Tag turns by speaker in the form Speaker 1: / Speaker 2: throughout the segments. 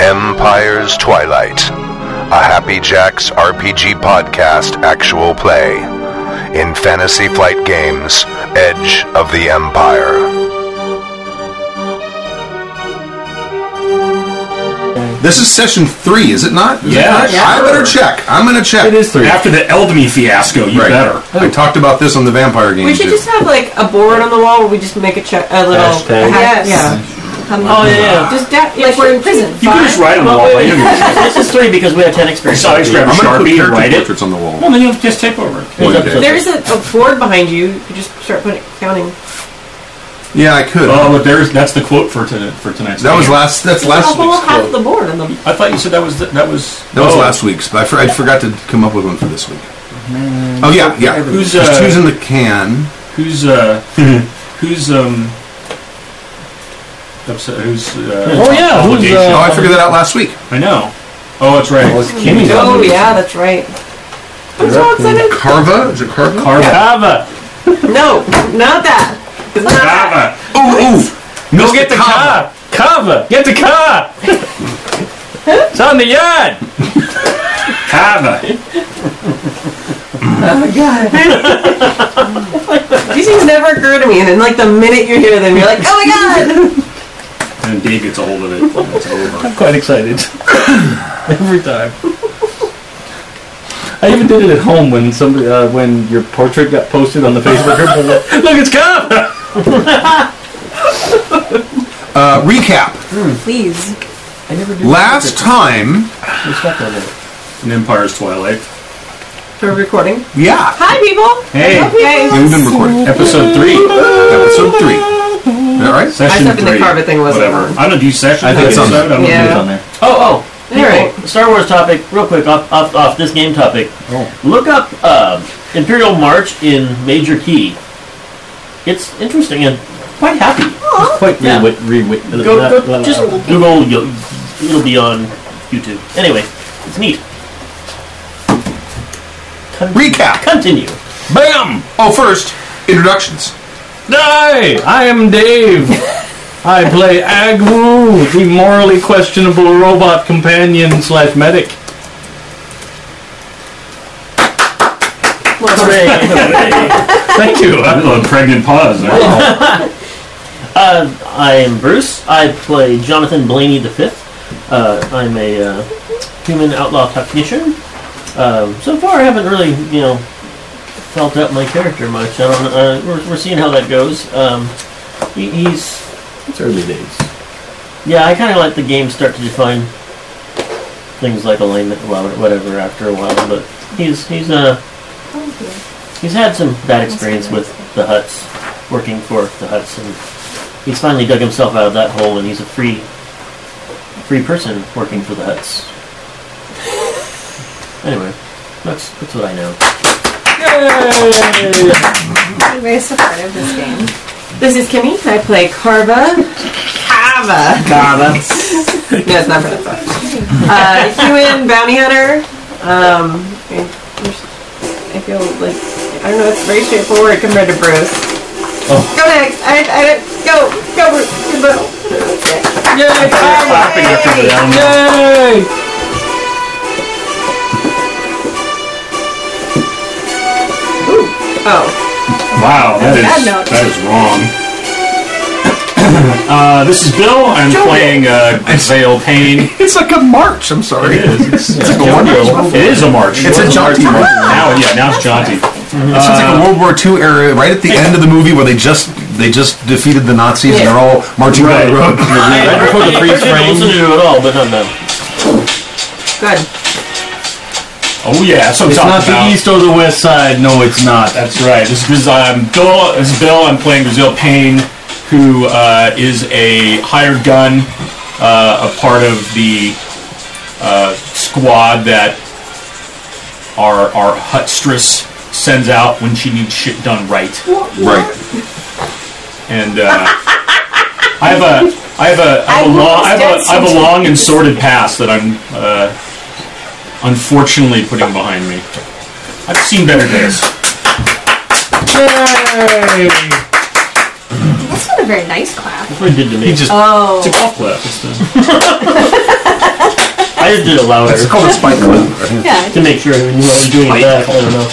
Speaker 1: Vampire's Twilight, a Happy Jacks RPG podcast actual play in Fantasy Flight Games Edge of the Empire.
Speaker 2: This is session three, is it not? Is it
Speaker 3: Yeah.
Speaker 2: not?
Speaker 3: Yeah.
Speaker 2: I better check. I'm gonna check.
Speaker 4: It is three.
Speaker 3: After the Eldamy fiasco, you
Speaker 2: Right.
Speaker 3: better.
Speaker 2: I talked about this on the vampire game
Speaker 5: We should
Speaker 2: too.
Speaker 5: just have like a board on the wall where we just make a, check, a little
Speaker 4: Hashtag.
Speaker 5: a ha-
Speaker 6: Yes.
Speaker 5: Yeah.
Speaker 6: Oh yeah,
Speaker 5: Just da-
Speaker 6: like we're in prison.
Speaker 3: You can just write on the wall. but You don't need
Speaker 4: this is three because we have ten experience.
Speaker 3: to just grab a
Speaker 2: I'm gonna put
Speaker 3: sharpie and
Speaker 2: character
Speaker 3: write it.
Speaker 2: portraits on the wall.
Speaker 3: Well, then you'll just take over.
Speaker 2: One
Speaker 4: up
Speaker 2: day.
Speaker 4: to-
Speaker 5: There's a, a board behind you. You could just start putting counting.
Speaker 2: Yeah, I could.
Speaker 3: Oh, but there's that's the quote for tonight for tonight's.
Speaker 2: that was
Speaker 3: meeting.
Speaker 2: last. That's
Speaker 5: I'll
Speaker 2: last
Speaker 5: pull
Speaker 2: week's.
Speaker 5: half
Speaker 2: quote.
Speaker 5: the board on the.
Speaker 3: I thought you said that was the, that was
Speaker 2: That was
Speaker 3: oh.
Speaker 2: last week's, but I, for, I forgot to come up with one for this week. Oh yeah, yeah.
Speaker 3: Who's,
Speaker 2: There's
Speaker 3: uh,
Speaker 2: two's in the can?
Speaker 3: Who's uh who's um upset? Who's uh,
Speaker 4: Oh yeah, who's
Speaker 2: Oh,
Speaker 4: uh,
Speaker 2: I figured that out last week.
Speaker 3: I know. Oh, that's right.
Speaker 4: Kimmy's
Speaker 5: Oh yeah, that's right. I'm so excited.
Speaker 2: Carva? Is it Carva?
Speaker 4: Carva?
Speaker 5: No, not that. It's not that.
Speaker 3: Kava.
Speaker 2: ooh, ooh.
Speaker 4: Go
Speaker 2: Mr.
Speaker 4: get the
Speaker 2: Kava.
Speaker 4: car. Carva, get the car. it's on the yard.
Speaker 3: Kava.
Speaker 5: Oh god. These things never occur to me, and then like the minute you hear them, you're like, oh my god.
Speaker 3: And Dave gets a hold of it. and It's over.
Speaker 4: I'm quite excited every time. I even did it at home when somebody uh, when your portrait got posted on the Facebook group. I was like, Look, it's Carva.
Speaker 2: Uh, recap.
Speaker 5: Please.
Speaker 4: I never did.
Speaker 2: Last time,
Speaker 3: An Empire's Twilight.
Speaker 5: We're recording.
Speaker 2: yeah,
Speaker 5: Hi people.
Speaker 3: Hey.
Speaker 5: Hey.
Speaker 2: we've been recording
Speaker 3: Episode three.
Speaker 2: episode three. All right.
Speaker 3: Session
Speaker 5: I thought the
Speaker 3: three.
Speaker 5: Carva thing wasn't
Speaker 3: Whatever.
Speaker 5: on.
Speaker 3: I don't do session.
Speaker 4: I think
Speaker 2: it's on
Speaker 3: episode. I don't
Speaker 5: Yeah.
Speaker 3: do-
Speaker 4: It's on there. Oh, oh. people,
Speaker 5: Alright.
Speaker 4: Star Wars topic, real quick, off, off, off this game topic. Look up uh, Imperial March in Major Key. It's interesting and quite happy. It's quite
Speaker 6: Yeah.
Speaker 4: re re
Speaker 6: Oh, Go- go- just look
Speaker 4: Google, you'll, it'll be on YouTube. Anyway, it's neat. Con-
Speaker 2: Recap.
Speaker 4: Continue.
Speaker 2: Bam! Oh, first, introductions.
Speaker 4: Hi, I am Dave. I play Agwu, the morally questionable robot companion slash medic. Thank you.
Speaker 3: A little pregnant pause. there.
Speaker 4: Uh, I am Bruce. I play Jonathan Blaney V. Uh, I'm a uh, human outlaw technician. Um, so far, I haven't really, you know, felt out my character much. I don't. Uh, we're, we're seeing how that goes. Um, he, he's it's early days. Yeah, I kind of let the game start to define things like alignment, well, whatever. After a while, but he's he's uh he's had some bad experience with the huts, working for the huts and he's finally dug himself out of that hole and he's a free free person working for the huts anyway that's that's what i know
Speaker 6: I'm very supportive of this game.
Speaker 5: This is Kimmy. I play Carva. Carva. no, it's not for that. Sorry. Uh, human bounty hunter. Um, I I feel like I don't know. It's very straightforward compared to Bruce.
Speaker 3: Oh.
Speaker 5: Go next. I, I go go Bruce. Go.
Speaker 3: Clapping after the down.
Speaker 5: Oh,
Speaker 3: Wow, that is,
Speaker 6: bad note.
Speaker 3: that is wrong. uh, this is Bill. I'm playing uh, Vale Payne.
Speaker 2: It's like a march. I'm sorry.
Speaker 3: It's, it's like a World War- It is a march.
Speaker 2: It's a jaunty march.
Speaker 3: Now, yeah, now it's jaunty.
Speaker 2: It sounds like a World War II era, right at the end of the movie where they just they just defeated the Nazis and they're all marching down the
Speaker 3: Right.
Speaker 2: road.
Speaker 4: i never put the freeze frame listen to it all but not them
Speaker 5: good.
Speaker 3: Oh yeah, so it's not the east.
Speaker 4: or the west side no it's not
Speaker 3: That's right. This is um, Bill. This is Bill. I'm playing Brazil Payne, who uh, is a hired gun, uh, a part of the uh, squad that our our hutstress sends out when she needs shit done right.
Speaker 2: Right.
Speaker 3: and uh, I have a I have a I have a long I have a, I have a long and sordid past that I'm uh, unfortunately putting behind me. I've seen better days.
Speaker 6: That's not a very nice clap.
Speaker 4: that's what it did to me
Speaker 2: just
Speaker 5: Oh,
Speaker 3: It's a golf club. It's the-
Speaker 7: I just did it louder
Speaker 2: It's called a spike clue.
Speaker 8: Yeah.
Speaker 7: to make sure when you were doing it back. I don't know.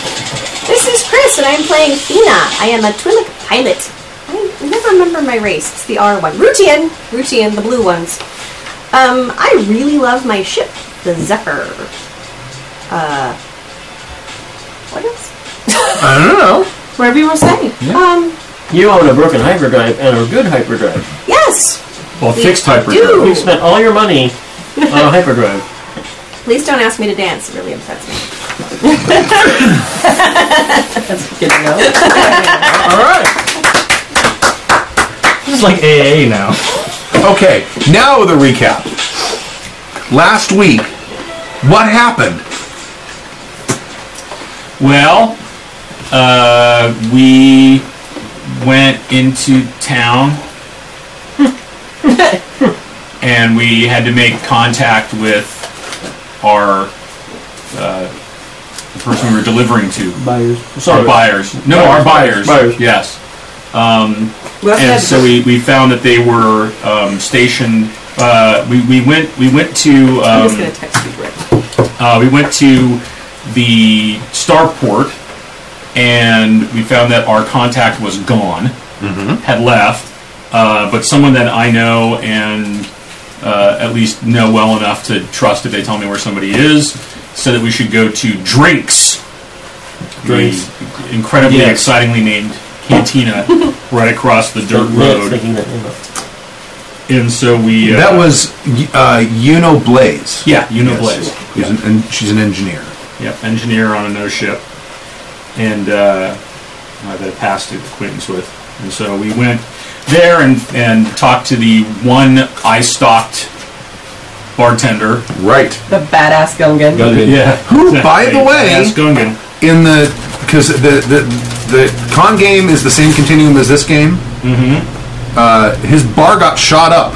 Speaker 8: This is Chris, and I'm playing Fina. I am a Twimic pilot. I never remember my race. It's the R one. Rutian. Rutian, the blue ones. Um, I really love my ship, the Zephyr. Uh, what else?
Speaker 2: I don't know.
Speaker 8: Whatever you want to say. Um,
Speaker 7: You own a broken hyperdrive and a good hyperdrive.
Speaker 8: yes.
Speaker 3: Well, fixed hyper.
Speaker 8: do.
Speaker 7: You spent all your money on a hyperdrive.
Speaker 8: Please don't ask me to dance. It really upsets me.
Speaker 5: Good to know.
Speaker 2: All right.
Speaker 4: This is like AA now.
Speaker 2: Okay. Now the recap. Last week, what happened?
Speaker 3: Well, uh, we went into town and we had to make contact with our uh, the person we were delivering to.
Speaker 7: Buyers.
Speaker 3: Our
Speaker 7: Sorry.
Speaker 3: buyers. No, our buyers.
Speaker 7: Buyers.
Speaker 3: Yes.
Speaker 5: We also
Speaker 3: And
Speaker 5: had
Speaker 3: so we, we found that they were um, stationed. Uh, we, we went we went to
Speaker 5: I'm just
Speaker 3: um,
Speaker 5: gonna text you, Rick.
Speaker 3: uh, we went to the starport and we found that our contact was gone,
Speaker 2: Mm-hmm.
Speaker 3: had left. Uh, but someone that I know and uh, at least know well enough to trust if they tell me where somebody is, said that we should go to Drinks.
Speaker 7: Drinks.
Speaker 3: The incredibly
Speaker 4: Yes.
Speaker 3: excitingly named cantina right across the dirt
Speaker 7: Yeah, it's
Speaker 3: road.
Speaker 7: thinking that, you know.
Speaker 3: And so we. Uh,
Speaker 2: That was uh, Yuno Blaze.
Speaker 3: Yeah, you know
Speaker 2: Yes.
Speaker 3: Blaze.
Speaker 2: Who's an, and she's an engineer.
Speaker 3: Yep, engineer on a no ship, and uh, I've had a past acquaintance with, and so we went there and and talked to the one I stalked bartender.
Speaker 2: Right.
Speaker 5: The badass Gungan.
Speaker 3: Yeah,
Speaker 2: Who, by the way-
Speaker 3: yes, Gungan.
Speaker 2: in the because the, the the con game is the same continuum as this game. Mm-hmm. Uh, his bar got shot up,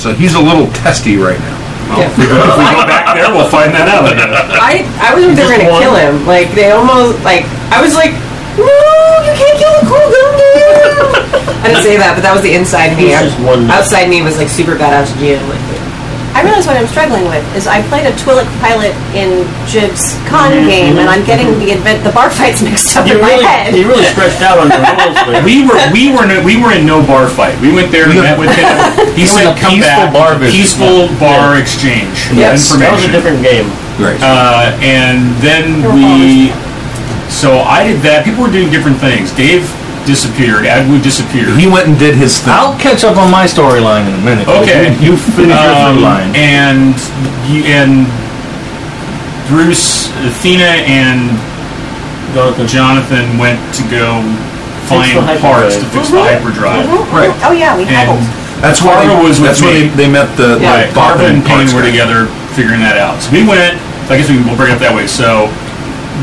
Speaker 2: so he's a little testy right now.
Speaker 5: Yeah.
Speaker 3: if Oh, we go back there, we'll find that out.
Speaker 5: I, I was worried they were gonna
Speaker 7: Just one?
Speaker 5: kill him. Like they almost like I was like, no, you can't kill the cool Gungan. I didn't say that, but that was the inside me.
Speaker 7: It's just one-
Speaker 5: Outside me was like super badass Gian. Like,
Speaker 8: I realize what I'm struggling with is I played a Twillic pilot in Jib's con game, and I'm getting the event, the bar fights mixed up
Speaker 7: Mm-hmm. You
Speaker 8: in my
Speaker 7: really,
Speaker 8: head.
Speaker 7: you really stretched out on your roles there.
Speaker 3: We were we were no, we were in no bar fight. We went there and met with him. He said,
Speaker 4: a
Speaker 3: "Come
Speaker 4: peaceful
Speaker 3: back,
Speaker 4: bar visit."
Speaker 3: peaceful bar exchange."
Speaker 5: Yes,
Speaker 3: information.
Speaker 7: That was a different game.
Speaker 2: Right.
Speaker 3: Uh, and then we. So I did that. People were doing different things. Dave disappeared. Adwu disappeared.
Speaker 2: he went and did his thing.
Speaker 4: I'll catch up on my storyline in a minute.
Speaker 3: Okay.
Speaker 4: You, you finish your
Speaker 3: Um,
Speaker 4: through line.
Speaker 3: And you, and Bruce, Athena, and
Speaker 7: Jonathan.
Speaker 3: Jonathan went to go find
Speaker 7: the hyperdrive.
Speaker 3: parts to fix the hyperdrive.
Speaker 5: Mm-hmm.
Speaker 2: Right.
Speaker 8: Oh yeah, we
Speaker 3: And
Speaker 8: haggled.
Speaker 2: That's why
Speaker 3: Carver
Speaker 2: they,
Speaker 3: was with
Speaker 2: that's why
Speaker 3: me.
Speaker 2: they, they met the
Speaker 5: Yeah.
Speaker 2: like,
Speaker 3: Right, Barba and Payne
Speaker 2: parts
Speaker 3: were
Speaker 2: guy.
Speaker 3: together figuring that out. So we went, I guess we will bring it up that way. So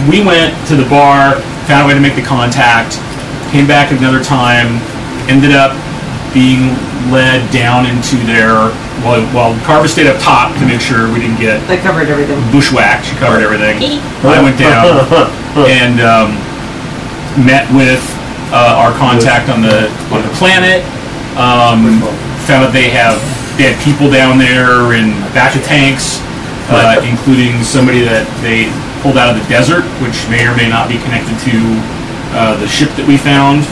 Speaker 3: we went to the bar, found a way to make the contact, came back another time, ended up being led down into their, well, well Carver stayed up top to make sure we didn't get
Speaker 5: I covered everything.
Speaker 3: bushwhacked. She covered everything. I went down and um, met with uh, our contact on the on the planet. Um, found out they have they had people down there in back of tanks, uh, including somebody that they pulled out of the desert, which may or may not be connected to uh, the ship that we found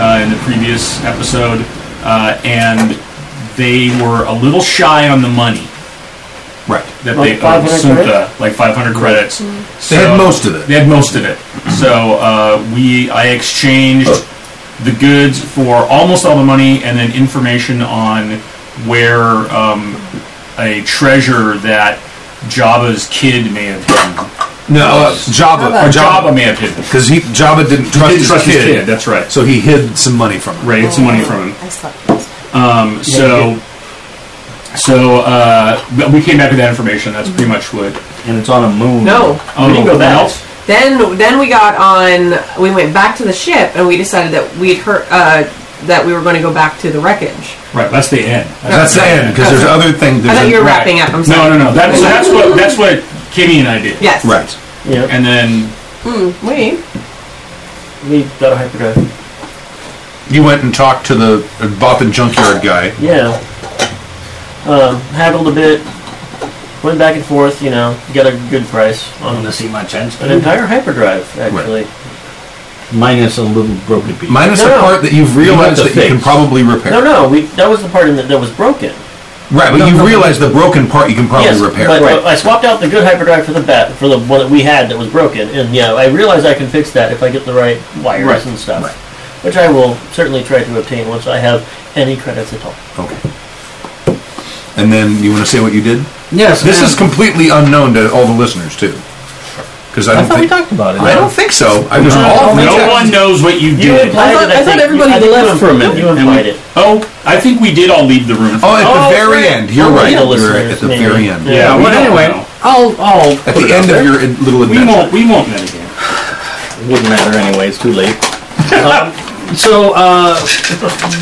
Speaker 3: uh, in the previous episode, uh, and they were a little shy on the money
Speaker 2: Right.
Speaker 3: that
Speaker 7: Like
Speaker 3: they owed
Speaker 7: 500
Speaker 3: Sunta, like 500 credits. So
Speaker 2: They had most of it.
Speaker 3: They had most of it. So uh, we, I exchanged the goods for almost all the money, and then information on where um, a treasure that Jabba's kid may have hidden,
Speaker 2: No, uh, Jabba.
Speaker 3: or
Speaker 2: Or
Speaker 3: Jabba may have hidden.
Speaker 2: Because he Jabba didn't trust,
Speaker 3: Didn't
Speaker 2: his,
Speaker 3: trust
Speaker 2: kid,
Speaker 3: his kid. That's right. So
Speaker 2: so he hid some money from him.
Speaker 3: Ray had some money from him.
Speaker 8: I slept.
Speaker 3: So, so uh, we came back with that information. That's pretty much what.
Speaker 4: and it's on a moon.
Speaker 5: No.
Speaker 3: Oh,
Speaker 7: didn't go
Speaker 3: what
Speaker 7: back.
Speaker 3: else?
Speaker 5: Then then we got on. We went back to the ship, and we decided that we'd hurt. Uh, that we were going to go back to the wreckage.
Speaker 3: Right, that's the end.
Speaker 2: That's saying because there's other things.
Speaker 5: I thought
Speaker 2: there's
Speaker 5: you
Speaker 2: a-
Speaker 5: were wrapping up. I'm
Speaker 3: No,
Speaker 5: sorry.
Speaker 3: no, no. That's so that's what that's what Kimmy and I did.
Speaker 5: Yes.
Speaker 2: right.
Speaker 7: Yeah,
Speaker 3: And then
Speaker 5: Wait.
Speaker 7: we got a hyperdrive.
Speaker 2: You went and talked to the uh, bought the junkyard guy.
Speaker 7: Yeah. Um, haggled a bit. Went back and forth, you know, got a good price
Speaker 4: I'm
Speaker 7: on
Speaker 4: gonna see my chance.
Speaker 7: an entire hyperdrive, actually.
Speaker 4: Minus a little broken piece.
Speaker 2: Minus
Speaker 7: No,
Speaker 2: the
Speaker 7: no.
Speaker 2: part that you've
Speaker 4: You have
Speaker 2: realized
Speaker 4: to
Speaker 2: that you
Speaker 4: fix.
Speaker 2: can probably repair.
Speaker 7: No, no, we, that was the part in that, that was broken.
Speaker 2: Right, but
Speaker 7: No,
Speaker 2: you've
Speaker 7: no, no.
Speaker 2: realized the broken part you can probably
Speaker 7: yes,
Speaker 2: repair.
Speaker 7: but
Speaker 4: Right.
Speaker 7: I swapped out the good hyperdrive for the bat for the one that we had that was broken, and yeah, I realized I can fix that if I get the right wires
Speaker 2: Right,
Speaker 7: and stuff,
Speaker 2: right.
Speaker 7: which I will certainly try to obtain once I have any credits at all.
Speaker 2: Okay. And then you want to say what you did?
Speaker 4: Yes.
Speaker 2: This
Speaker 4: and
Speaker 2: is completely unknown to all the listeners too, because I
Speaker 4: I
Speaker 2: don't
Speaker 4: thought we
Speaker 2: think
Speaker 4: talked about it.
Speaker 2: I don't think so. I was all things
Speaker 3: No
Speaker 2: that-
Speaker 3: one knows what you
Speaker 7: You
Speaker 3: did.
Speaker 4: I
Speaker 7: implied
Speaker 4: thought-
Speaker 7: it, I,
Speaker 4: I thought
Speaker 7: think.
Speaker 4: everybody
Speaker 7: You- I think
Speaker 4: left
Speaker 7: you
Speaker 4: for a
Speaker 7: im-
Speaker 4: minute,
Speaker 7: You
Speaker 4: and we-
Speaker 7: implied it.
Speaker 3: Oh, I think we did all leave the room.
Speaker 2: Oh, at
Speaker 7: Oh,
Speaker 2: the very
Speaker 7: right.
Speaker 2: end. You're
Speaker 7: Only
Speaker 2: right.
Speaker 7: the
Speaker 2: You're right.
Speaker 7: listeners,
Speaker 2: At the
Speaker 7: maybe.
Speaker 2: very end.
Speaker 7: Yeah.
Speaker 4: Yeah,
Speaker 3: we
Speaker 4: well,
Speaker 3: don't
Speaker 4: anyway,
Speaker 3: know.
Speaker 4: I'll, I'll
Speaker 2: At
Speaker 4: put it
Speaker 2: the
Speaker 4: out
Speaker 2: end
Speaker 4: there.
Speaker 2: of your little
Speaker 3: We
Speaker 2: adventure.
Speaker 3: won't. We won't metagame.
Speaker 4: Wouldn't matter anyway. It's too late. Um, so, uh,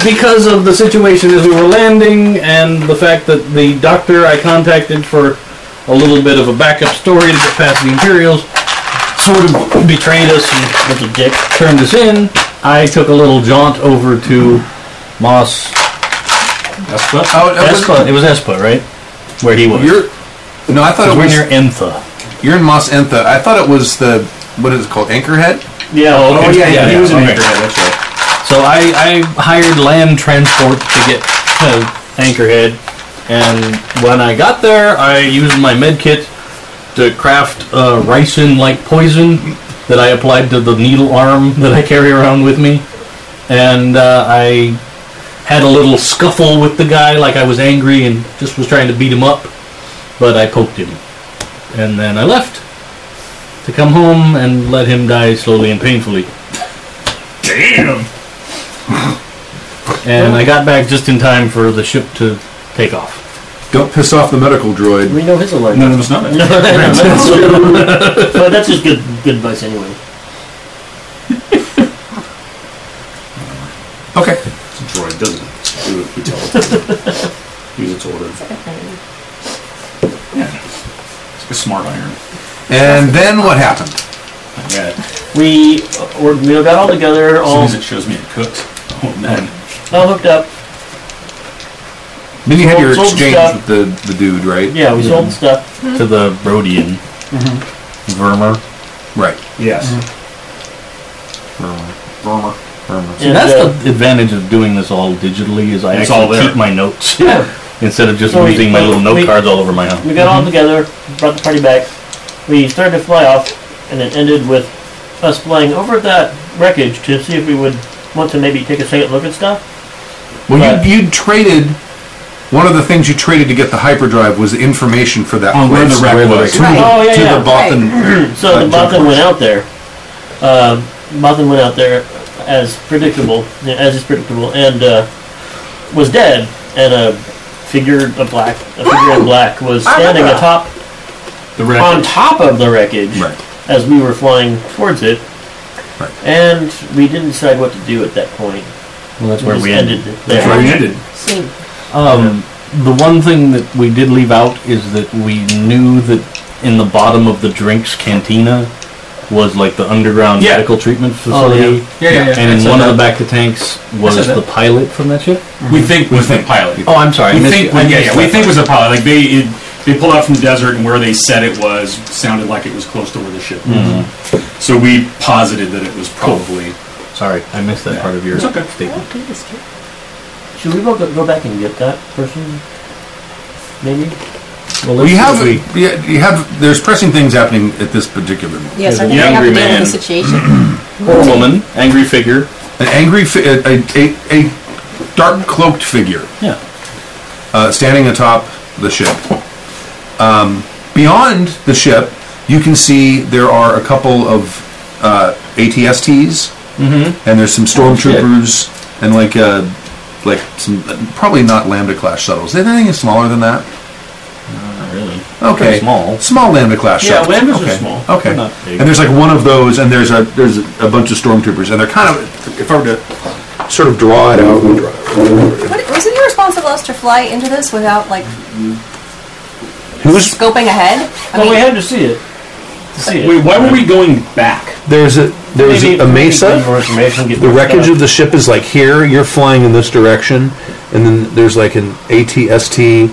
Speaker 4: because of the situation as we were landing, and the fact that the doctor I contacted for a little bit of a backup story to get past the Imperials sort of betrayed us and
Speaker 7: Bunch of dick.
Speaker 4: turned us in, I took a little jaunt over to Moss Espa.
Speaker 2: Oh, that was-
Speaker 4: Espa. It was Espa, right? Where he was.
Speaker 2: You're. No, I thought it
Speaker 4: Because we're
Speaker 2: was.
Speaker 4: near Entha.
Speaker 2: You're in Mos Entha. I thought it was the what is it called? Anchorhead.
Speaker 7: Yeah.
Speaker 3: Oh yeah,
Speaker 4: yeah,
Speaker 3: he
Speaker 4: yeah,
Speaker 3: was an
Speaker 4: okay.
Speaker 3: anchorhead. That's right.
Speaker 4: So I, I hired land transport to get to Anchorhead, and when I got there, I used my med kit to craft a ricin-like poison that I applied to the needle arm that I carry around with me, and uh, I had a little scuffle with the guy, like I was angry and just was trying to beat him up, but I poked him, and then I left to come home and let him die slowly and painfully.
Speaker 3: Damn.
Speaker 4: And I got back just in time for the ship to take off.
Speaker 2: Don't piss off the medical droid.
Speaker 7: We know his alignment.
Speaker 3: None of us know
Speaker 7: No,
Speaker 3: that.
Speaker 7: that's true. but that's just good good advice anyway.
Speaker 2: Okay.
Speaker 3: Droid doesn't do it. We tell it. Use its order. It's like a smart iron.
Speaker 2: And then what happened?
Speaker 3: Yeah.
Speaker 7: We or we got all together,
Speaker 3: As soon
Speaker 7: all,
Speaker 3: as it shows me it cooks. Oh man.
Speaker 7: all hooked up.
Speaker 2: Then you had
Speaker 7: Sold-
Speaker 2: your
Speaker 7: sold
Speaker 2: exchange
Speaker 7: stuff.
Speaker 2: with the the dude, right?
Speaker 7: Yeah, we sold stuff.
Speaker 4: To the Rhodian Vermer.
Speaker 2: Right.
Speaker 3: Yes.
Speaker 2: Burma. Burma.
Speaker 4: See,
Speaker 7: And,
Speaker 4: that's
Speaker 7: uh,
Speaker 4: the advantage of doing this all digitally is I
Speaker 3: It's all
Speaker 4: actually
Speaker 3: there.
Speaker 4: keep my notes
Speaker 7: Yeah.
Speaker 4: instead of just
Speaker 7: So we-
Speaker 4: losing my little note
Speaker 7: we-
Speaker 4: cards all over my house.
Speaker 7: We got all together, brought the party back. We started to fly off, and it ended with us flying over that wreckage to see if we would want to maybe take a second look at stuff.
Speaker 2: Well, you you traded. One of the things you traded to get the hyperdrive was the information for that
Speaker 3: On where
Speaker 2: place.
Speaker 3: the wreck
Speaker 4: Where the
Speaker 3: was.
Speaker 2: to,
Speaker 8: Right.
Speaker 7: Oh, yeah,
Speaker 2: to
Speaker 7: yeah.
Speaker 2: the Bothan.
Speaker 7: So
Speaker 2: Uh,
Speaker 7: the
Speaker 2: jump
Speaker 7: Bothan went out there. Uh, Bothan went out there as predictable, as is predictable, and uh, was dead. And a figure, a black, a figure in black, was standing atop
Speaker 3: The
Speaker 7: on top of the wreckage
Speaker 2: Right.
Speaker 7: as we were flying towards it.
Speaker 2: Right.
Speaker 7: And we didn't decide what to do at that point.
Speaker 4: Well, that's
Speaker 7: We
Speaker 4: where
Speaker 7: just
Speaker 4: we
Speaker 7: ended
Speaker 4: ended.
Speaker 7: it
Speaker 3: That's
Speaker 7: there.
Speaker 3: where we ended.
Speaker 8: See,
Speaker 4: Um, the one thing that we did leave out is that we knew that in the bottom of the drinks cantina was like the underground
Speaker 3: Yeah.
Speaker 4: medical treatment facility.
Speaker 2: Yeah, yeah, yeah.
Speaker 4: And in one of the back of tanks was
Speaker 3: said that.
Speaker 4: the pilot from that ship.
Speaker 3: We think was the pilot.
Speaker 4: Oh, I'm sorry. I
Speaker 3: We
Speaker 4: missed-
Speaker 3: think,
Speaker 4: I
Speaker 3: yeah,
Speaker 4: missed
Speaker 3: yeah, we
Speaker 4: that.
Speaker 3: think it was a pilot. Like they, it, they pulled out from the desert, and where they said it was sounded like it was close to where the ship was. So we posited that it was probably.
Speaker 4: Sorry, I missed that part of your
Speaker 3: It's okay.
Speaker 4: statement.
Speaker 8: do this too.
Speaker 7: Should we go, go back and get that person? Maybe?
Speaker 4: Well,
Speaker 2: We have, yeah, you have. There's pressing things happening at this particular moment.
Speaker 8: Yes, I
Speaker 4: There's
Speaker 8: think
Speaker 4: an
Speaker 8: we have
Speaker 4: angry
Speaker 8: to deal with
Speaker 4: man.
Speaker 8: the situation.
Speaker 4: poor woman, angry figure.
Speaker 2: An angry, fi- a, a, a, a dark cloaked figure
Speaker 4: Yeah.
Speaker 2: uh, standing atop the ship. Um, beyond the ship, you can see there are a couple of uh, ATSTs, and there's some stormtroopers, and like uh, like some probably not Lambda class shuttles. Is there anything smaller than that?
Speaker 4: Not really.
Speaker 2: Okay,
Speaker 4: Pretty small.
Speaker 2: small lambda class
Speaker 3: Yeah,
Speaker 2: shuttles.
Speaker 3: lambdas are
Speaker 2: okay.
Speaker 3: small.
Speaker 2: Okay,
Speaker 4: They're not big.
Speaker 2: and there's like one of those, and there's a there's a bunch of stormtroopers, and they're kind of if I were to sort of draw it out.
Speaker 8: What, was it irresponsible of us to fly into this without like
Speaker 2: Who's
Speaker 8: scoping ahead? I
Speaker 7: well, we
Speaker 8: mean,
Speaker 7: had to see it. To see it.
Speaker 3: Wait, why were we going back?
Speaker 2: there's a there's
Speaker 7: Maybe-
Speaker 2: a
Speaker 7: maybe get
Speaker 2: mesa.
Speaker 7: more information, get
Speaker 2: The
Speaker 7: more
Speaker 2: wreckage
Speaker 7: stuff.
Speaker 2: of the ship is like here. You're flying in this direction, and then there's like an ATST, and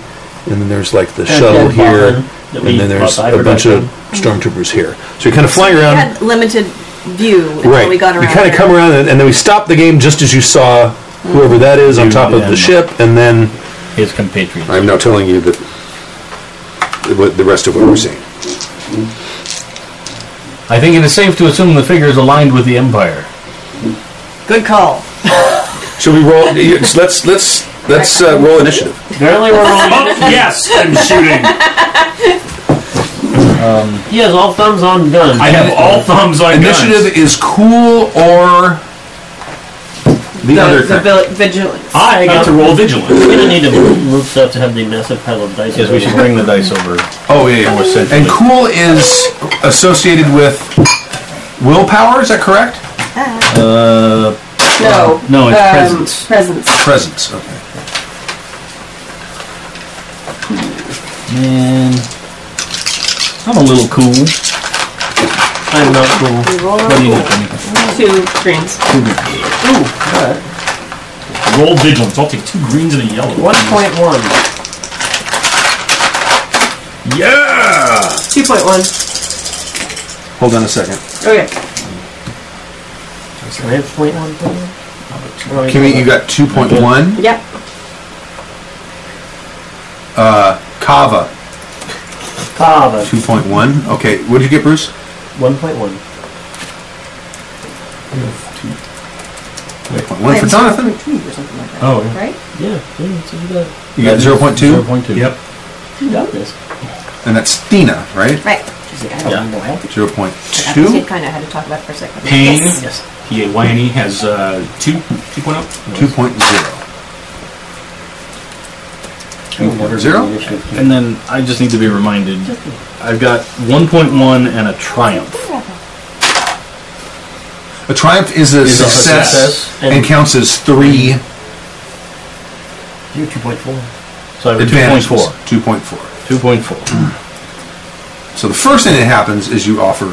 Speaker 2: then there's like the
Speaker 7: And
Speaker 2: shuttle
Speaker 7: then
Speaker 2: here,
Speaker 7: Bothan. That we
Speaker 9: and then there's
Speaker 7: brought by
Speaker 9: a
Speaker 7: for
Speaker 9: bunch of
Speaker 7: background.
Speaker 9: stormtroopers here. So you're kind of flying around.
Speaker 5: We had limited view until
Speaker 9: right.
Speaker 5: we got around.
Speaker 9: you kind of
Speaker 5: there.
Speaker 9: come around, and, and then we stop the game just as you saw whoever that is on
Speaker 4: Dude,
Speaker 9: top of
Speaker 4: yeah.
Speaker 9: the ship, and then
Speaker 4: His compatriots.
Speaker 10: I'm now telling you that what the rest of what we're seeing.
Speaker 4: I think it is safe to assume the figure is aligned with the Empire.
Speaker 5: Good call.
Speaker 10: Should we roll? you- so Let's let's let's uh, roll initiative.
Speaker 7: Apparently we're rolling.
Speaker 3: Oh, yes, I'm shooting.
Speaker 7: He has all thumbs on gun.
Speaker 3: I have all thumbs on guns.
Speaker 2: Initiative is cool or the,
Speaker 5: The,
Speaker 2: other
Speaker 5: the
Speaker 2: thing.
Speaker 5: vil- vigilance.
Speaker 3: I get to roll
Speaker 7: We're
Speaker 3: vigilance.
Speaker 7: gonna need to move move stuff to have the massive pile of dice.
Speaker 4: Yes, we should bring the dice over.
Speaker 2: Oh yeah, yeah. And cool is associated with willpower. Is that correct?
Speaker 4: Uh,
Speaker 5: No.
Speaker 4: no, it's
Speaker 5: um,
Speaker 4: presence.
Speaker 5: Presence.
Speaker 2: Presence. Okay.
Speaker 4: man, I'm a little cool.
Speaker 7: I'm not cool.
Speaker 5: We roll
Speaker 4: What do you
Speaker 5: on
Speaker 4: got, Jimmy?
Speaker 5: two greens.
Speaker 3: Roll vigilance. I'll take two greens and a yellow.
Speaker 7: One point one.
Speaker 3: Yeah!
Speaker 5: Two point one.
Speaker 2: Hold on a second.
Speaker 5: Okay.
Speaker 7: Can I have point one? please?
Speaker 2: Kimmy, you got two point one.
Speaker 5: Yep.
Speaker 2: Kava
Speaker 7: Kava.
Speaker 2: two point one. Okay, what did you get, Bruce?
Speaker 7: One point one.
Speaker 2: Point One for Jonathan.
Speaker 3: Oh, yeah.
Speaker 8: Right?
Speaker 7: Yeah, yeah, that's what you got.
Speaker 2: You got zero point two,
Speaker 4: 0.2.
Speaker 3: Yep.
Speaker 7: You got this.
Speaker 2: and that's Stina, right?
Speaker 8: Right.
Speaker 7: She's like, I don't
Speaker 3: Yeah.
Speaker 7: even know how to.
Speaker 2: Zero point
Speaker 8: I
Speaker 2: two.
Speaker 8: kind of had to talk about it for a second.
Speaker 3: Pain.
Speaker 8: Yes.
Speaker 7: Yes.
Speaker 3: P-A-Y-N-E has uh, two, oh? 2.0.
Speaker 2: Two point zero. Zero.
Speaker 4: And then I just need to be reminded. I've got 1.1 and a triumph.
Speaker 2: A triumph is a
Speaker 4: Is a
Speaker 2: success,
Speaker 4: success.
Speaker 2: and counts as three
Speaker 7: You're two point four.
Speaker 4: So I have a
Speaker 2: advantages.
Speaker 4: 2.4.
Speaker 2: Two point four.
Speaker 4: 2.4.
Speaker 2: So the first thing that happens is you offer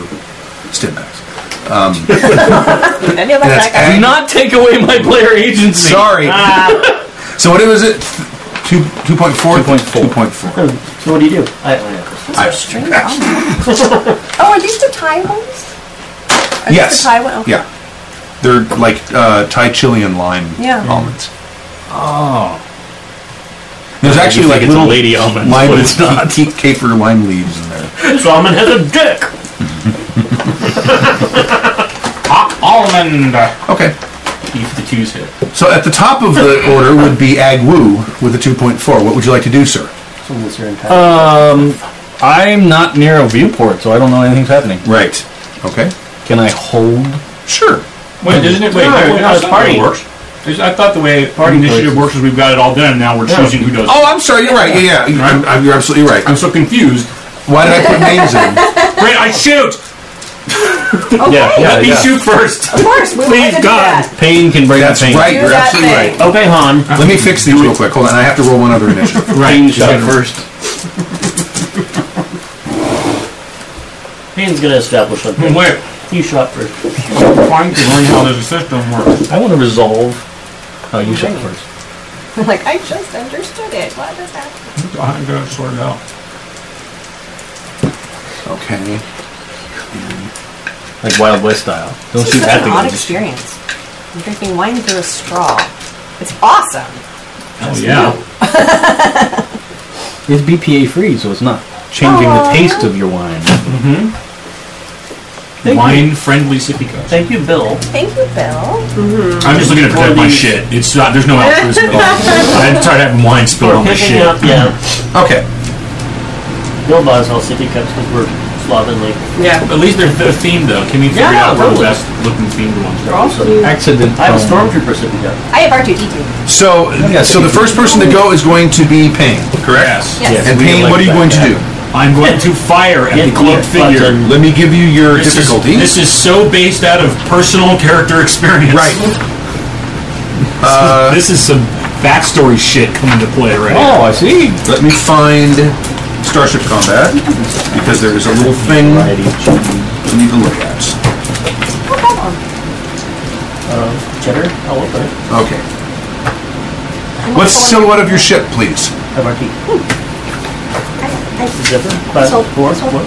Speaker 2: stim packs.
Speaker 5: I know
Speaker 2: And
Speaker 5: that's
Speaker 2: that's
Speaker 5: that
Speaker 2: ag-
Speaker 4: Do not take away my player agency. Ah.
Speaker 2: Sorry. so what was it? Two two point four.
Speaker 4: 2.4.
Speaker 2: Two point four.
Speaker 7: Oh, So what do you do? I, I
Speaker 8: Oh, are these the Thai ones? Are
Speaker 2: Yes.
Speaker 8: These the Thai one? Okay.
Speaker 2: Yeah. They're like uh, Thai chili and lime
Speaker 5: Yeah.
Speaker 2: almonds.
Speaker 4: Oh.
Speaker 2: There's actually
Speaker 4: just
Speaker 2: like
Speaker 4: think it's a
Speaker 2: little
Speaker 4: lady almond,
Speaker 2: lime
Speaker 4: but it's not.
Speaker 2: ca- Caper lime leaves in there.
Speaker 7: Solomon has a dick.
Speaker 3: Almond.
Speaker 2: Okay.
Speaker 3: If the twos hit.
Speaker 2: So at the top of the order would be Ag Woo with a 2.4. What would you like to do, sir?
Speaker 7: Someone's here in time.
Speaker 4: Um, I'm not near a viewport, so I don't know anything's happening.
Speaker 2: Right. Okay.
Speaker 4: Can I hold?
Speaker 2: Sure.
Speaker 3: Wait, isn't it? Wait,
Speaker 7: No,
Speaker 3: wait,
Speaker 7: no,
Speaker 3: that's
Speaker 7: it's
Speaker 3: not how
Speaker 7: party.
Speaker 3: it works. There's- I thought the way
Speaker 4: Mm-hmm.
Speaker 3: party initiative works is we've got it all done, and now we're choosing who does.
Speaker 2: Oh,
Speaker 3: it.
Speaker 2: I'm sorry. You're right. Yeah, yeah. I'm, I'm, you're absolutely right.
Speaker 3: I'm so confused.
Speaker 2: Why did I put names in?
Speaker 3: Great, I shoot.
Speaker 4: Yeah, yeah,
Speaker 3: Let me shoot first.
Speaker 8: Of course, we
Speaker 3: Please,
Speaker 8: wanted to do
Speaker 3: God.
Speaker 8: that.
Speaker 4: Pain can break
Speaker 2: That's
Speaker 4: the pain.
Speaker 2: right.
Speaker 8: Do
Speaker 2: You're
Speaker 8: that
Speaker 2: absolutely
Speaker 8: thing.
Speaker 2: right.
Speaker 7: Okay, Han.
Speaker 2: Let me fix these real quick. Hold on. I have to roll one other initiative.
Speaker 4: Pain shot first.
Speaker 7: Payne's gonna establish something.
Speaker 3: Wait,
Speaker 7: You shot first.
Speaker 3: I'm trying to learn how this system works.
Speaker 4: I want to resolve. Oh, you shot first.
Speaker 8: Like, I just understood it. What does that?
Speaker 3: I'm gonna sort it out.
Speaker 2: Okay.
Speaker 4: Like Wild West style. Don't
Speaker 8: This
Speaker 4: shoot
Speaker 8: is
Speaker 4: at
Speaker 8: such
Speaker 4: the
Speaker 8: an odd
Speaker 4: guns.
Speaker 8: experience. I'm drinking wine through a straw. It's awesome.
Speaker 3: Oh yeah.
Speaker 4: It's BPA free, so it's not changing the taste of your wine.
Speaker 7: Thank you.
Speaker 3: friendly sippy cups.
Speaker 7: Thank you, Bill.
Speaker 8: Thank you, Bill.
Speaker 3: I'm just looking to protect my
Speaker 7: Forty.
Speaker 3: shit. It's not. There's no altruism. at all. I'm tired of having wine spilled
Speaker 7: We're
Speaker 3: on my
Speaker 7: picking
Speaker 3: shit.
Speaker 7: up, yeah.
Speaker 2: Okay.
Speaker 7: Bill buys all city cups because we're slovenly.
Speaker 5: Yeah.
Speaker 3: At least they're, they're themed though. Can we figure
Speaker 7: Yeah,
Speaker 3: out where the
Speaker 7: totally.
Speaker 3: best looking themed ones are?
Speaker 7: Awesome.
Speaker 4: Accident.
Speaker 7: I
Speaker 2: Oh.
Speaker 7: have a
Speaker 4: prone.
Speaker 7: stormtrooper sippy cup.
Speaker 8: I have R2D2.
Speaker 2: So, so the first person to go is going to be Payne.
Speaker 3: Correct.
Speaker 8: Yes.
Speaker 2: And
Speaker 4: We
Speaker 2: Payne,
Speaker 4: like
Speaker 2: what are you
Speaker 4: that
Speaker 2: going to do?
Speaker 4: guy.
Speaker 3: I'm going to fire at
Speaker 7: Hit
Speaker 3: the cloaked
Speaker 7: the button.
Speaker 3: figure.
Speaker 2: Let me give you your
Speaker 3: This is-
Speaker 2: difficulties.
Speaker 3: this is so based out of personal character experience.
Speaker 2: right.
Speaker 3: this is some backstory shit coming to play right
Speaker 4: Oh, I see.
Speaker 2: Let me find Starship Combat because there is a little thing we need to look at.
Speaker 7: Uh, cheddar? I'll open it.
Speaker 2: Okay. What's the silhouette of your ship, please?
Speaker 7: Have our tea.
Speaker 8: I
Speaker 7: Zipper? Five,
Speaker 8: whole-
Speaker 7: four,
Speaker 8: this whole-
Speaker 7: what?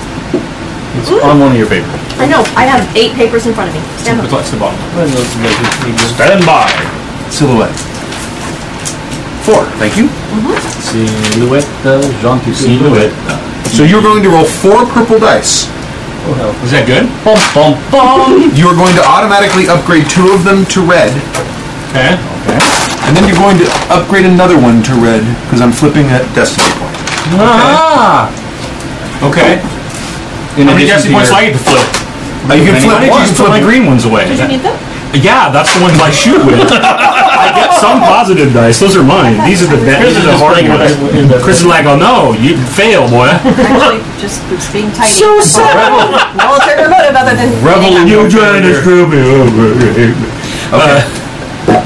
Speaker 4: It's on one of your papers.
Speaker 8: I know. I have eight papers in front of me. Stand up.
Speaker 3: Reflects the bottom.
Speaker 7: What are those measures we use?
Speaker 3: Stand by.
Speaker 2: Silhouette. Four. Thank you.
Speaker 4: Silhouette, uh, Jean Silhouette.
Speaker 2: So you're going to roll four purple dice.
Speaker 7: Oh, hell.
Speaker 3: Is that good?
Speaker 4: Bum, bum, bum.
Speaker 2: You are going to automatically upgrade two of them to red,
Speaker 3: Okay.
Speaker 2: and then you're going to upgrade another one to red because I'm flipping a destiny point.
Speaker 3: Ah. Okay.
Speaker 4: In
Speaker 3: How many
Speaker 4: addition
Speaker 3: destiny
Speaker 4: to
Speaker 3: points do
Speaker 4: your-
Speaker 3: I get to flip?
Speaker 2: Uh, you can
Speaker 3: Why
Speaker 2: flip
Speaker 3: did
Speaker 2: one.
Speaker 3: you just put my green ones away?
Speaker 8: Did you need them?
Speaker 3: Yeah, that's the ones I shoot with. I get some positive dice. Those are mine. These are the bad. These are the
Speaker 7: Just
Speaker 3: hard
Speaker 7: playing with
Speaker 3: ones.
Speaker 7: it in the-
Speaker 3: Chris is like, oh no, you fail, boy.
Speaker 5: Actually, just it's being tidy. So sad. No alternative motive other than
Speaker 3: Revel, you trying to screw me over. Okay.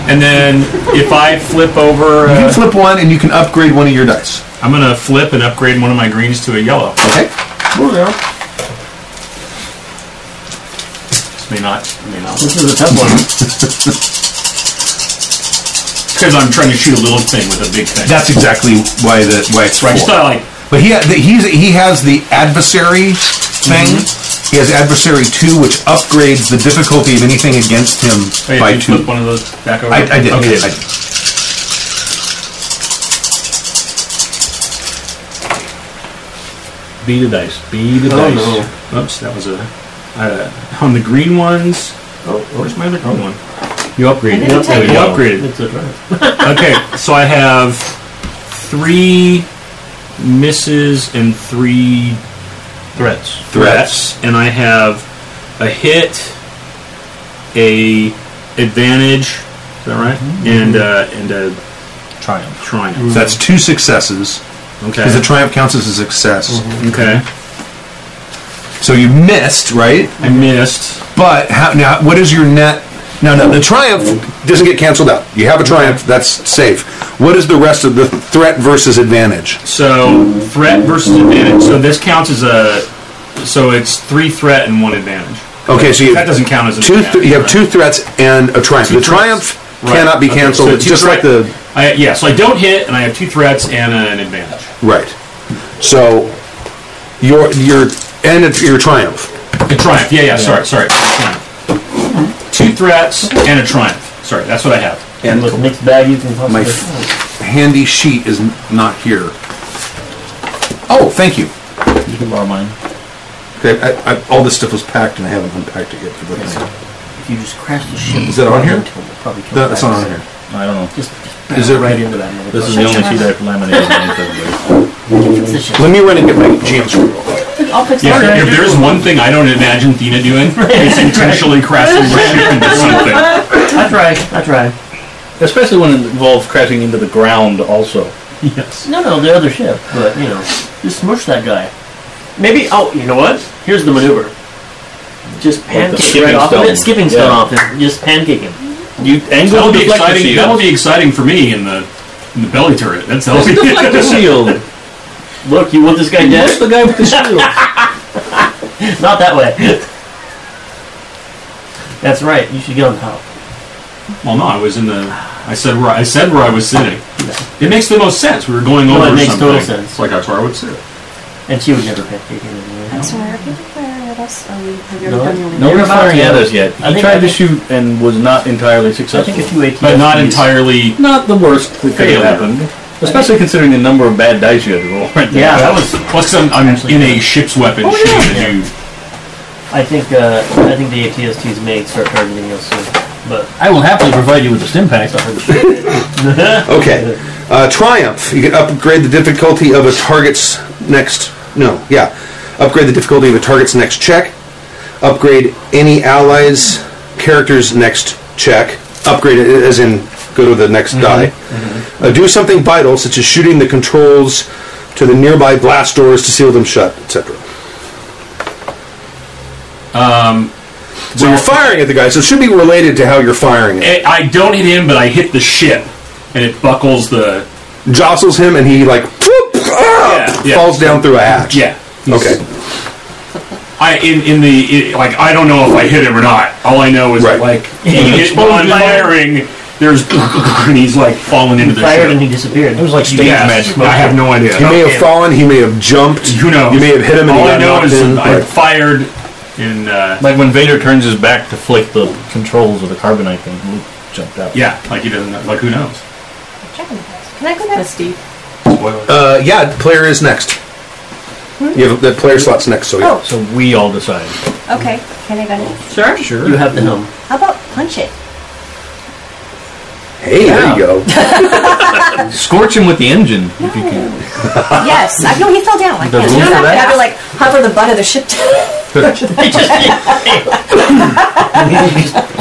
Speaker 3: and then if I flip over,
Speaker 2: You
Speaker 3: uh,
Speaker 2: can flip one, and you can upgrade one of your dice.
Speaker 3: I'm gonna flip and upgrade one of my greens to a yellow.
Speaker 2: Okay.
Speaker 3: This may not, may not.
Speaker 7: This is a tough one.
Speaker 3: Because I'm trying to shoot a little thing with a big thing.
Speaker 2: That's exactly why the why it's
Speaker 3: right.
Speaker 2: four.
Speaker 3: Just not like
Speaker 2: But he ha- the, he's, he has the adversary thing.
Speaker 3: Mm-hmm.
Speaker 2: He has adversary two, which upgrades the difficulty of anything against him
Speaker 3: wait,
Speaker 2: by
Speaker 3: you
Speaker 2: two.
Speaker 3: flip one of those back over.
Speaker 2: I, I did.
Speaker 3: Okay.
Speaker 2: I,
Speaker 3: Be the dice. Be
Speaker 7: Oh,
Speaker 3: the dice. Oops, that was a. Uh, on the green ones. Oh, where's my other green one?
Speaker 4: You upgraded.
Speaker 8: didn't take
Speaker 3: You upgraded.
Speaker 7: It's a drive.
Speaker 3: okay, so I have three misses and three
Speaker 4: Threats.
Speaker 3: threats, and I have a hit, a advantage. Is that right? And uh, and a
Speaker 4: Triumph.
Speaker 2: so
Speaker 3: triumph.
Speaker 2: that's two successes
Speaker 3: Okay. Mm-hmm.
Speaker 2: because the triumph counts as a success.
Speaker 3: okay.
Speaker 2: So you missed, right?
Speaker 3: I missed.
Speaker 2: But how, now, what is your net? No, no, the triumph doesn't get canceled out. You have a triumph, that's safe. What is the rest of the threat versus advantage?
Speaker 3: So threat versus advantage. So this counts as a. So it's three threat and one advantage.
Speaker 2: Okay, so you
Speaker 3: That doesn't count as an
Speaker 2: two.
Speaker 3: advantage,
Speaker 2: Th- you have
Speaker 3: right?
Speaker 2: two threats and a triumph. the
Speaker 3: threats.
Speaker 2: triumph
Speaker 3: Right.
Speaker 2: cannot be
Speaker 3: Okay,
Speaker 2: canceled,
Speaker 3: so two
Speaker 2: just like
Speaker 3: threat-
Speaker 2: the
Speaker 3: I, yeah, so I don't hit, and I have two threats and uh, an advantage.
Speaker 2: right. So your your and a, your triumph.
Speaker 3: A triumph. Yeah, yeah. Sorry, sorry. Triumph. Two threats and a triumph. Sorry, that's what I have.
Speaker 7: And with mixed bag, you can
Speaker 2: My
Speaker 7: possibly.
Speaker 2: f- handy sheet is n- not here. Oh, thank you.
Speaker 4: You can borrow mine.
Speaker 2: Okay, I, I, all this stuff was packed and I haven't unpacked it yet for the thing.
Speaker 7: If you just crash the ship.
Speaker 2: Is that on here?
Speaker 7: Probably kill
Speaker 2: That's
Speaker 7: that.
Speaker 2: not on here.
Speaker 4: I don't know.
Speaker 7: Just,
Speaker 2: Is it
Speaker 7: right
Speaker 2: right?
Speaker 7: into that. motherfucker.
Speaker 4: This is the only sheet I've laminated.
Speaker 7: It's the ship.
Speaker 2: Let me run and get my GM screw. real quick.
Speaker 5: I'll fix
Speaker 3: Yeah, if
Speaker 5: it.
Speaker 3: there's one thing I don't imagine Thena doing, it's intentionally crashing the ship into something.
Speaker 7: I try. I try.
Speaker 4: Especially when it involves crashing into the ground, also.
Speaker 3: Yes.
Speaker 7: No, no, the other ship, but you know, just smush that guy. Maybe. Oh, you know what? Here's the maneuver. Just pancake
Speaker 4: skipping
Speaker 7: right off of
Speaker 4: stone.
Speaker 7: it. Skipping stone
Speaker 4: Yeah.
Speaker 7: off him. Just pancake him.
Speaker 4: You angle
Speaker 3: That would
Speaker 4: the
Speaker 3: be
Speaker 4: deflector
Speaker 3: exciting. That would
Speaker 4: shield.
Speaker 3: be exciting for me in the in the belly turret. That's
Speaker 4: Oh,
Speaker 3: that would be-
Speaker 4: Deflector shield.
Speaker 7: Look, you want this guy
Speaker 4: That's
Speaker 7: dead?
Speaker 4: the guy with the shield.
Speaker 7: Not that way. That's right. You should get on top.
Speaker 3: Well, no, I was in the. I said where I said where I was sitting. It makes the most sense. We were going
Speaker 7: No,
Speaker 3: over
Speaker 7: it makes
Speaker 3: something.
Speaker 7: total sense.
Speaker 3: It's like that's where I would sit.
Speaker 7: And she would never pancake him. Anyway.
Speaker 8: So are people firing at us? Are we, have you
Speaker 7: No.
Speaker 8: already done your
Speaker 7: No.
Speaker 4: Nobody's
Speaker 7: about
Speaker 4: firing
Speaker 7: to.
Speaker 4: at us yet.
Speaker 7: I
Speaker 4: He
Speaker 7: think- I
Speaker 4: tried to
Speaker 7: think-
Speaker 4: shoot and was not entirely
Speaker 7: I
Speaker 4: successful.
Speaker 7: think a few ATS.
Speaker 3: But not entirely.
Speaker 4: Not the worst that could
Speaker 3: Failure.
Speaker 4: have happened. Especially considering the number of bad dice you had to roll right there.
Speaker 7: Yeah, that was.
Speaker 3: Plus, I'm, I'm in a ship's weapon
Speaker 7: Oh,
Speaker 3: shooting
Speaker 7: yeah.
Speaker 3: a dude.
Speaker 7: I think. Uh, I think the ATSTs may start targeting us soon. But
Speaker 4: I will happily provide you with the stim packs.
Speaker 2: Okay. Uh, triumph. You can upgrade the difficulty of a target's next. No, yeah. Upgrade the difficulty of a target's next check. Upgrade any ally's character's next check. Upgrade it as in go to the next die. Uh, do something vital, such as shooting the controls to the nearby blast doors to seal them shut, etc. Um, Um, so you're firing at the guy, so it should be related to how you're firing it.
Speaker 3: I I don't hit him, but I hit the ship, and it buckles the.
Speaker 2: Jostles him, and he like whoop, ah,
Speaker 3: Yeah, yeah.
Speaker 2: falls down through a hatch.
Speaker 3: Yeah.
Speaker 2: Okay.
Speaker 3: I in in the it, like I don't know if I hit him or not. All I know is
Speaker 2: Right.
Speaker 3: like he is on firing there's and he's like falling into the
Speaker 7: Fired and
Speaker 3: ship.
Speaker 7: he disappeared. It was
Speaker 4: like stage
Speaker 3: Yes,
Speaker 4: magic.
Speaker 3: I have no idea.
Speaker 10: He may have fallen. He may have jumped.
Speaker 3: Who knows?
Speaker 10: You may have hit him and he
Speaker 3: All I
Speaker 10: got
Speaker 3: know
Speaker 10: knocked
Speaker 3: is
Speaker 10: in.
Speaker 3: I
Speaker 10: Right.
Speaker 3: fired in. Uh,
Speaker 4: Like when Vader turns his back to flick the controls of the carbonite thing, Luke jumped out.
Speaker 3: yeah, like he doesn't. know- Like who knows?
Speaker 8: Can I go back?
Speaker 5: Steve.
Speaker 9: Uh, yeah, the player is next. You have the player slot's next, so yeah.
Speaker 8: Oh,
Speaker 4: So we all decide.
Speaker 8: okay. Can I go next?
Speaker 5: Sure.
Speaker 4: Sure.
Speaker 7: You have the helm.
Speaker 8: How about punch it?
Speaker 9: Hey, there you go.
Speaker 4: Scorch him with the engine if you can.
Speaker 8: yes. I know he fell down. I
Speaker 4: The
Speaker 8: can't.
Speaker 4: rule
Speaker 8: You don't
Speaker 4: for
Speaker 8: have to
Speaker 4: that?
Speaker 8: have to like hover the butt of the ship. down.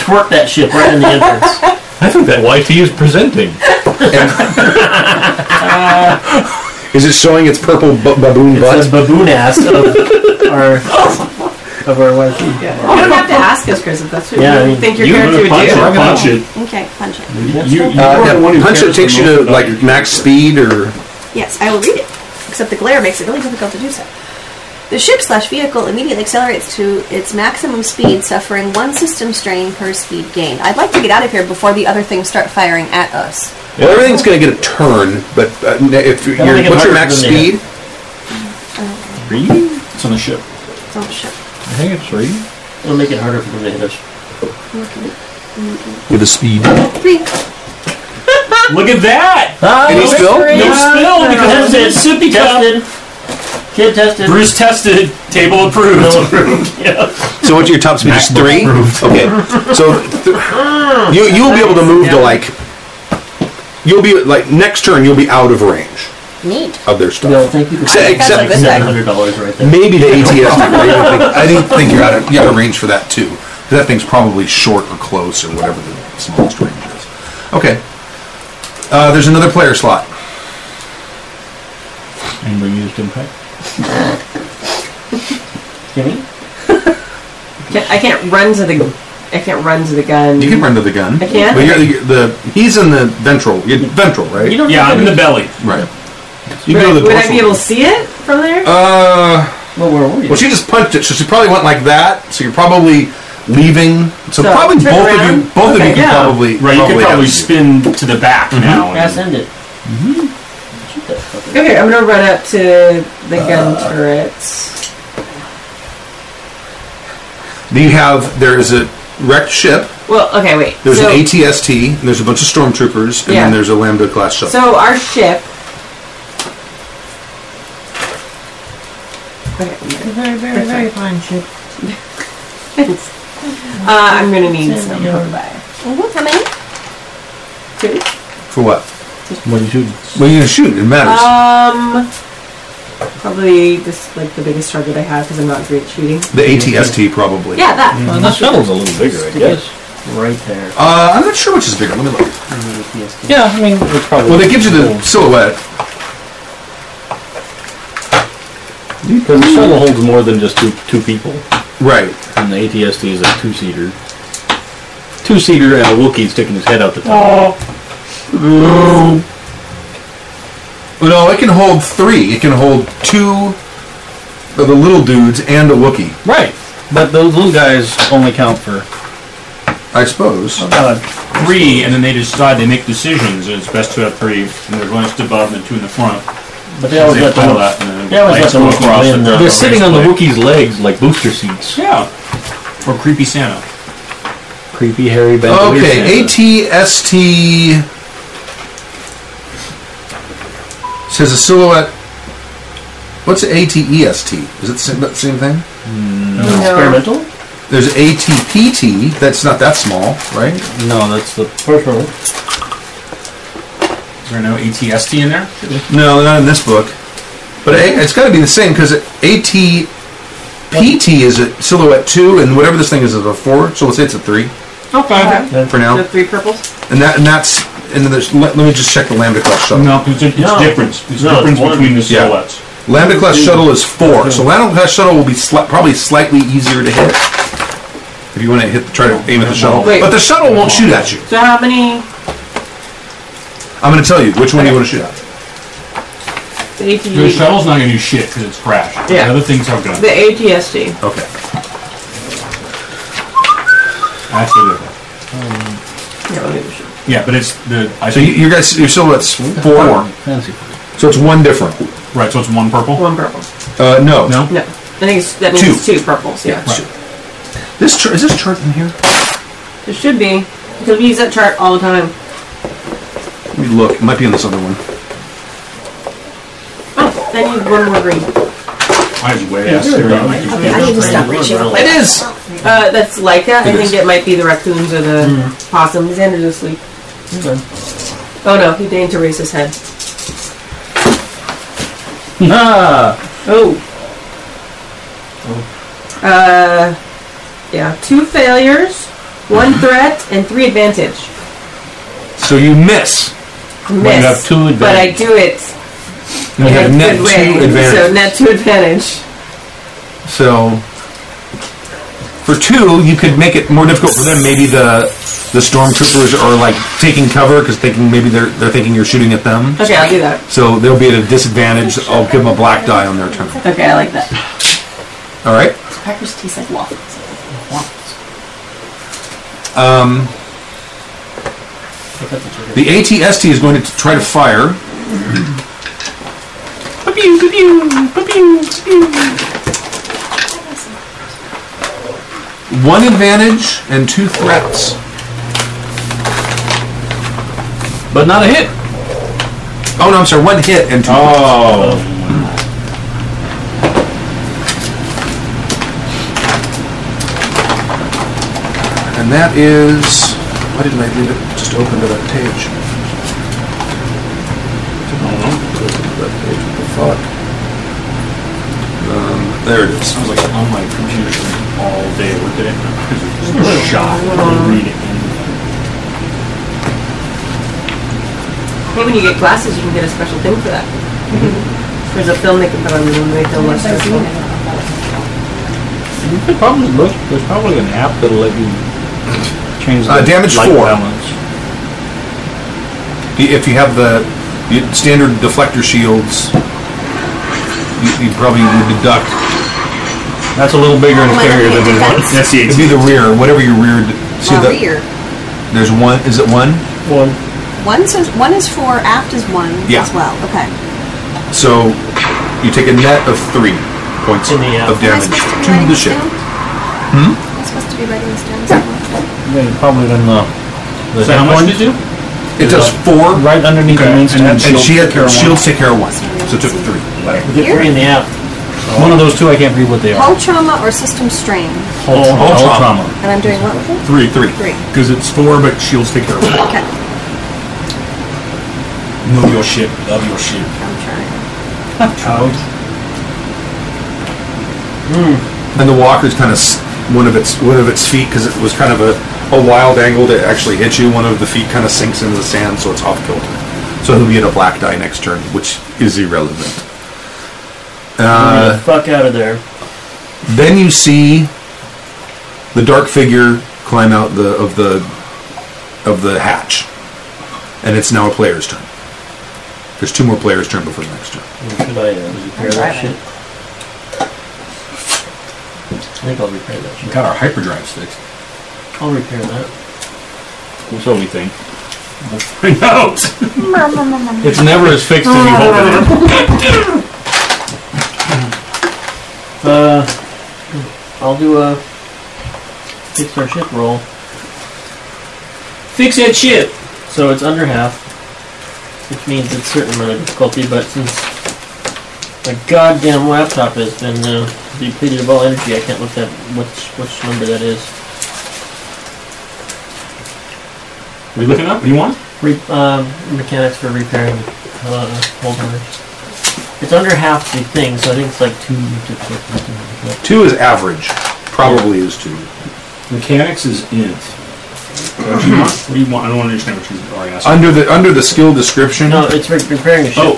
Speaker 7: Twerk that ship right in the entrance.
Speaker 4: I think that YT is presenting.
Speaker 9: Is it showing its purple bu- baboon
Speaker 7: It's
Speaker 9: butt?
Speaker 7: the baboon ass of our of our YT.
Speaker 5: You don't have to ask us, Chris, if that's what
Speaker 7: Yeah, I
Speaker 5: you
Speaker 7: mean,
Speaker 5: think your
Speaker 3: you
Speaker 5: character would
Speaker 3: punch
Speaker 5: do.
Speaker 3: it. Punch it.
Speaker 8: okay, punch it.
Speaker 3: You, you
Speaker 9: Uh,
Speaker 3: are
Speaker 9: yeah,
Speaker 3: the one who
Speaker 9: punch it
Speaker 3: cares the
Speaker 9: takes you
Speaker 3: most
Speaker 9: to
Speaker 3: about
Speaker 9: like
Speaker 3: your
Speaker 9: max speed or
Speaker 8: Yes, I will read it. Except the glare makes it really difficult to do so. The ship slash vehicle immediately accelerates to its maximum speed, suffering one system strain per speed gain. I'd like to get out of here before the other things start firing at us.
Speaker 9: well, everything's going to get a turn. But uh, n- if you're,
Speaker 7: make it
Speaker 9: what's your
Speaker 7: harder
Speaker 9: max
Speaker 7: than they
Speaker 9: speed?
Speaker 3: It's on the ship.
Speaker 8: Oh shit!
Speaker 4: I think it's three.
Speaker 7: It'll make it harder for them to hit us.
Speaker 9: With a speed.
Speaker 8: Three.
Speaker 3: Look at that!
Speaker 4: Ah,
Speaker 9: Any spill?
Speaker 3: No spill because
Speaker 7: Tested,
Speaker 3: it's soupy cup.
Speaker 7: tested. Kid tested.
Speaker 3: Bruce tested. Table approved.
Speaker 9: So what's your top speed? Just three. Okay. So th- you you'll be able to move to like you'll be like next turn you'll be out of range
Speaker 8: Neat.
Speaker 9: of their stuff.
Speaker 7: No, thank you for
Speaker 9: Except- except-
Speaker 7: seven hundred dollars right there.
Speaker 9: Maybe the ATS.
Speaker 2: I don't think, I didn't think you're out of, you out of range for that too. 'Cause That thing's probably short or close or whatever the smallest range is. Okay. Uh, there's another player slot.
Speaker 4: Amber used impact.
Speaker 7: Jimmy?
Speaker 5: Can't- I can't run to the. I can't run to the gun.
Speaker 2: You can run to the gun.
Speaker 5: I can?
Speaker 2: But you're, the- the he's in the ventral. You're ventral, right?
Speaker 7: You don't
Speaker 3: yeah,
Speaker 7: have
Speaker 3: I'm in the
Speaker 7: to-
Speaker 3: belly.
Speaker 2: right. You
Speaker 5: Would,
Speaker 2: can go to
Speaker 5: I,
Speaker 2: the
Speaker 5: would I
Speaker 2: dorsal.
Speaker 5: be able to see it from there?
Speaker 2: Uh,
Speaker 7: Well, where were you?
Speaker 2: well, she just punched it, so she probably went like that. So you're probably leaving. So,
Speaker 5: So,
Speaker 2: probably both
Speaker 5: turn
Speaker 2: of you,
Speaker 5: around?
Speaker 2: both of
Speaker 5: Okay,
Speaker 2: you can
Speaker 5: yeah.
Speaker 2: probably
Speaker 3: Right, you
Speaker 2: Probably
Speaker 3: could probably
Speaker 2: have-
Speaker 3: spin to the back now. and-
Speaker 7: Yeah, send it. Shoot that fucker.
Speaker 5: Okay, I'm gonna run up to the gun
Speaker 2: uh,
Speaker 5: turrets.
Speaker 2: You have there is a wrecked ship.
Speaker 5: Well, okay, wait.
Speaker 2: There's
Speaker 5: so,
Speaker 2: an ATST. And there's a bunch of stormtroopers, and
Speaker 5: Yeah.
Speaker 2: then there's a Lambda class shuttle.
Speaker 5: So our ship. Okay,
Speaker 11: Very, very, very fine ship.
Speaker 5: thanks. Uh, I'm gonna need some by
Speaker 8: Mm-hmm. How many?
Speaker 5: two.
Speaker 2: For what?
Speaker 4: What do you shoot?
Speaker 2: Well, you're gonna shoot. It matters.
Speaker 5: Um, probably this like the biggest target I have because I'm not great at shooting.
Speaker 2: the ATST probably.
Speaker 5: Yeah, that.
Speaker 4: Well, the shuttle's a little bigger, I guess.
Speaker 7: Right there.
Speaker 2: Uh, I'm not sure which is bigger. Let me look.
Speaker 4: Yeah, I mean, it's probably.
Speaker 2: Well, that gives you the silhouette.
Speaker 4: Because the shuttle holds more than just two two people,
Speaker 2: Right.
Speaker 4: and the ATST is a two seater. Two seater and a Wookiee sticking his head out the top.
Speaker 2: Well, no, it can hold three. It can hold two of the little dudes and a Wookiee,
Speaker 4: Right, but those little guys only count for.
Speaker 2: I suppose.
Speaker 3: uh, three, and then they decide they make decisions. and It's best to have three, and there's one just above and two in the front.
Speaker 7: But they always
Speaker 3: They
Speaker 7: let the
Speaker 3: pull
Speaker 7: one-
Speaker 3: that, and then
Speaker 7: They always let
Speaker 3: lights
Speaker 7: the
Speaker 3: go
Speaker 7: one
Speaker 3: across
Speaker 7: win, uh,
Speaker 3: the-
Speaker 7: though.
Speaker 4: They're sitting on the
Speaker 3: Basically.
Speaker 4: Wookiee's legs like booster seats.
Speaker 3: Yeah, or creepy Santa.
Speaker 4: Creepy hairy bandolier
Speaker 2: Okay,
Speaker 4: Santa.
Speaker 2: ATST says a silhouette. What's ATEST? Is it the same, that same thing?
Speaker 7: Experimental?
Speaker 2: There's ATPT. That's not that small, right?
Speaker 4: No, Oh, that's the
Speaker 7: First one.
Speaker 3: Is there no ATST in there?
Speaker 2: No, not in this book. But A- it's got to be the same because ATPT is a silhouette two, and whatever this thing is is a four. So let's say it's a three
Speaker 3: Okay.
Speaker 2: for now.
Speaker 5: The three purples.
Speaker 2: And that and that's and there's, let, let me just check the lambda class shuttle.
Speaker 3: No, 'cause it- it's
Speaker 7: No.
Speaker 3: difference. It's
Speaker 7: No, it's
Speaker 3: difference
Speaker 7: one.
Speaker 3: between the
Speaker 2: Yeah.
Speaker 3: silhouettes.
Speaker 2: Lambda class shuttle is four, so lambda class shuttle will be sli- probably slightly easier to hit if you want to hit try to aim at the shuttle.
Speaker 5: Wait.
Speaker 2: But the shuttle won't shoot at you.
Speaker 5: So how many?
Speaker 2: I'm going to tell you which one you want to shoot at.
Speaker 5: The AT.
Speaker 3: The shuttle's not going to do shit because it's crashed.
Speaker 5: Yeah.
Speaker 3: The other things are good.
Speaker 5: The ATSD.
Speaker 2: Okay.
Speaker 3: That's the other thing.
Speaker 5: Yeah, let me just-
Speaker 3: Yeah, but it's the. I
Speaker 2: So you,
Speaker 3: think,
Speaker 2: you guys, you're still at four.
Speaker 4: Fantasy.
Speaker 2: So it's one different.
Speaker 3: right, so it's one purple?
Speaker 5: One purple.
Speaker 2: Uh, no.
Speaker 3: No?
Speaker 5: No. I think it's, that means
Speaker 2: Two.
Speaker 5: it's two purples. Yeah.
Speaker 3: Right.
Speaker 2: This chart, is this chart in here?
Speaker 5: It should be. Because we use that chart all the time.
Speaker 2: Let me look. It might be in this other one.
Speaker 5: Oh, then you one more green.
Speaker 3: I'm way ass there on my computer.
Speaker 8: I need to stop reaching.
Speaker 5: It is. Uh, that's Leica. I
Speaker 2: It
Speaker 5: think
Speaker 2: is.
Speaker 5: it might be the raccoons or the possums. Xander's asleep. Oh no, he deigned to raise his head.
Speaker 2: Ah.
Speaker 5: Oh. Uh, yeah, two failures, one threat, and three advantage.
Speaker 2: So you miss.
Speaker 5: Miss,
Speaker 4: have two
Speaker 5: but I
Speaker 4: advantage.
Speaker 5: do it
Speaker 2: You
Speaker 5: in a
Speaker 2: have net
Speaker 5: good way.
Speaker 2: two advantage.
Speaker 5: So net two advantage.
Speaker 2: So for two, you could make it more difficult for them. Maybe the the stormtroopers are like taking cover because thinking maybe they're they're thinking you're shooting at them.
Speaker 5: Okay, I'll do that.
Speaker 2: So they'll be at a disadvantage. I'll give them a black die on their turn.
Speaker 5: Okay, I like that.
Speaker 2: All right.
Speaker 8: Crackers taste like waffles.
Speaker 2: The ATST is going to try to fire. One advantage and two threats.
Speaker 4: But not a hit.
Speaker 2: Oh no, I'm sorry. One hit and two.
Speaker 3: Oh.
Speaker 2: And that is. Why didn't I leave it just open to that page? That page, what the fuck? Um, there it is.
Speaker 3: I was like on my computer all day with it. Just shot reading.
Speaker 5: Hey, when you get glasses, you can get a special thing for that. There's a film they can put on you and make them less stressful.
Speaker 4: You could probably look. There's probably an app that'll let you change
Speaker 2: Uh, damage
Speaker 4: light
Speaker 2: four.
Speaker 4: balance.
Speaker 2: If you have the the standard deflector shields, you, you probably would deduct.
Speaker 4: That's a little bigger and scarier than we want.
Speaker 3: That's the
Speaker 2: It'd be the rear, whatever you reared. See
Speaker 8: My
Speaker 2: the
Speaker 8: rear.
Speaker 2: there's one. Is it one?
Speaker 8: One says one is for aft is one
Speaker 2: Yeah.
Speaker 8: as well. Okay.
Speaker 2: So you take a net of three points
Speaker 7: To the,
Speaker 2: of
Speaker 7: uh,
Speaker 2: damage
Speaker 8: Am I supposed to be
Speaker 2: to
Speaker 8: writing
Speaker 2: the
Speaker 8: this
Speaker 2: ship. Hmm?
Speaker 8: down? Am I supposed to be writing this down somewhere?
Speaker 4: Yeah, probably than the. the
Speaker 3: So how
Speaker 4: hit
Speaker 3: much
Speaker 4: one.
Speaker 3: did you?
Speaker 2: It does four,
Speaker 4: Right underneath
Speaker 3: Okay,
Speaker 4: the main
Speaker 3: and then
Speaker 4: stand.
Speaker 2: and she had
Speaker 3: care of one.
Speaker 2: shields take care of one, so it took three.
Speaker 7: We get three in the app.
Speaker 4: One of those two, I can't read what they are.
Speaker 8: Hull trauma or system strain?
Speaker 4: Hull,
Speaker 2: Hull
Speaker 4: hull
Speaker 2: trauma.
Speaker 4: trauma.
Speaker 8: And I'm doing what with it?
Speaker 2: Three, three.
Speaker 8: Three.
Speaker 3: Because it's four, but shields take care of it.
Speaker 8: Okay.
Speaker 3: Know your shit. Love your shit.
Speaker 8: I'm trying.
Speaker 2: And the walker's kind of s- one of its one of its feet because it was kind of a, a wild angle to actually hit you. One of the feet kind of sinks into the sand, so it's off kilter. So he'll be at a black die next turn, which is irrelevant.
Speaker 7: Get the fuck out of there.
Speaker 2: Then you see the dark figure climb out the of the of the hatch, and it's now a player's turn. There's two more players' turn before the next turn.
Speaker 7: Should I uh, repair that shit? I think I'll repair that shit.
Speaker 3: Got our hyperdrive sticks.
Speaker 7: I'll repair that.
Speaker 4: So we think.
Speaker 3: Find out.
Speaker 4: It's never as fixed as you hope it is.
Speaker 7: Uh, I'll do a fix our ship roll. Fix that ship. So it's under half, which means it's certain amount of difficulty. But since my goddamn laptop has been uh, depleted of all energy, I can't look at which which number that is.
Speaker 3: Are you looking up? What do you want?
Speaker 7: Re- um, mechanics for repairing uh, old motors. It's under half the thing, so I think it's like two difficult.
Speaker 2: Two is average, probably is two.
Speaker 3: Mechanics is int. What do you want? What do you want? I don't understand what you are asking.
Speaker 2: Under the under the skill description,
Speaker 7: No, it's re- repairing a ship.
Speaker 3: Oh,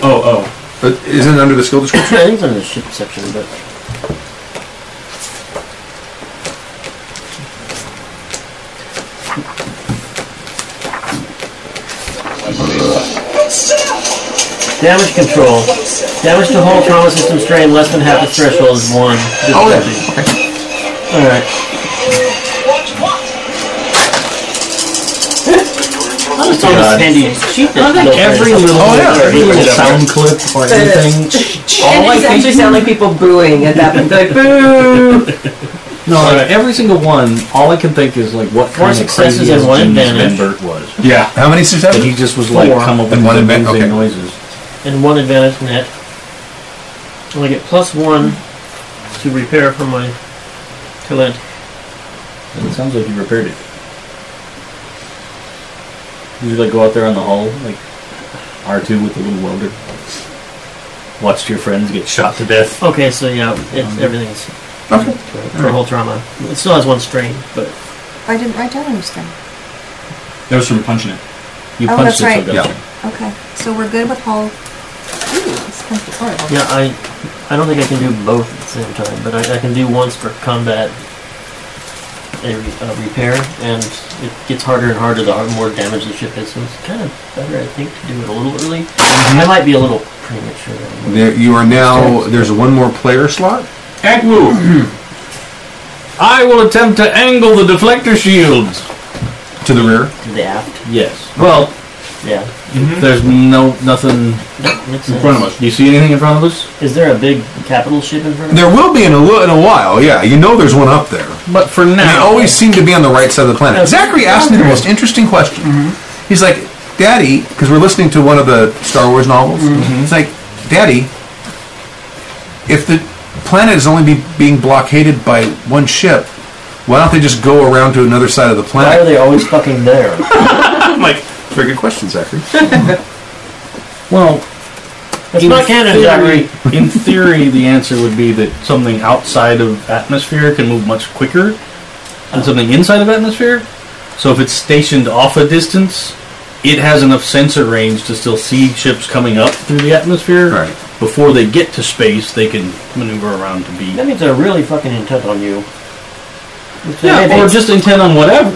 Speaker 2: uh,
Speaker 3: oh,
Speaker 2: isn't it under the skill description?
Speaker 7: I think it's under the ship section, but damage control. Damage to whole trauma system strain less than half the threshold is one. Oh yeah. Okay. All right. it's on this handy sheet that Bill carries.
Speaker 4: Every little,
Speaker 2: Oh, yeah.
Speaker 4: every little sound clip or anything.
Speaker 5: and
Speaker 4: All I
Speaker 5: it
Speaker 4: think
Speaker 5: actually sound like people booing at that point. They're like, boo!
Speaker 4: No, like every single one. All I can think is like what kind
Speaker 7: Four
Speaker 4: of
Speaker 7: successes
Speaker 4: crazy
Speaker 7: and one
Speaker 4: genius
Speaker 7: advantage.
Speaker 4: Bert was.
Speaker 3: Yeah.
Speaker 2: How many
Speaker 4: That he
Speaker 2: successes?
Speaker 4: just was like
Speaker 7: Four.
Speaker 4: come up
Speaker 2: And
Speaker 4: with
Speaker 2: one
Speaker 4: amazing
Speaker 2: advan- okay.
Speaker 4: noises.
Speaker 7: and one advantage from that. And I get plus one to repair from my talent.
Speaker 4: And it sounds like you repaired it. Did you like go out there on the hull, like R two with the little welder? Watched your friends get shot to death.
Speaker 7: Okay, so yeah,
Speaker 3: Um,
Speaker 7: it's everything's her whole trauma. It still has one strain, but
Speaker 11: I didn't write down any strain.
Speaker 3: That was from punching it.
Speaker 4: You
Speaker 11: Oh,
Speaker 4: punched
Speaker 11: that's
Speaker 4: it
Speaker 11: right.
Speaker 4: so it got
Speaker 2: Yeah.
Speaker 4: turned.
Speaker 11: Okay, so we're good with Hall.
Speaker 7: yeah, I I don't think I can do both at the same time, but I, I can do once for combat a, re- a repair, and it gets harder and harder the har- more damage the ship is. So it's kind of better, I think, to do it a little early. I might be a little premature.
Speaker 2: There, you are now. There's one more player slot.
Speaker 4: Agwu! I will attempt to angle the deflector shields.
Speaker 2: To the rear.
Speaker 7: To the aft,
Speaker 4: Yes. Well,
Speaker 7: yeah.
Speaker 4: there's no nothing
Speaker 7: Makes
Speaker 3: Mm-hmm. In
Speaker 7: sense.
Speaker 3: front of us.
Speaker 4: Do you see anything in front of us?
Speaker 7: Is there a big capital ship in front of us?
Speaker 2: There will be in a, li- in a while. Yeah, you know there's one up there.
Speaker 4: But for
Speaker 2: And they
Speaker 4: now,
Speaker 2: always seem to be on the right side of the planet.
Speaker 7: Okay.
Speaker 2: Zachary asked me the most interesting question. He's like, Daddy, because we're listening to one of the Star Wars novels. He's like, Daddy, if the planet is only be, being blockaded by one ship, why don't they just go around to another side of the
Speaker 7: Why are
Speaker 2: planet?
Speaker 7: they always fucking there?
Speaker 3: I'm like,
Speaker 2: Very good question, Zachary.
Speaker 4: well,
Speaker 7: It's not canon, Zachary.
Speaker 4: theory, in theory, the answer would be that something outside of atmosphere can move much quicker than something inside of atmosphere. So if it's stationed off a distance, it has enough sensor range to still see ships coming up through the atmosphere.
Speaker 2: Right.
Speaker 4: Before they get to space, they can maneuver around to be
Speaker 7: That means they're really fucking intent on you.
Speaker 4: yeah, or just intent on whatever.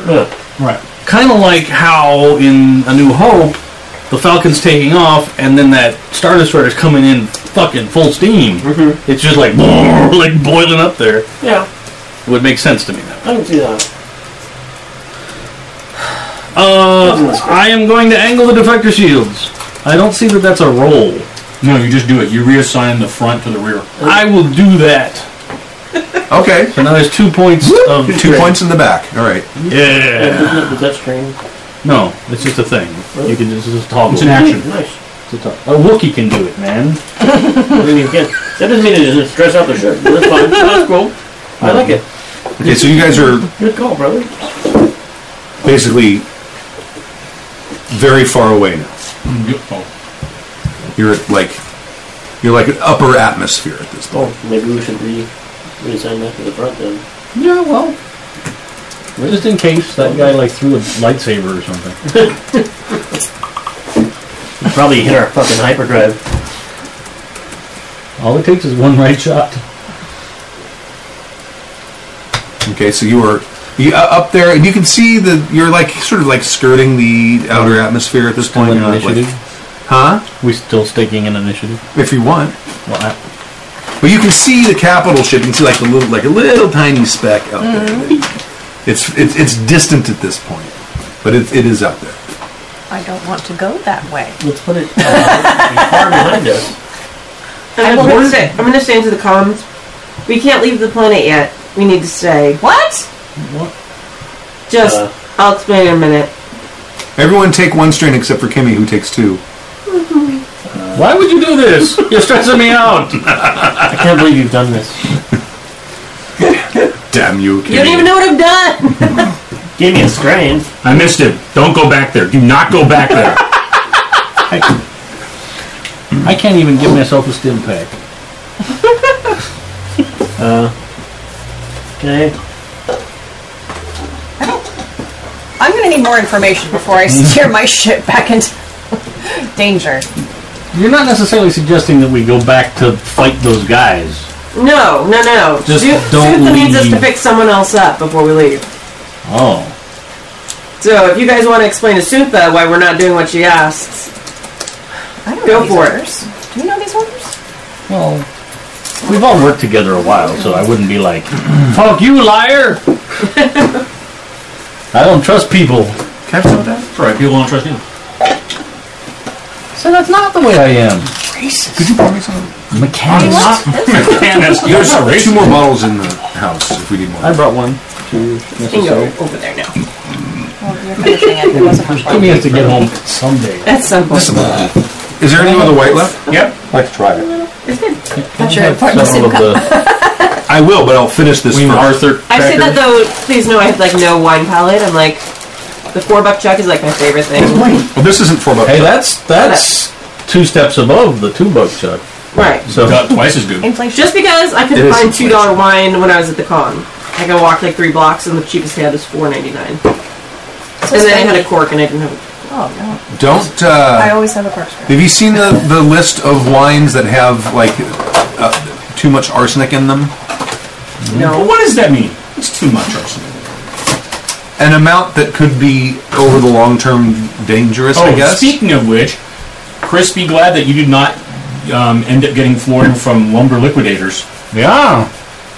Speaker 3: right.
Speaker 4: kind of like how in A New Hope, the Falcon's taking off, and then that Star Destroyer's coming in fucking full steam.
Speaker 7: Mm-hmm.
Speaker 4: It's just like like boiling up there.
Speaker 7: Yeah,
Speaker 4: It would make sense to me. That
Speaker 7: I can see that.
Speaker 4: uh, I am going to angle the deflector shields. I don't see that that's a roll.
Speaker 3: No, you just do it. You reassign the front to the rear.
Speaker 4: I will do that.
Speaker 2: Okay.
Speaker 4: So now there's two points of
Speaker 2: Two points in the back. All right.
Speaker 4: Yeah.
Speaker 7: Isn't it the Dutch train?
Speaker 4: No, it's just a thing. You can just, just toggle.
Speaker 3: It's an action.
Speaker 7: Nice.
Speaker 4: It's a to- a Wookiee can do it, man.
Speaker 7: I mean, you can't- that doesn't mean it doesn't stress out the ship. That's fine. That's cool. Mm-hmm. I like it.
Speaker 2: Okay, so you guys are
Speaker 7: Good call, brother.
Speaker 2: basically very far away now.
Speaker 3: Yep. Oh.
Speaker 2: You're at, like you're like an upper atmosphere at this point.
Speaker 7: Oh, maybe we should re reassign that to the front then.
Speaker 4: Yeah, well, just in case that guy like threw a lightsaber or something.
Speaker 7: Probably hit our fucking hyperdrive.
Speaker 4: All it takes is one right shot.
Speaker 9: Oh.
Speaker 2: Okay, so you are you, uh, up there, and you can see the you're like sort of like skirting the outer atmosphere at this point. You're not, like- huh?
Speaker 4: We still sticking in initiative.
Speaker 2: If you want,
Speaker 4: Well, I,
Speaker 2: but you can see the capital ship. You can see like a little like a little tiny speck up there.
Speaker 9: Mm-hmm.
Speaker 2: It's, it's it's distant at this point, but it, it is out there.
Speaker 11: I don't want to go that way.
Speaker 7: Let's put it uh, far behind us.
Speaker 5: I'm
Speaker 11: will
Speaker 5: gonna,
Speaker 11: work.
Speaker 5: say, I'm gonna say into the comms. We can't leave the planet yet. We need to stay. What?
Speaker 4: What?
Speaker 5: Just,
Speaker 7: Uh.
Speaker 5: I'll explain in a minute.
Speaker 2: Everyone take one strain except for Kimmy, who takes two.
Speaker 4: why would you do this? You're stressing me out.
Speaker 7: I can't believe you've done this.
Speaker 2: Damn you,
Speaker 5: You don't
Speaker 2: Kimmy!
Speaker 5: even know what I've done.
Speaker 7: Gave me a strain.
Speaker 3: I missed him. Don't go back there. Do not go back there.
Speaker 4: I can't even give myself a stim pack.
Speaker 7: Okay.
Speaker 11: I'm gonna need more information before I steer my ship back into danger.
Speaker 4: You're not necessarily suggesting that we go back to fight those guys.
Speaker 5: No, no, no.
Speaker 4: Just
Speaker 5: Su-
Speaker 4: don't
Speaker 5: Susan needs us to
Speaker 4: leave.
Speaker 5: pick someone else up before we leave.
Speaker 4: Oh,
Speaker 5: So if you guys want to explain to Suntha why we're not doing what she asks,
Speaker 11: I don't
Speaker 5: Go
Speaker 11: know these
Speaker 5: for it.
Speaker 11: orders. Do you know these orders?
Speaker 4: well, we've all worked together a while, so I wouldn't be like, "Fuck you, liar." I don't trust people.
Speaker 2: Can I have some of that?
Speaker 3: Sorry, people don't trust you.
Speaker 4: So that's not the way I am.
Speaker 2: Could you borrow me some? of that?
Speaker 4: Mechanic.
Speaker 3: Can't ask you.
Speaker 2: There's two more bottles in the house if we need more.
Speaker 4: I brought one.
Speaker 5: You can go over there now.
Speaker 11: Well, you're finishing it. There wasn't much
Speaker 4: Give
Speaker 11: left.
Speaker 4: me to get home someday.
Speaker 5: At some point.
Speaker 2: Is there any other white left?
Speaker 3: Yep.
Speaker 9: I'd like to try it.
Speaker 4: I'm sure several of the
Speaker 2: I will, but I'll finish this
Speaker 4: Queen
Speaker 2: first.
Speaker 4: Arthur
Speaker 5: I said that
Speaker 4: crackers.
Speaker 5: though. Please know I have like no wine palate. I'm like the four buck jug is like my favorite thing.
Speaker 2: Well, this isn't four bucks.
Speaker 4: Hey, that's that's two steps above the two buck chuck.
Speaker 5: Right.
Speaker 4: So
Speaker 3: Got twice as good.
Speaker 11: Inflation.
Speaker 5: Just because I
Speaker 2: It
Speaker 5: couldn't
Speaker 2: is
Speaker 5: find two
Speaker 2: inflation.
Speaker 5: dollar wine when I was at the con. Like I walked like three blocks and the cheapest they had was four ninety nine. And then I had a cork and I didn't have.
Speaker 11: Oh, no.
Speaker 2: Don't.
Speaker 11: I
Speaker 2: Uh,
Speaker 11: always have a corkscrew.
Speaker 2: have you seen the, the list of wines that have like uh, too much arsenic in them?
Speaker 3: But what does that mean? It's too much arsenic.
Speaker 2: An amount that could be over the long term dangerous.
Speaker 3: Oh,
Speaker 2: I guess.
Speaker 3: speaking of which, Chris, be glad that you did not um, end up getting floored from lumber liquidators.
Speaker 10: Yeah.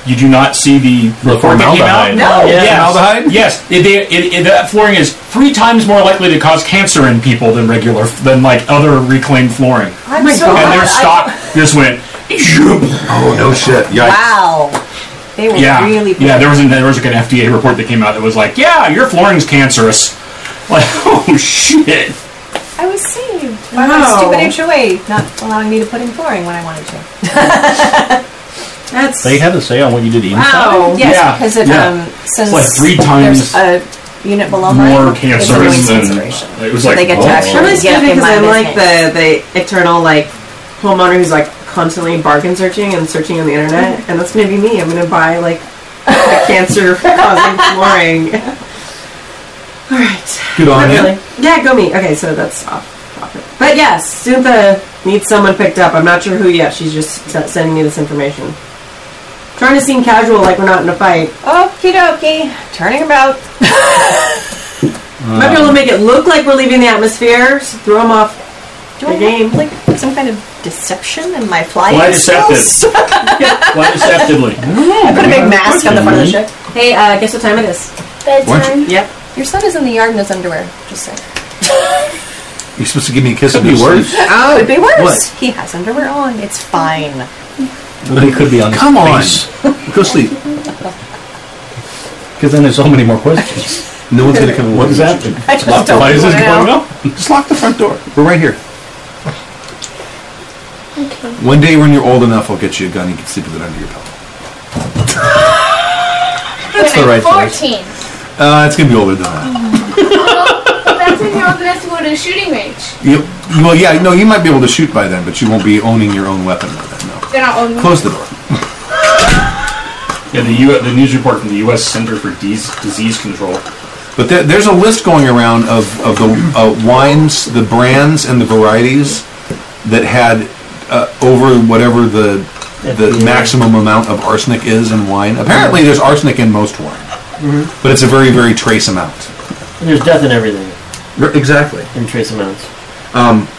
Speaker 3: You do not see the report that came out.
Speaker 4: formaldehyde.
Speaker 5: No.
Speaker 3: Yes.
Speaker 2: Formaldehyde?
Speaker 3: Yes. It, they, it, it, that flooring is three times more likely to cause cancer in people than regular than like other reclaimed flooring.
Speaker 5: Oh
Speaker 11: I'm so
Speaker 3: and
Speaker 11: glad
Speaker 8: Uh,
Speaker 11: I-
Speaker 3: their stock just went.
Speaker 2: Oh no shit! Yikes.
Speaker 11: Wow. They were
Speaker 3: Yeah,
Speaker 11: really
Speaker 3: yeah. There was an, there was like an FDA report that came out that was like, yeah, your flooring's cancerous. Like, oh shit.
Speaker 11: I was saved by my
Speaker 5: Wow.
Speaker 11: stupid HOA not allowing me to put in flooring when I wanted to.
Speaker 5: That's
Speaker 4: they had a say on what you did inside.
Speaker 5: wow.
Speaker 11: Yes,
Speaker 3: Yeah,
Speaker 11: because it
Speaker 3: yeah.
Speaker 11: um since
Speaker 3: like three times
Speaker 11: there's a unit below mine,
Speaker 3: more
Speaker 11: it's
Speaker 3: cancerous
Speaker 11: noise
Speaker 3: than
Speaker 11: consideration.
Speaker 3: it was
Speaker 11: so
Speaker 3: like.
Speaker 11: they get
Speaker 3: oh.
Speaker 11: to actually
Speaker 5: I'm
Speaker 11: get
Speaker 5: really scared
Speaker 11: in
Speaker 5: because
Speaker 11: my
Speaker 5: I'm like
Speaker 11: business.
Speaker 5: the the eternal like homeowner who's like constantly bargain searching and searching on the internet, and that's gonna be me. I'm gonna buy like cancer causing flooring. All right.
Speaker 2: Good on
Speaker 5: Not
Speaker 2: you.
Speaker 5: really. Yeah, go me. Okay, so that's off topic. But yes, Suntha needs someone picked up. I'm not sure who yet. She's just s- sending me this information. Trying to seem casual, like we're not in a fight.
Speaker 11: Okie dokie, turning about.
Speaker 5: Might be able to make it look like we're leaving the atmosphere. So throw them off.
Speaker 11: Do I
Speaker 5: The game.
Speaker 11: have, like some kind of deception in my flying
Speaker 3: Why
Speaker 11: skills?
Speaker 3: deceptive? Why deceptively?
Speaker 11: Put a big mask on the front of the ship.
Speaker 5: Hey, uh, guess what time it is?
Speaker 8: Bedtime.
Speaker 5: Yep.
Speaker 11: Your son is in the yard in his underwear. Just saying.
Speaker 2: You're supposed to give me a kiss.
Speaker 4: Could
Speaker 2: in
Speaker 4: be
Speaker 2: your sleep.
Speaker 4: worse.
Speaker 11: Oh, it'd be worse.
Speaker 4: What?
Speaker 11: He has underwear on. It's fine.
Speaker 4: But it could be on.
Speaker 2: Come on. Go sleep.
Speaker 4: Because then there's so many more questions.
Speaker 2: No one's gonna come.
Speaker 4: what is that?
Speaker 11: I just don't
Speaker 4: Why is this
Speaker 11: wanna
Speaker 4: going
Speaker 11: know.
Speaker 4: on?
Speaker 2: Just lock the front door. We're right here. One day when you're old enough, I'll get you a gun and you can sleep with it under your pillow.
Speaker 4: That's the right choice.
Speaker 12: 14.
Speaker 2: Uh, it's gonna be older than that.
Speaker 12: That's when you're old enough to go to a shooting range.
Speaker 2: You, well, yeah, no, you might be able to shoot by then, but you won't be owning your own weapon by then. No.
Speaker 12: They're not old enough.
Speaker 2: Close the door.
Speaker 3: Yeah, the, U- the news report from the U.S. Center for Dis Disease Control.
Speaker 2: But there, there's a list going around of, of the uh, wines, the brands, and the varieties that had uh, over whatever the the
Speaker 7: Yeah.
Speaker 2: maximum amount of arsenic is in wine. Apparently, there's arsenic in most wine, but it's a very very trace amount.
Speaker 7: There's death in everything
Speaker 2: Exactly.
Speaker 7: in trace amounts.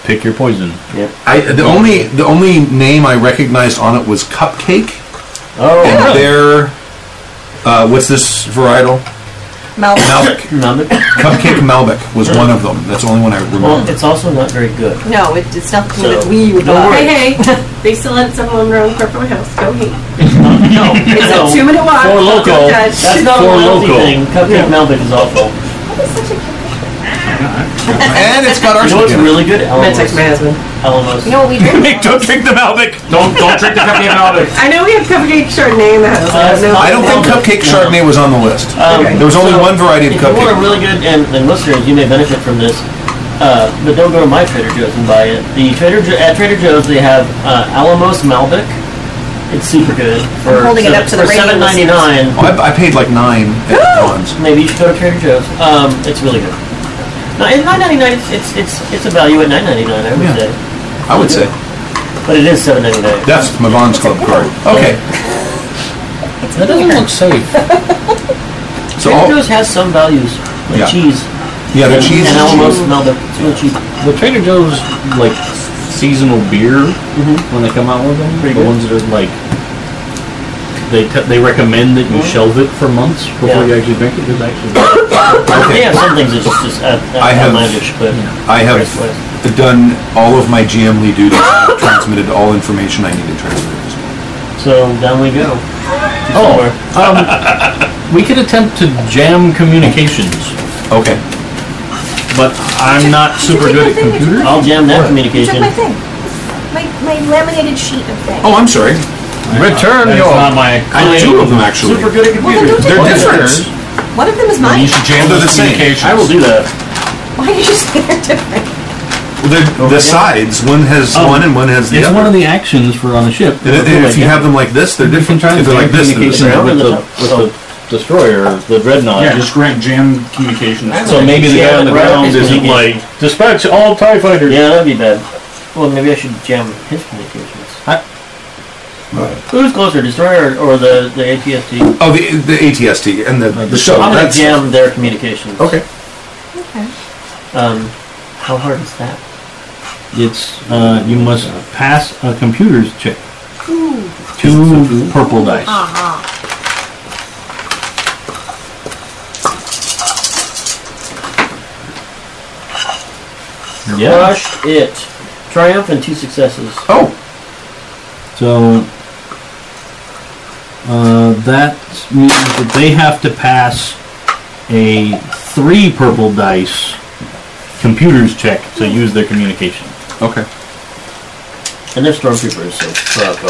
Speaker 4: Pick your poison.
Speaker 7: Yep.
Speaker 2: I, the only the only name I recognized on it was Cupcake.
Speaker 7: Oh,
Speaker 2: And their uh, what's this varietal?
Speaker 11: Mel,
Speaker 2: Malbec.
Speaker 7: Malbec.
Speaker 2: Cupcake Malbec was one of them. That's the only one I
Speaker 7: Well,
Speaker 2: remember.
Speaker 7: it's also not very good.
Speaker 11: no, it, it's not the clue that
Speaker 7: So,
Speaker 11: we would
Speaker 7: don't
Speaker 11: love.
Speaker 7: worry.
Speaker 5: Hey, hey. they still had someone on their own corporate house. Go hate.
Speaker 7: No,
Speaker 5: It's
Speaker 7: no.
Speaker 5: a two minute walk.
Speaker 4: For local.
Speaker 7: That's not
Speaker 4: For
Speaker 7: a loyalty
Speaker 4: local.
Speaker 7: thing. Cupcake Malbec is awful.
Speaker 2: And it's got
Speaker 7: You
Speaker 2: arsenic.
Speaker 7: know what's
Speaker 2: in it.
Speaker 7: really good?
Speaker 5: I'm gonna text my husband.
Speaker 7: Alamos. Alamos.
Speaker 11: You know what we drink?
Speaker 3: Don't drink the Malbec. Don't don't drink the Cupcake Malbec.
Speaker 5: I know we have cupcake Chardonnay in the
Speaker 7: Uh,
Speaker 5: house. I don't know.
Speaker 2: I don't think Cupcake Chardonnay was on the list.
Speaker 7: Um,
Speaker 2: There was only
Speaker 7: so,
Speaker 2: one variety of
Speaker 7: If you want a
Speaker 2: cupcake.
Speaker 7: really good, and, and listeners, you may benefit from this, uh, but don't go to my Trader Joe's and buy it. The Trader jo- at Trader Joe's they have uh, Alamos Malbec. It's super good for
Speaker 11: I'm holding it up to the
Speaker 7: for
Speaker 11: radio
Speaker 7: seven ninety nine.
Speaker 2: Oh, I, I paid like nine at Don's.
Speaker 7: Maybe you should go to Trader Joe's. Um, it's really good. No, it's nine ninety nine. It's it's it's a value at nine ninety nine. I would
Speaker 2: Yeah.
Speaker 7: say,
Speaker 2: I would say
Speaker 7: but it is seven ninety nine.
Speaker 2: that's my Bonds Club card. Okay,
Speaker 4: That doesn't look safe.
Speaker 2: so
Speaker 7: Trader
Speaker 2: all,
Speaker 7: Joe's has some values, like
Speaker 2: Yeah.
Speaker 7: cheese.
Speaker 2: yeah, the
Speaker 7: and,
Speaker 2: cheese.
Speaker 7: and Alamos Malbec. It's really cheap.
Speaker 4: The Trader Joe's like seasonal beer when they come out with them.
Speaker 7: Pretty
Speaker 4: the
Speaker 7: good.
Speaker 4: ones that are like they te- they recommend that you shelve it for months before you actually drink it. Because actually,
Speaker 7: They have some things that just, just out, out,
Speaker 2: I have-
Speaker 7: outlandish, but
Speaker 2: I have done all of my GMly duties, I've transmitted all information I need to transmit.
Speaker 7: so down we go.
Speaker 4: oh, um, we could attempt to jam communications,
Speaker 2: Okay.
Speaker 4: but I'm not super good at computers.
Speaker 7: I'll jam that
Speaker 8: You took
Speaker 7: communication.
Speaker 8: my thing. My, my laminated sheet of things.
Speaker 2: Oh, I'm sorry.
Speaker 4: Return
Speaker 3: That's
Speaker 4: your.
Speaker 3: not my.
Speaker 2: I have two of them actually.
Speaker 3: Super good at
Speaker 8: well, then
Speaker 2: They're
Speaker 3: computers.
Speaker 8: don't take one of
Speaker 2: different.
Speaker 8: them. One of them is mine.
Speaker 3: You should jam
Speaker 2: They're
Speaker 3: those
Speaker 2: the same.
Speaker 3: communications.
Speaker 7: I will do that.
Speaker 8: Why did you say they're different?
Speaker 2: They're the sides. One has
Speaker 7: Oh.
Speaker 2: one and one has the
Speaker 4: It's
Speaker 2: other.
Speaker 4: one of the actions for on a ship.
Speaker 2: And if- and if you have them like this, they're
Speaker 4: You can
Speaker 2: different.
Speaker 4: try
Speaker 2: If
Speaker 4: and
Speaker 2: they're like this, they're the same.
Speaker 4: communications
Speaker 7: same.
Speaker 4: with the, with
Speaker 7: So-
Speaker 4: the destroyer, the dreadnought.
Speaker 3: Yeah, just grant jam communications.
Speaker 4: so maybe the guy on the
Speaker 7: Yeah,
Speaker 4: ground
Speaker 7: right.
Speaker 4: isn't like dispatch all tie fighters.
Speaker 7: Yeah, that'd be bad. Well, maybe I should jam his communications.
Speaker 4: I-
Speaker 7: Who's closer, Destroyer or, or the, the ATST?
Speaker 2: Oh, the the ATST and the the
Speaker 7: Uh, I'm
Speaker 2: shuttle.
Speaker 7: gonna
Speaker 2: That's
Speaker 7: jam their communications.
Speaker 4: Oh.
Speaker 2: okay.
Speaker 7: Um, how hard is that?
Speaker 4: It's uh, you must pass a computer's check. Two purple dice.
Speaker 8: Ah.
Speaker 4: Yeah.
Speaker 7: Crushed it. Triumph and two successes.
Speaker 2: Oh,
Speaker 4: So uh, that means that they have to pass a three purple dice computer's check to use their communication.
Speaker 2: okay.
Speaker 7: And they're stormtroopers, so fuck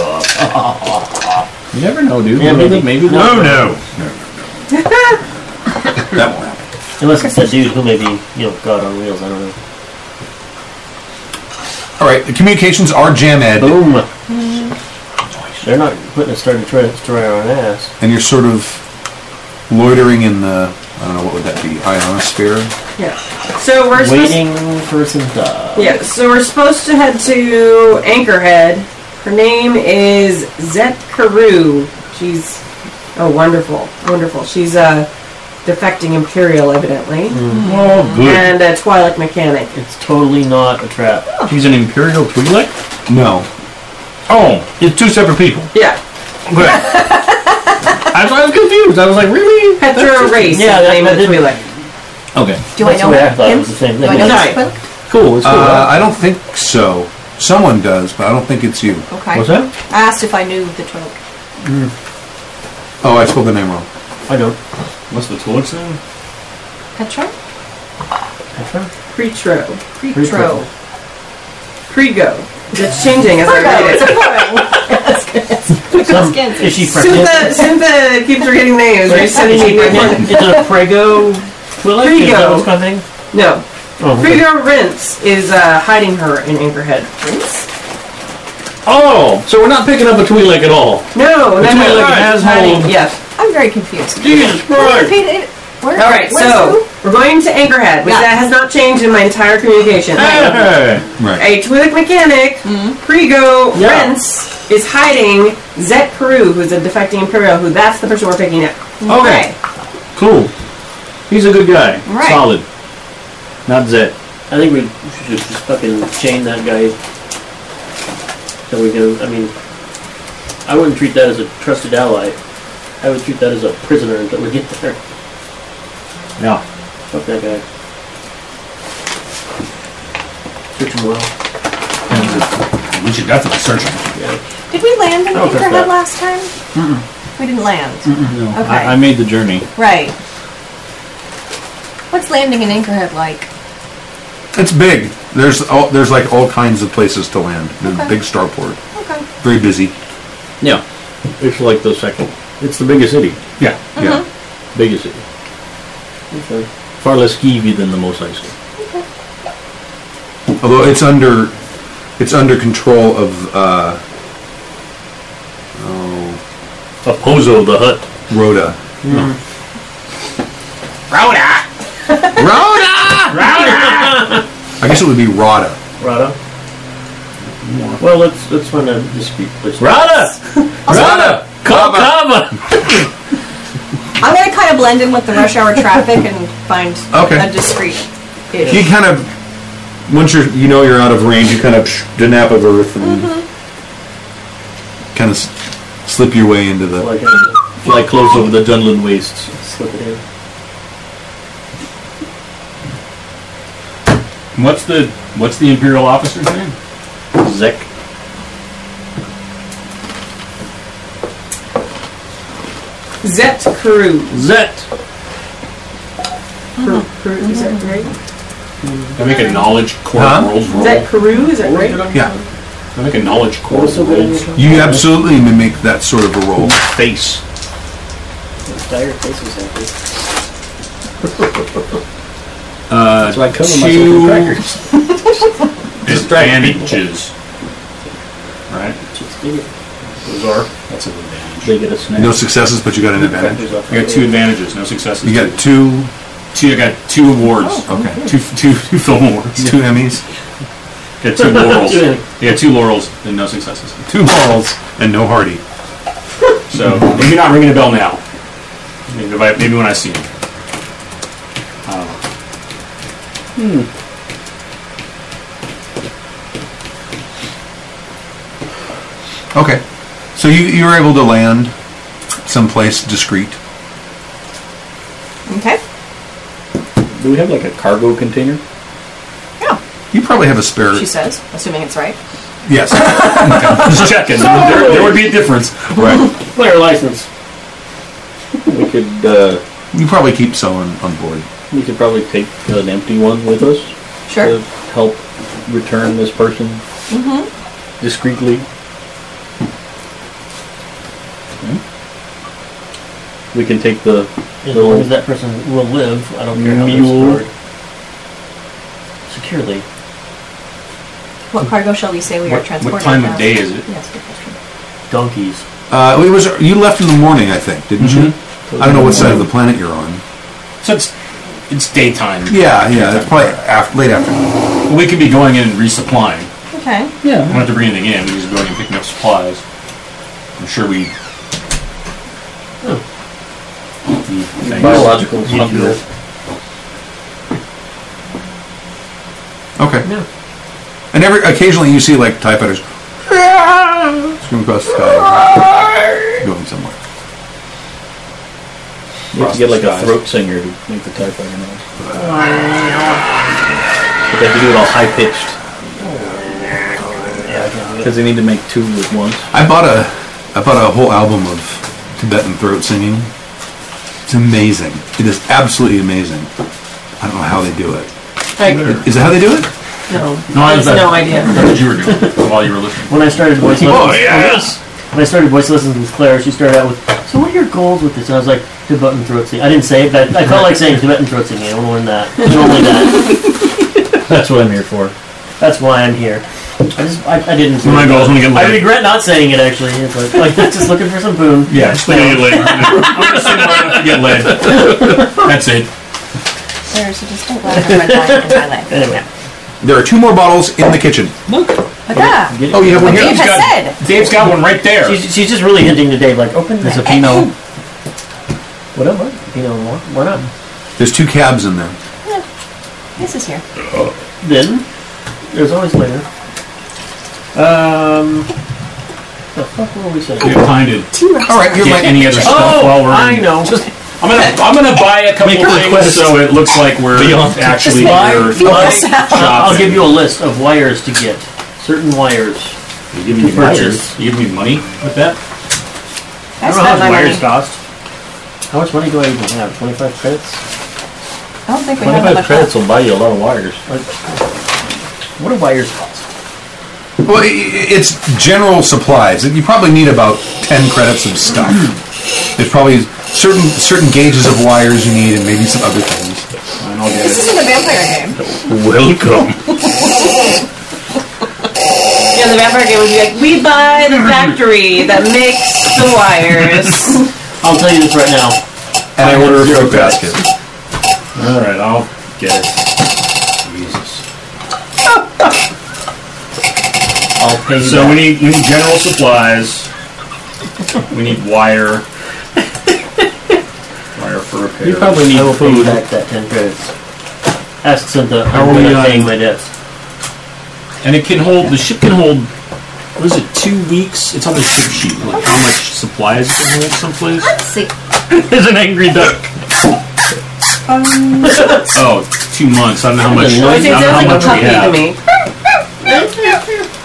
Speaker 7: off.
Speaker 4: You never know, dude.
Speaker 7: Yeah, maybe.
Speaker 4: no.
Speaker 3: no.
Speaker 2: That won't happen.
Speaker 7: Unless it's that dude who may be, you know, God on wheels, I don't know.
Speaker 2: All right. The communications are jam ed,
Speaker 7: Boom! They're not putting a Star Destroyer Destroyer on ass.
Speaker 2: and you're sort of loitering in the. I don't know what would that be? Ionosphere.
Speaker 5: Yeah. So we're supposed
Speaker 7: Waiting for some dog.
Speaker 5: yeah, so we're supposed to head to Anchorhead. Her name is Zet Carew. She's oh wonderful, wonderful. She's uh defecting Imperial evidently.
Speaker 7: Mm-hmm.
Speaker 4: Oh, good.
Speaker 5: And a Twilight mechanic.
Speaker 7: It's totally not a trap.
Speaker 4: He's an Imperial Twi'lek?
Speaker 2: No.
Speaker 4: Oh, it's two separate people.
Speaker 5: Yeah.
Speaker 4: Good. I was, I was confused. I was like, really?
Speaker 5: Petra Race
Speaker 7: Yeah,
Speaker 5: is the
Speaker 7: that-
Speaker 5: name of the
Speaker 7: that didn't-
Speaker 5: Twi'lek.
Speaker 4: Okay,
Speaker 8: Do
Speaker 7: That's
Speaker 8: I know
Speaker 7: the way I
Speaker 8: him?
Speaker 7: thought it was the same
Speaker 8: Do I
Speaker 7: thing.
Speaker 8: know
Speaker 5: No.
Speaker 8: this book?
Speaker 4: cool. It's cool.
Speaker 2: Uh, I don't think so. Someone does, but I don't think it's you.
Speaker 8: Okay.
Speaker 4: What's that?
Speaker 8: I asked if I knew the twig.
Speaker 2: Oh, I spelled the name wrong.
Speaker 7: I don't.
Speaker 3: What's the Twilix name?
Speaker 8: Petra?
Speaker 5: Pretro.
Speaker 8: Pretro.
Speaker 5: Prego. That's changing as I
Speaker 8: Prego.
Speaker 5: read
Speaker 8: It's a
Speaker 5: it.
Speaker 7: Some,
Speaker 8: Skins.
Speaker 7: is she pregnant?
Speaker 5: Cynthia, Cynthia keeps forgetting names. Are you sending
Speaker 7: Is she
Speaker 5: me
Speaker 7: pregnant? Is it a Prego Twi'lek? Is that
Speaker 5: Prego.
Speaker 7: what's coming?
Speaker 5: No.
Speaker 7: Oh, okay.
Speaker 5: Prego Rince is uh, hiding her in Anchorhead.
Speaker 4: Oh, so we're not picking up a Twi'lek at all.
Speaker 5: No, no, no.
Speaker 4: Between, like,
Speaker 5: no,
Speaker 4: an
Speaker 5: it's
Speaker 4: asshole.
Speaker 5: hiding, Yes.
Speaker 8: I'm very confused.
Speaker 4: Jesus Christ.
Speaker 8: Repeat it. Where,
Speaker 5: All right.
Speaker 8: where's
Speaker 5: So
Speaker 8: who?
Speaker 5: we're going to Anchorhead, which
Speaker 8: Yeah.
Speaker 5: that has not changed in my entire communication.
Speaker 4: Hey.
Speaker 2: Right.
Speaker 5: A Twi'lek mechanic,
Speaker 8: Mm-hmm.
Speaker 5: Prego Rince, is hiding Zet Peru, who's a defecting Imperial. Who that's the person we're picking up.
Speaker 4: Okay. Cool. He's a good guy.
Speaker 8: Right.
Speaker 4: Solid. Not Zed.
Speaker 7: I think we should just fucking chain that guy. So we can, I mean, I wouldn't treat that as a trusted ally. I would treat that as a prisoner until we get there.
Speaker 4: Yeah.
Speaker 7: Fuck that guy. Treat him well.
Speaker 3: We should definitely search him.
Speaker 8: Did we land
Speaker 7: I
Speaker 8: in
Speaker 7: don't think
Speaker 8: Anchorhead
Speaker 7: that-
Speaker 8: last time? Mm-mm. We didn't land.
Speaker 4: No,
Speaker 8: Okay.
Speaker 4: I, I made the journey.
Speaker 8: Right. What's landing in Anchorhead like?
Speaker 2: It's big. There's all, there's like all kinds of places to land. There's a
Speaker 8: Okay.
Speaker 2: big starport.
Speaker 8: Okay.
Speaker 2: Very busy.
Speaker 4: Yeah. It's like the second. It's the biggest city.
Speaker 2: Yeah. Yeah.
Speaker 4: Biggest city.
Speaker 7: Okay.
Speaker 4: Far less skeevy than the most I see.
Speaker 2: Although it's under it's under control of uh,
Speaker 4: Opozo the Hut.
Speaker 2: Rhoda.
Speaker 11: Rhoda!
Speaker 2: Rhoda! I guess it would be Rada.
Speaker 7: Rada? Well, let's let's find a discreet place.
Speaker 4: Rada! Rada! Kava!
Speaker 8: I'm gonna kind of blend in with the rush hour traffic and find
Speaker 2: Okay.
Speaker 8: a discreet.
Speaker 2: You kind of once you you know you're out of range, you kind of psh, the nap of earth and kind of s- slip your way into the.
Speaker 7: Like, uh,
Speaker 4: Fly close over the Dunlin wastes.
Speaker 7: slip it in.
Speaker 3: What's the what's the imperial officer's name?
Speaker 4: Zek.
Speaker 5: Zet Crew.
Speaker 4: Zet!
Speaker 5: Crew, is that right?
Speaker 3: Can I make a knowledge core
Speaker 2: Huh?
Speaker 3: rolls roll?
Speaker 5: Zet Crew, is that right?
Speaker 2: Yeah,
Speaker 3: Can I make a knowledge core
Speaker 7: Also good in
Speaker 3: rolls?
Speaker 7: this one.
Speaker 2: you absolutely may make that sort of a roll.
Speaker 4: Face.
Speaker 7: This dire face was happy.
Speaker 10: That's why I cover myself
Speaker 3: two-
Speaker 10: in crackers.
Speaker 3: Advantages. Right?
Speaker 7: Just dig it.
Speaker 3: Those are that's an advantage.
Speaker 4: They get a snack.
Speaker 2: No successes, but you got an advantage.
Speaker 3: I got two advantages, no successes.
Speaker 2: You got two, Oh,
Speaker 3: two I got two awards.
Speaker 2: okay,
Speaker 3: Two two two film awards.
Speaker 2: two Emmys,
Speaker 3: Got two laurels.
Speaker 7: Yeah.
Speaker 3: You got two laurels and no successes.
Speaker 2: two balls, and no Hardy.
Speaker 3: So maybe not ringing a bell now. Maybe, if I, maybe when I see him.
Speaker 2: Okay, so you you were able to land someplace discreet.
Speaker 11: Okay.
Speaker 4: Do we have like a cargo container?
Speaker 11: Yeah.
Speaker 2: You probably have a spare.
Speaker 11: She says, assuming it's right.
Speaker 2: Yes,
Speaker 3: Just checking. There, there would be a difference.
Speaker 2: right.
Speaker 7: Player license.
Speaker 4: We could, uh,
Speaker 2: You probably keep some on, on board.
Speaker 4: we could probably take an empty one with us to
Speaker 11: Sure.
Speaker 4: help return this person
Speaker 7: Mm-hmm.
Speaker 4: discreetly. Hmm? We can take the
Speaker 7: As
Speaker 4: Little-
Speaker 7: long as that person will live, I don't care how they're
Speaker 4: Mule.
Speaker 7: stored. Securely.
Speaker 8: What cargo shall we say we are
Speaker 3: What,
Speaker 8: transporting?
Speaker 3: what time of
Speaker 8: now?
Speaker 3: day is it?
Speaker 8: Yes, good question.
Speaker 7: Donkeys.
Speaker 2: Uh, it was you left in the morning, I think, didn't you? I don't know what side of the planet you're on.
Speaker 3: So it's it's daytime.
Speaker 2: Yeah, yeah, it's probably af late afternoon.
Speaker 3: We could be going in and resupplying.
Speaker 11: Okay.
Speaker 3: We don't have to bring anything in. We just go in and picking up supplies. I'm sure we. Mm, thanks.
Speaker 4: biological hunger.
Speaker 2: Okay. And every occasionally you see like typewriters scream across the sky, going somewhere.
Speaker 4: You have to get like a throat singer to make the typewriter noise. But they have to do it all high pitched. Because they need to make two with once.
Speaker 2: I bought a I bought a whole album of Tibetan throat singing. It's amazing. It is absolutely amazing. I don't know how they do it.
Speaker 5: Like,
Speaker 2: Is that how they do it?
Speaker 5: no.
Speaker 3: No, I
Speaker 5: I have
Speaker 3: was
Speaker 5: no
Speaker 3: that-
Speaker 5: idea.
Speaker 3: That's what you were doing while you were listening.
Speaker 7: When I started voice lessons,
Speaker 3: yes.
Speaker 7: when I started voice lessons with Claire, she started out with, "So what are your goals with this?" And I was like, "Tibetan throat singing." I didn't say it, but I felt like saying Tibetan throat singing. I want to learn that. And only that.
Speaker 4: That's what I'm here for.
Speaker 7: That's why I'm here. I just I, I didn't.
Speaker 3: One of my goals when you get
Speaker 7: I
Speaker 3: laid.
Speaker 7: regret not saying it actually. It's like, like just looking for some boom.
Speaker 3: Yeah, just get laid. I'm gonna sing right after you get laid. That's it.
Speaker 8: There's just a lot of red line in my life.
Speaker 7: Anyway,
Speaker 2: There are two more bottles in the kitchen.
Speaker 11: Aga.
Speaker 2: Oh, you have one here.
Speaker 11: Dave has said.
Speaker 3: Dave's got one right there.
Speaker 7: she's, she's just really hinting to Dave, like, open
Speaker 11: It's
Speaker 7: that.
Speaker 11: a Pinot.
Speaker 7: Whatever. Pinot Noir. Why not?
Speaker 2: There's two cabs in there.
Speaker 8: This is here.
Speaker 7: Then there's always later. Um, the fuck were we saying?
Speaker 3: We have time to
Speaker 2: All right, you're
Speaker 3: get
Speaker 2: like
Speaker 3: any other stuff while
Speaker 7: Oh,
Speaker 3: we're.
Speaker 7: I
Speaker 3: in-
Speaker 7: know.
Speaker 3: I'm gonna I'm gonna buy a couple
Speaker 4: Make a
Speaker 3: things
Speaker 4: request.
Speaker 3: so it looks like we're
Speaker 4: Beyond.
Speaker 3: actually
Speaker 11: Just
Speaker 3: here.
Speaker 11: feel
Speaker 7: I'll-
Speaker 11: yourself.
Speaker 7: I'll give you a list of wires to get. Certain wires.
Speaker 3: You giving me
Speaker 7: Purchase.
Speaker 3: wires? You giving me money with that?
Speaker 11: I
Speaker 7: don't know how
Speaker 11: spent
Speaker 7: much
Speaker 11: my money.
Speaker 7: wires cost. How much money do I even have? Twenty-five credits.
Speaker 11: I don't think we have that
Speaker 4: 25
Speaker 11: much left.
Speaker 4: credits will buy you a lot of wires.
Speaker 7: What do wires cost?
Speaker 2: Well, i- i- it's general supplies. You probably need about ten credits of stuff. There's probably certain certain gauges of wires you need, and maybe some other things.
Speaker 3: And I'll get
Speaker 11: This
Speaker 3: it.
Speaker 11: isn't a vampire game.
Speaker 3: Welcome.
Speaker 5: Yeah, the vampire game would be like, we buy the factory that makes the wires.
Speaker 7: I'll tell you this right now.
Speaker 2: And I, order a
Speaker 7: zero
Speaker 2: fruit
Speaker 7: credits.
Speaker 2: basket.
Speaker 3: All right, I'll get it. Jesus.
Speaker 7: I'll pay you.
Speaker 3: So
Speaker 7: back.
Speaker 3: we need we need general supplies. We need wire. wire for repair.
Speaker 4: You probably need
Speaker 7: I will pay you
Speaker 4: food.
Speaker 7: back that ten credits. Ask Cynthia.
Speaker 3: How
Speaker 7: I'm
Speaker 3: are we
Speaker 7: good at
Speaker 3: on-
Speaker 7: paying my debts.
Speaker 3: and it can hold the ship can hold what is it, two weeks? It's on the tip sheet, like how much supplies it can hold someplace.
Speaker 8: Let's see.
Speaker 4: There's an angry duck.
Speaker 5: Um,
Speaker 3: Oh, two months. I don't know how much. I don't
Speaker 5: it
Speaker 3: know
Speaker 5: sounds
Speaker 3: how
Speaker 5: like
Speaker 3: much
Speaker 5: a
Speaker 3: we
Speaker 5: puppy to
Speaker 3: have.
Speaker 5: me.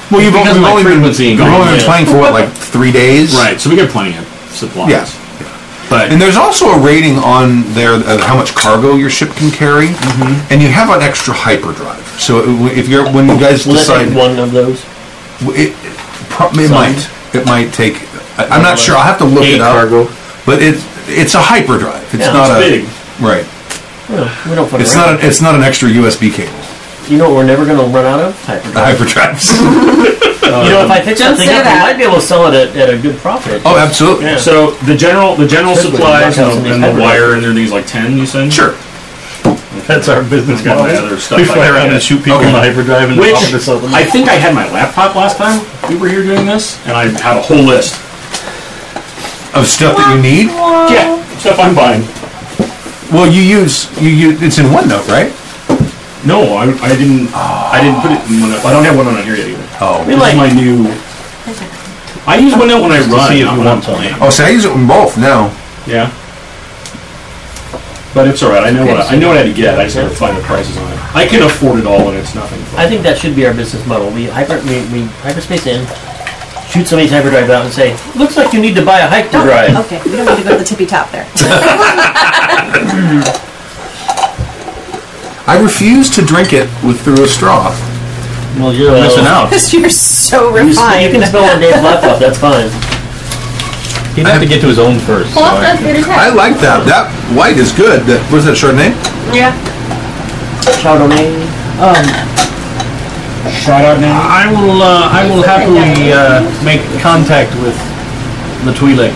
Speaker 2: Well, you've
Speaker 3: Because
Speaker 2: only,
Speaker 3: my
Speaker 2: we've only
Speaker 3: frequency
Speaker 2: been, we've
Speaker 3: going,
Speaker 2: only been
Speaker 3: yeah.
Speaker 2: playing for what, like three days?
Speaker 3: Right, so we got plenty of supplies.
Speaker 2: Yeah.
Speaker 3: But
Speaker 2: And there's also a rating on there of how much cargo your ship can carry, and you have an extra hyperdrive. So if you're when you guys
Speaker 7: Will that
Speaker 2: decide,
Speaker 7: take one of those?
Speaker 2: it, pro- it
Speaker 7: Some.
Speaker 2: might it might take. I, I'm not sure. I'll have to look
Speaker 4: Eight
Speaker 2: it up.
Speaker 4: cargo.
Speaker 2: But it it's a hyperdrive. It's
Speaker 7: Yeah,
Speaker 2: not
Speaker 3: it's
Speaker 2: a
Speaker 3: big.
Speaker 2: right.
Speaker 7: No, we don't fuck
Speaker 2: It's
Speaker 7: around.
Speaker 2: not a, it's not an extra USB cable.
Speaker 7: You know what we're never going to run out of?
Speaker 2: The
Speaker 7: Hyperdrive.
Speaker 2: hyperdrives.
Speaker 7: you know, if I pick
Speaker 5: Don't
Speaker 7: something
Speaker 5: say
Speaker 7: up,
Speaker 5: that.
Speaker 7: I might be able to sell it at, at a good profit.
Speaker 2: oh, absolutely.
Speaker 7: Yeah.
Speaker 3: So the general the general
Speaker 7: Especially when
Speaker 3: supplies
Speaker 7: the
Speaker 3: and
Speaker 7: buckets
Speaker 3: the, and
Speaker 7: and the
Speaker 3: the
Speaker 7: pepper
Speaker 3: wire and there are these like ten you said?
Speaker 2: Sure.
Speaker 4: That's our business
Speaker 3: I've got my
Speaker 4: model.
Speaker 3: other stuff
Speaker 4: we
Speaker 3: I
Speaker 4: fly
Speaker 3: can
Speaker 4: around
Speaker 3: get.
Speaker 4: and shoot people
Speaker 2: Okay.
Speaker 4: in the hyperdrive and
Speaker 3: Which
Speaker 4: offer to sell them.
Speaker 3: I think I had my laptop last time we were here doing this, and I had a whole list.
Speaker 2: Of stuff that you need.
Speaker 3: Yeah, stuff I'm buying.
Speaker 2: Well, you use you, you it's in OneNote, right?
Speaker 3: No, I, I didn't. I didn't put it in one. I don't have one on here yet either.
Speaker 2: Oh.
Speaker 3: This
Speaker 7: like-
Speaker 3: is my new. I use OneNote when I run.
Speaker 4: see if
Speaker 3: not
Speaker 4: you
Speaker 3: when I'm
Speaker 4: want something.
Speaker 3: playing.
Speaker 2: Oh, so I use it in both now.
Speaker 3: Yeah. But it's all right. I know what I, I know what I had to get. I just gotta find the prices on it. I can afford it all, and it's nothing.
Speaker 7: I think that should be our business model. We hyper we, we hyperspace in, shoot somebody's hyperdrive out, and say, "Looks like you need to buy a
Speaker 5: Oh,
Speaker 7: hyperdrive."
Speaker 11: Okay, we don't need to go to the tippy top there.
Speaker 2: I refuse to drink it with through a straw.
Speaker 7: Well, you're
Speaker 4: Missing out.
Speaker 11: You're so
Speaker 7: You, sp- you
Speaker 11: refined.
Speaker 7: can spill on Dave's laptop. That's fine.
Speaker 4: He'd have to get to his own first. so
Speaker 12: Plus,
Speaker 4: I-
Speaker 12: that's good as
Speaker 2: I
Speaker 12: heck.
Speaker 2: like that. That white is good. That was that Chardonnay.
Speaker 5: yeah.
Speaker 7: Chardonnay.
Speaker 3: Shout out now.
Speaker 4: I will. Uh, I will happily uh, make contact with the Twi'lek.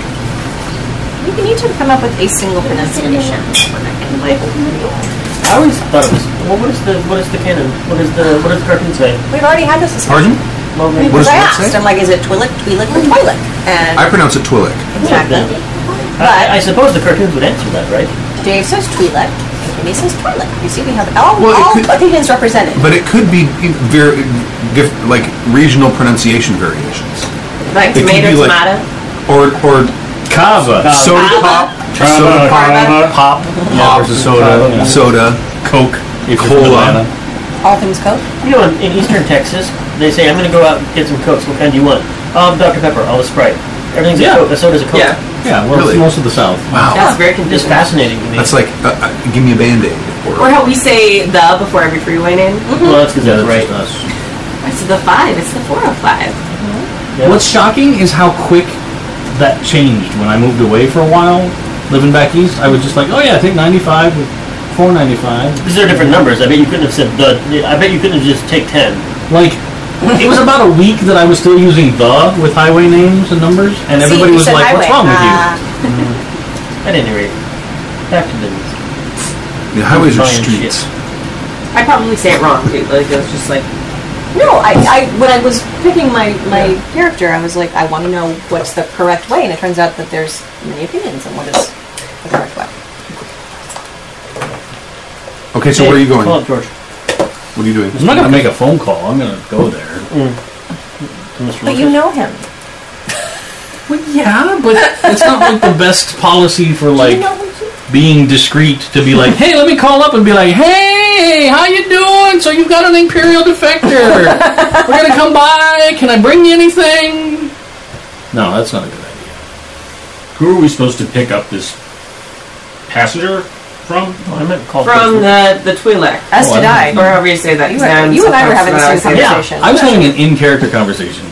Speaker 8: You can each come up with a single pronunciation. We're not gonna label them.
Speaker 7: I always thought it was. Well, what is the what is the canon? What is the what does the cartoon say?
Speaker 11: We've already had this discussion.
Speaker 2: Pardon?
Speaker 7: Well, maybe-
Speaker 11: Because
Speaker 2: What does
Speaker 11: I
Speaker 2: that say?
Speaker 11: asked, I'm like, is it Twi'lek, Twi'lek, or Twi'lek? And
Speaker 2: I pronounce it Twi'lek.
Speaker 11: exactly.
Speaker 7: I, I suppose the cartoons would answer that, right?
Speaker 11: Dave says Twi'lek, Amy says Twi'lek. You see, we have all,
Speaker 2: Well, it
Speaker 11: all
Speaker 2: could-
Speaker 11: opinions represented.
Speaker 2: But it could be very diff- like regional pronunciation variations,
Speaker 5: Like
Speaker 2: It could
Speaker 5: tomato,
Speaker 2: be like-
Speaker 5: tomato.
Speaker 2: or or
Speaker 4: Kava.
Speaker 2: soda pop, soda pop,
Speaker 4: Pop. Yeah,
Speaker 2: Pop.
Speaker 4: versus soda. yeah.
Speaker 2: soda.
Speaker 4: Coke. if you're from
Speaker 2: Cola.
Speaker 4: Atlanta.
Speaker 11: All things Coke.
Speaker 7: You know, in, in eastern Texas, they say, I'm going to go out and get some Cokes. What kind do you want? Um, Dr. Pepper. I'll a Sprite. Everything's
Speaker 4: Yeah.
Speaker 7: a Coke. A soda's a Coke.
Speaker 5: Yeah.
Speaker 4: Yeah, well,
Speaker 2: Really?
Speaker 4: it's most of the South.
Speaker 2: Wow,
Speaker 5: That's very
Speaker 7: Just
Speaker 5: confusing.
Speaker 7: fascinating to me.
Speaker 2: that's like uh, uh, give me a band aid.
Speaker 5: Or how we say the before every freeway name.
Speaker 7: well, that's because
Speaker 4: Yeah,
Speaker 7: that's
Speaker 4: that's
Speaker 7: right.
Speaker 4: just us.
Speaker 5: It's the five. It's the four oh five.
Speaker 7: Yeah.
Speaker 4: What's shocking is how quick that changed. When I moved away for a while, living back east, I was just like, oh yeah, I take 95 with 495.
Speaker 7: These are different numbers. I bet you couldn't have said the. I bet you couldn't have just take 10.
Speaker 4: Like, it was about a week that I was still using the with highway names and numbers, and
Speaker 11: See,
Speaker 4: everybody
Speaker 11: you
Speaker 4: was
Speaker 11: said
Speaker 4: like, what's
Speaker 11: highway.
Speaker 4: wrong with you?
Speaker 11: Ah.
Speaker 7: At any rate, back to business.
Speaker 2: The highways are
Speaker 7: Buying shit.
Speaker 2: streets.
Speaker 5: I probably say it wrong too. Like it's just like
Speaker 8: No, I, I when I was picking my, my character, I was like, I want to know what's the correct way, and it turns out that there's many opinions on what is the correct way.
Speaker 2: Okay, so where are you going?
Speaker 7: Call
Speaker 2: What
Speaker 7: up George.
Speaker 2: are you doing?
Speaker 4: I'm not gonna make a phone call. I'm gonna go there.
Speaker 7: Mr.
Speaker 8: But you know him.
Speaker 4: Well, yeah, but it's not like the best policy for
Speaker 8: Do
Speaker 4: like
Speaker 8: you know who he
Speaker 4: being discreet to be like, hey, let me call up and be like, hey, how you doing? So you've got an imperial defector. We're gonna come by. Can I bring you anything? No, that's not a good idea.
Speaker 3: Who are we supposed to pick up this passenger from?
Speaker 7: Lucas. Oh, I meant call
Speaker 5: from
Speaker 7: George.
Speaker 5: the the Twi'lek.
Speaker 11: As
Speaker 4: Oh,
Speaker 11: did
Speaker 4: I
Speaker 11: I.
Speaker 5: Or however you say that.
Speaker 11: You, were, you and I were having the same conversation.
Speaker 4: I was having an in-character conversation.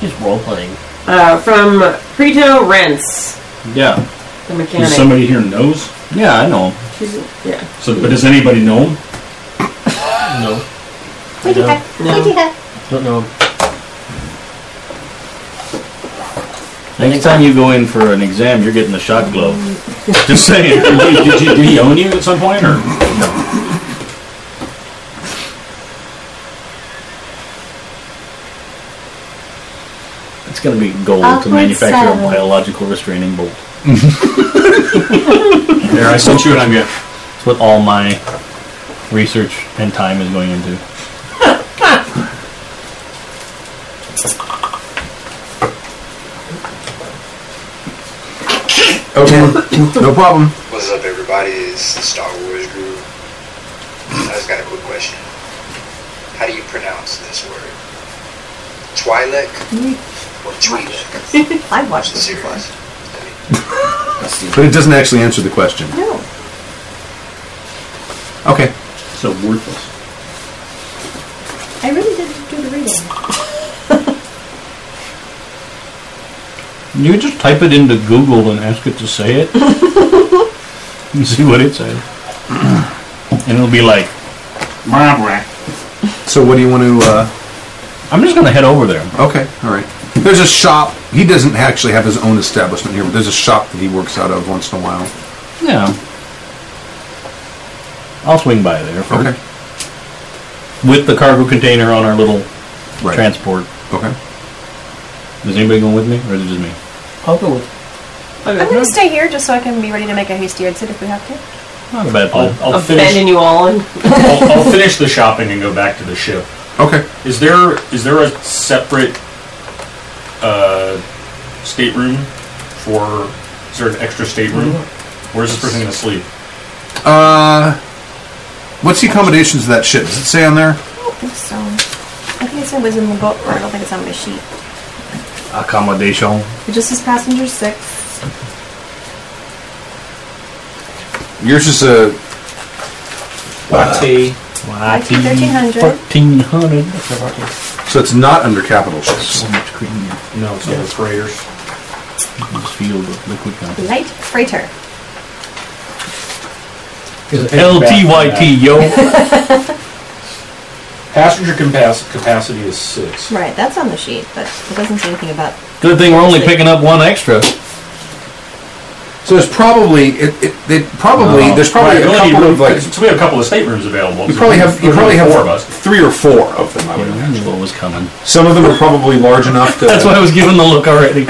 Speaker 7: He's role playing.
Speaker 5: Uh, from Preto Rents,
Speaker 4: Yeah,
Speaker 5: the
Speaker 3: Who
Speaker 5: mechanic.
Speaker 3: somebody here knows?
Speaker 4: yeah, I know.
Speaker 5: She's, yeah.
Speaker 3: So, but does anybody know him?
Speaker 7: No.
Speaker 8: Pointy
Speaker 7: No.
Speaker 8: head.
Speaker 5: No.
Speaker 8: Pointy head.
Speaker 7: Don't know him.
Speaker 4: Next time you go in for an exam, you're getting a shot glove. Just saying.
Speaker 3: Did, you, did, you, did he own you at some point, or no?
Speaker 4: It's gonna be gold to
Speaker 8: Awkward
Speaker 4: manufacture a
Speaker 8: silence.
Speaker 4: biological restraining bolt.
Speaker 3: There, I sent you what I'm getting.
Speaker 4: That's what all my research and time is going into.
Speaker 2: Okay, no problem.
Speaker 13: What's up, everybody? It's the Star Wars Guru. I just got a quick question. How do you pronounce this word? Twi'lek or Twi'lek?
Speaker 8: I watched this
Speaker 13: before.
Speaker 2: But it doesn't actually answer the question.
Speaker 8: No.
Speaker 2: Okay.
Speaker 7: So worthless.
Speaker 8: I really did do the reading.
Speaker 4: You just type it into Google and ask it to say it. and see what it says. and it'll be like,
Speaker 2: So what do you want to? Uh...
Speaker 4: I'm just going to head over there.
Speaker 2: Okay, all right. There's a shop. He doesn't actually have his own establishment here, but there's a shop that he works out of once in a while.
Speaker 4: Yeah. I'll swing by there. first.
Speaker 2: Okay.
Speaker 4: With the cargo container on our little
Speaker 2: Right.
Speaker 4: transport.
Speaker 2: Okay.
Speaker 4: Is anybody going with me, or is it just me?
Speaker 7: I'll go with.
Speaker 11: Okay.
Speaker 5: Okay.
Speaker 11: I'm
Speaker 5: no,
Speaker 11: gonna
Speaker 2: Uh-huh.
Speaker 11: stay here just so I can be ready to make a hasty exit if we have to.
Speaker 4: Not a bad plan.
Speaker 3: I'll, I'll finish.
Speaker 5: Abandon you all and
Speaker 3: I'll, I'll finish the shopping and go back to the ship.
Speaker 2: Okay.
Speaker 3: Is there is there a separate uh, stateroom for is there an extra stateroom?
Speaker 2: Mm-hmm.
Speaker 3: Where is this person going to sleep?
Speaker 2: Uh, what's the accommodations of that ship? Does it say on there?
Speaker 11: I don't think so. I think it said it was in the book, or I don't think it's on my sheet.
Speaker 4: Accommodation.
Speaker 11: It just says passenger six.
Speaker 2: Yours is a
Speaker 10: Latte.
Speaker 11: I think 1300.
Speaker 4: 1300.
Speaker 2: so it's not under capital ships.
Speaker 4: No, it's
Speaker 3: So the freighters.
Speaker 4: this field of liquid content.
Speaker 11: Light freighter.
Speaker 4: LTYT, yo.
Speaker 10: Passenger capac- capacity is six.
Speaker 11: Right, that's on the sheet, but it doesn't say anything about.
Speaker 4: Good thing we're only picking up one extra.
Speaker 2: So there's probably it, it, it probably there's probably
Speaker 3: Right,
Speaker 2: a
Speaker 3: really,
Speaker 2: couple
Speaker 3: room-
Speaker 2: of like
Speaker 3: so we have a couple of staterooms available.
Speaker 2: you probably have you
Speaker 3: There's
Speaker 2: probably have
Speaker 3: four of us.
Speaker 2: three or four of them. I would imagine.
Speaker 4: That's what was coming.
Speaker 2: Some of them are probably large enough to.
Speaker 4: That's why I was giving the look already.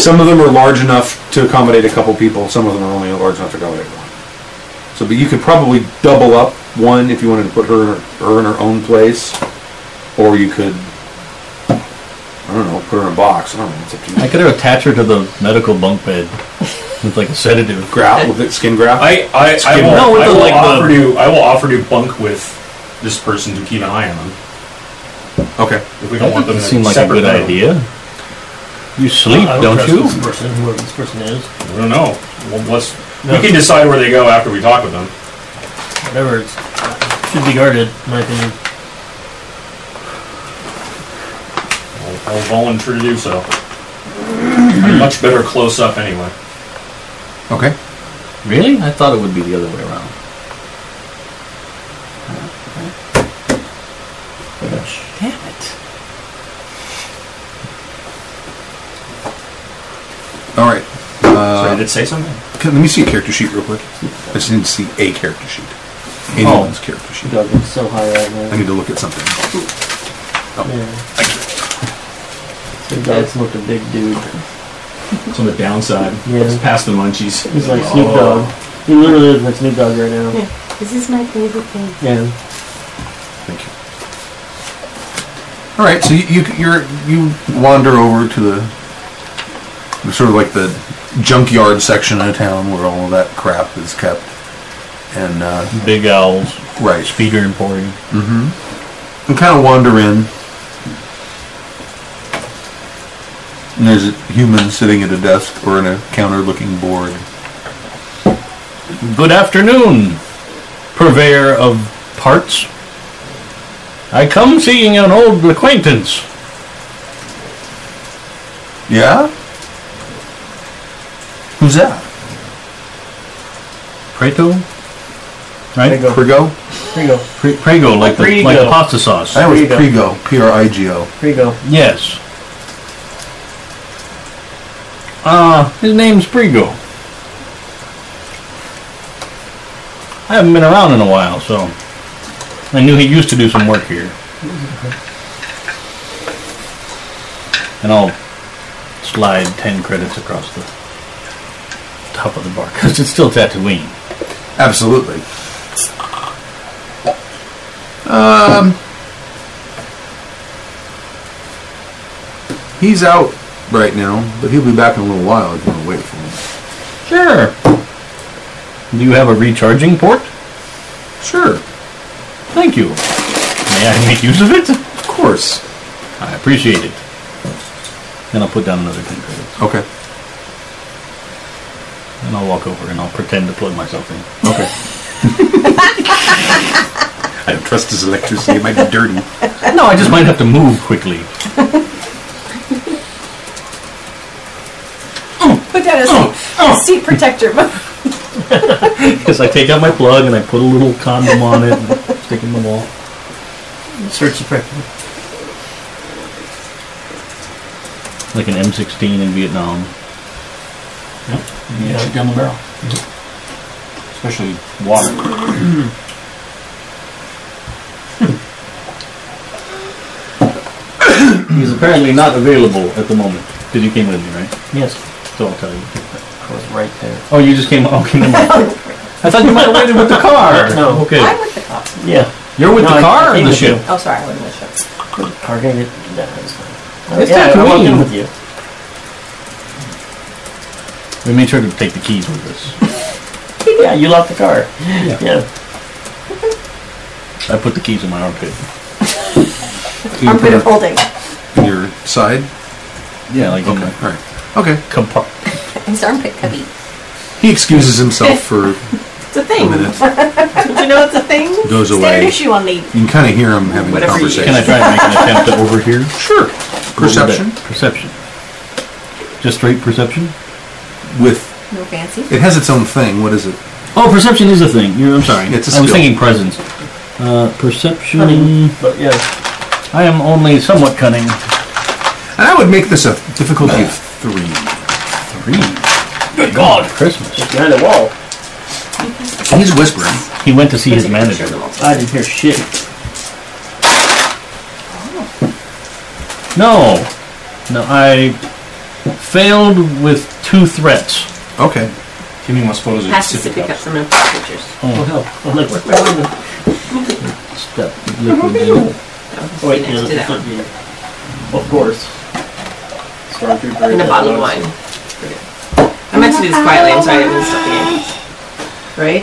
Speaker 2: Some of them are large enough to accommodate a couple people. Some of them are only large enough to accommodate one. So, but you could probably double up one if you wanted to put her her in her own place, or you could, I don't know, put her in a box. I don't know. It's up to
Speaker 4: I
Speaker 2: you.
Speaker 4: could have attached her to the medical bunk bed with like a sedative.
Speaker 2: Grout with it, skin grout.
Speaker 3: I I, I will,
Speaker 4: No, with
Speaker 3: I
Speaker 4: the,
Speaker 3: will
Speaker 4: like, the-
Speaker 3: offer to I will offer to bunk with this person to keep an eye on them
Speaker 2: okay.
Speaker 3: if we don't want them in
Speaker 4: That
Speaker 3: a
Speaker 4: seemed like a
Speaker 3: separate
Speaker 4: good
Speaker 3: bedroom.
Speaker 4: idea. You sleep,
Speaker 7: I
Speaker 4: don't
Speaker 7: trust
Speaker 4: you?
Speaker 7: This person, whoever this person is,
Speaker 3: I don't know. Well, let's we can decide where they go after we talk with them.
Speaker 7: whatever it's should be guarded, in my opinion.
Speaker 3: I'll, I'll volunteer to do so. I'm much better close up anyway.
Speaker 2: Okay.
Speaker 4: Really? I thought it would be the other way around. Damn it.
Speaker 2: All right.
Speaker 3: Sorry, did it say something?
Speaker 2: Can, let me see a character sheet real quick. I just need to see a character sheet. Anyone's character sheet.
Speaker 7: Dog is so high right now.
Speaker 2: I need to look at something.
Speaker 7: Yeah. The dog's looked a big dude.
Speaker 3: It's on the downside.
Speaker 7: Yeah.
Speaker 3: It's past the munchies. Oh.
Speaker 7: He's like Snoop Dogg. He literally is like Snoop Dogg right now.
Speaker 8: This is my favorite thing.
Speaker 7: Yeah.
Speaker 2: Thank you. All right, so you you you're, you wander over to the sort of like the junkyard section of town where all of that crap is kept, and uh,
Speaker 4: Big Owls,
Speaker 2: right,
Speaker 4: Speaker Emporium.
Speaker 2: and kind of wander in. And there's a human sitting at a desk or in a counter looking bored.
Speaker 4: Good afternoon, purveyor of parts. I come seeing an old acquaintance.
Speaker 2: Yeah? Who's that?
Speaker 4: Preto? Right?
Speaker 7: Prego.
Speaker 2: Prigo?
Speaker 7: Prego.
Speaker 4: Pre- Prego, like the, like the
Speaker 7: Prego.
Speaker 4: pasta sauce.
Speaker 2: That was
Speaker 7: Prigo.
Speaker 2: Prigo. P R I G O.
Speaker 7: Prego.
Speaker 4: Yes. Uh, his name's Prego. I haven't been around in a while, so I knew he used to do some work here. And I'll slide ten credits across the top of the bar because it's still Tatooine.
Speaker 2: Absolutely. Um, Um, he's out right now, but he'll be back in a little while if you want to wait for him.
Speaker 3: Sure. Do you have a recharging port?
Speaker 2: Sure.
Speaker 3: Thank you. May I make use of it? Of
Speaker 2: course.
Speaker 3: I appreciate it. And I'll put down another 10 credits.
Speaker 2: Okay.
Speaker 3: And I'll walk over and I'll pretend to plug myself in.
Speaker 2: Okay. I don't trust his electricity. It might be dirty.
Speaker 3: No, I just might have to move quickly.
Speaker 8: Put down a
Speaker 2: Oh,
Speaker 8: seat, a seat protector.
Speaker 3: Because I take out my plug and I put a little condom on it and stick it in the wall.
Speaker 7: Search the practice.
Speaker 3: Like an M16 in Vietnam.
Speaker 14: Yep. You yeah. down the barrel.
Speaker 3: Especially water. He's apparently not available at the moment. Because you came with me, right?
Speaker 7: Yes.
Speaker 3: So I'll tell you.
Speaker 7: I was right there.
Speaker 3: Oh, you just came. Okay, never mind. I thought you might have waited with the car.
Speaker 7: No.
Speaker 3: Okay.
Speaker 8: I'm with the cops.
Speaker 7: Yeah.
Speaker 3: You're with
Speaker 7: No, I-
Speaker 3: the car
Speaker 7: I
Speaker 3: or
Speaker 7: came
Speaker 3: the
Speaker 7: with
Speaker 3: ship?
Speaker 8: Oh, sorry, I wasn't with you.
Speaker 7: Parking it. No, it's fine.
Speaker 3: It's
Speaker 7: Uh, yeah,
Speaker 3: not
Speaker 7: I walked
Speaker 3: green.
Speaker 7: in with you.
Speaker 3: We made sure to take the keys with us.
Speaker 7: Yeah, you locked the car.
Speaker 3: Yeah.
Speaker 7: Yeah.
Speaker 3: I put the keys in my armpit.
Speaker 2: You put
Speaker 8: Armpit
Speaker 2: it
Speaker 8: holding.
Speaker 2: in your side.
Speaker 3: Yeah, like in
Speaker 2: Okay.
Speaker 3: my
Speaker 2: All right. Okay.
Speaker 3: compart-
Speaker 15: His armpit cubby.
Speaker 2: He excuses himself for
Speaker 8: It's a thing.
Speaker 2: a minute.
Speaker 8: Did you know it's a thing?
Speaker 2: Goes
Speaker 15: Standard
Speaker 2: away.
Speaker 15: issue on the
Speaker 2: You can kind of hear him having a
Speaker 15: Whatever you-
Speaker 2: conversation.
Speaker 3: Can I try and make an attempt to overhear?
Speaker 2: Sure. Perception
Speaker 3: Perception. Just straight perception?
Speaker 2: with
Speaker 15: no fancy.
Speaker 2: it has its own thing. What is it?
Speaker 3: Oh, perception is a thing. You're, I'm sorry.
Speaker 2: It's a
Speaker 3: I was
Speaker 2: skill.
Speaker 3: thinking presence. Uh, perception.
Speaker 7: Cunning, but yeah.
Speaker 3: I am only somewhat cunning.
Speaker 2: And I would make this a difficulty of three.
Speaker 3: Three. Good God, Christmas.
Speaker 7: It's behind the wall.
Speaker 2: He's whispering.
Speaker 3: He went to see his manager.
Speaker 7: I didn't hear shit.
Speaker 3: No. No, I failed with two threats.
Speaker 2: Okay.
Speaker 14: Give me one of those
Speaker 5: Pass the
Speaker 14: Pacific
Speaker 5: Pacific up
Speaker 14: cups.
Speaker 5: from pictures.
Speaker 7: Oh, hell. Oh, look. Wait, wait, wait.
Speaker 3: Step liquid deal.
Speaker 7: Oh, wait,
Speaker 5: Next
Speaker 7: no,
Speaker 5: to
Speaker 7: it's
Speaker 5: that
Speaker 7: not you. Of course. Stormtrooper.
Speaker 5: And a
Speaker 7: is
Speaker 5: bottle of
Speaker 7: always-
Speaker 5: wine. I meant to do this quietly. I'm sorry. I didn't stop the game. Right?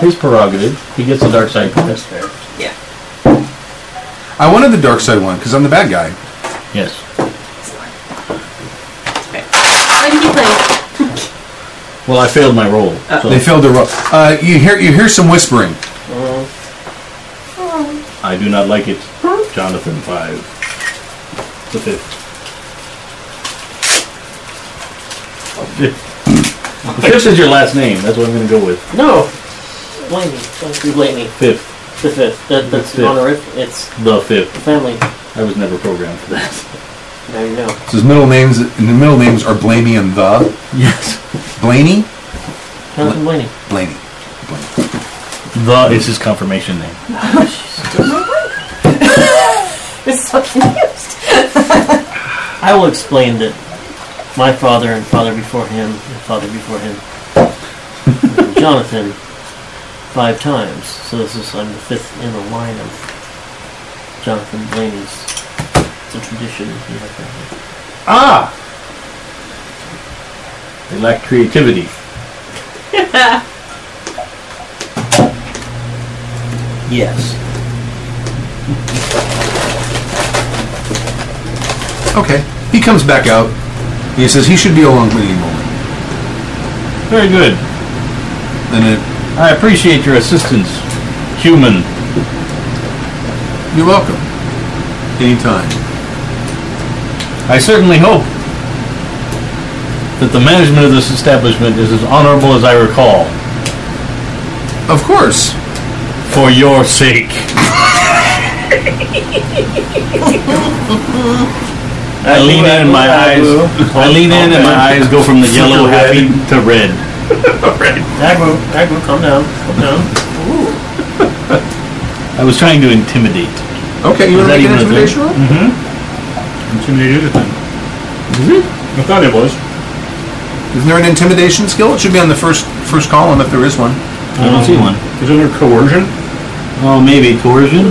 Speaker 3: His prerogative. He gets the dark side
Speaker 7: That's
Speaker 3: pass.
Speaker 7: fair.
Speaker 5: yeah.
Speaker 2: I wanted the dark side one because I'm the bad guy.
Speaker 3: Yes.
Speaker 5: Why did you play?
Speaker 3: Well, I failed my roll. so
Speaker 2: They failed the roll. Uh, you hear you hear some whispering.
Speaker 3: I do not like it. Jonathan five. The fifth. The fifth is your last name. That's what I'm going to go with.
Speaker 7: No! Blaney. Don't you blame me.
Speaker 3: Fifth.
Speaker 7: The fifth. That, that's
Speaker 3: fifth.
Speaker 7: honorific. It's
Speaker 3: The fifth.
Speaker 7: family.
Speaker 3: I was never programmed for that.
Speaker 7: Now you know.
Speaker 2: So his middle names and the middle names are Blaney and the
Speaker 3: Yes.
Speaker 2: Blaney
Speaker 4: Mm.
Speaker 7: Jonathan Blaney.
Speaker 2: Blaney.
Speaker 3: The is his confirmation name.
Speaker 5: It's so confused.
Speaker 7: I will explain that my father and father before him and father before him. and Jonathan five times. So this is I'm the fifth in the line of Jonathan Blaney's. It's a tradition. in my family.
Speaker 3: Ah! They lack creativity.
Speaker 7: Yes.
Speaker 2: Okay. He comes back out. He says he should be along with any moment.
Speaker 3: Very good.
Speaker 2: And it,
Speaker 3: I appreciate your assistance, human.
Speaker 2: you're welcome. Anytime.
Speaker 3: I certainly hope that the management of this establishment is as honorable as I recall.
Speaker 2: Of course.
Speaker 3: For your sake. I lean in and my eyes. I lean in and my eyes go from the yellow happy to red.
Speaker 7: Agro, Agro, calm down. Calm down.
Speaker 3: I was trying to intimidate.
Speaker 2: Okay, you
Speaker 3: Is
Speaker 2: want
Speaker 3: that
Speaker 2: to make an
Speaker 3: even a thing? Hmm.
Speaker 2: intimidation
Speaker 14: Intimidated
Speaker 2: roll?
Speaker 14: it then. I thought it was.
Speaker 2: Isn't there an intimidation skill? It should be on the first first column if there is one.
Speaker 3: I don't see one.
Speaker 14: Is it under coercion?
Speaker 3: Oh, maybe coercion.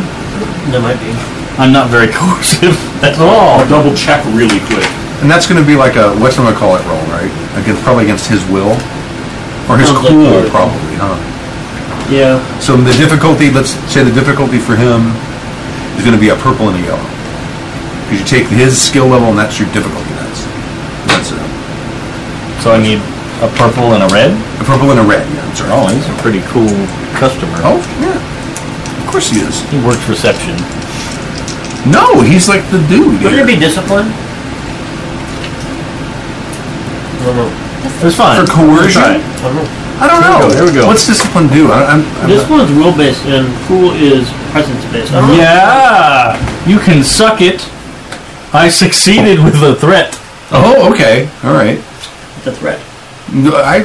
Speaker 7: That might be.
Speaker 3: I'm not very coercive. That's all.
Speaker 14: I'll double check really quick.
Speaker 2: And that's going to be like a what's going to call it roll, right? Against probably against his will or his
Speaker 7: Sounds like
Speaker 2: cool,
Speaker 7: good.
Speaker 2: probably, huh?
Speaker 7: Yeah.
Speaker 2: So the difficulty, let's say the difficulty for him is going to be a purple and a yellow because you take his skill level and that's your difficulty. That's that's it.
Speaker 4: So I need a purple and a red.
Speaker 2: A purple and a red. Yeah, I'm sorry.
Speaker 4: Oh, he's a pretty cool customer.
Speaker 2: Oh yeah, of course he is.
Speaker 4: He works reception.
Speaker 2: No, he's like the dude.
Speaker 7: Wouldn't
Speaker 2: here.
Speaker 7: it be discipline? I don't know.
Speaker 4: It's fine.
Speaker 2: For coercion?
Speaker 4: We'll try it.
Speaker 7: I don't know.
Speaker 2: I don't know.
Speaker 4: There we go, there we go.
Speaker 2: What's discipline do? I, I'm, I'm not-
Speaker 7: Discipline's rule based and cool is presence based. I don't know.
Speaker 4: Yeah, you can suck it. I succeeded with the threat.
Speaker 2: Oh, okay. All right.
Speaker 7: The threat.
Speaker 2: No, I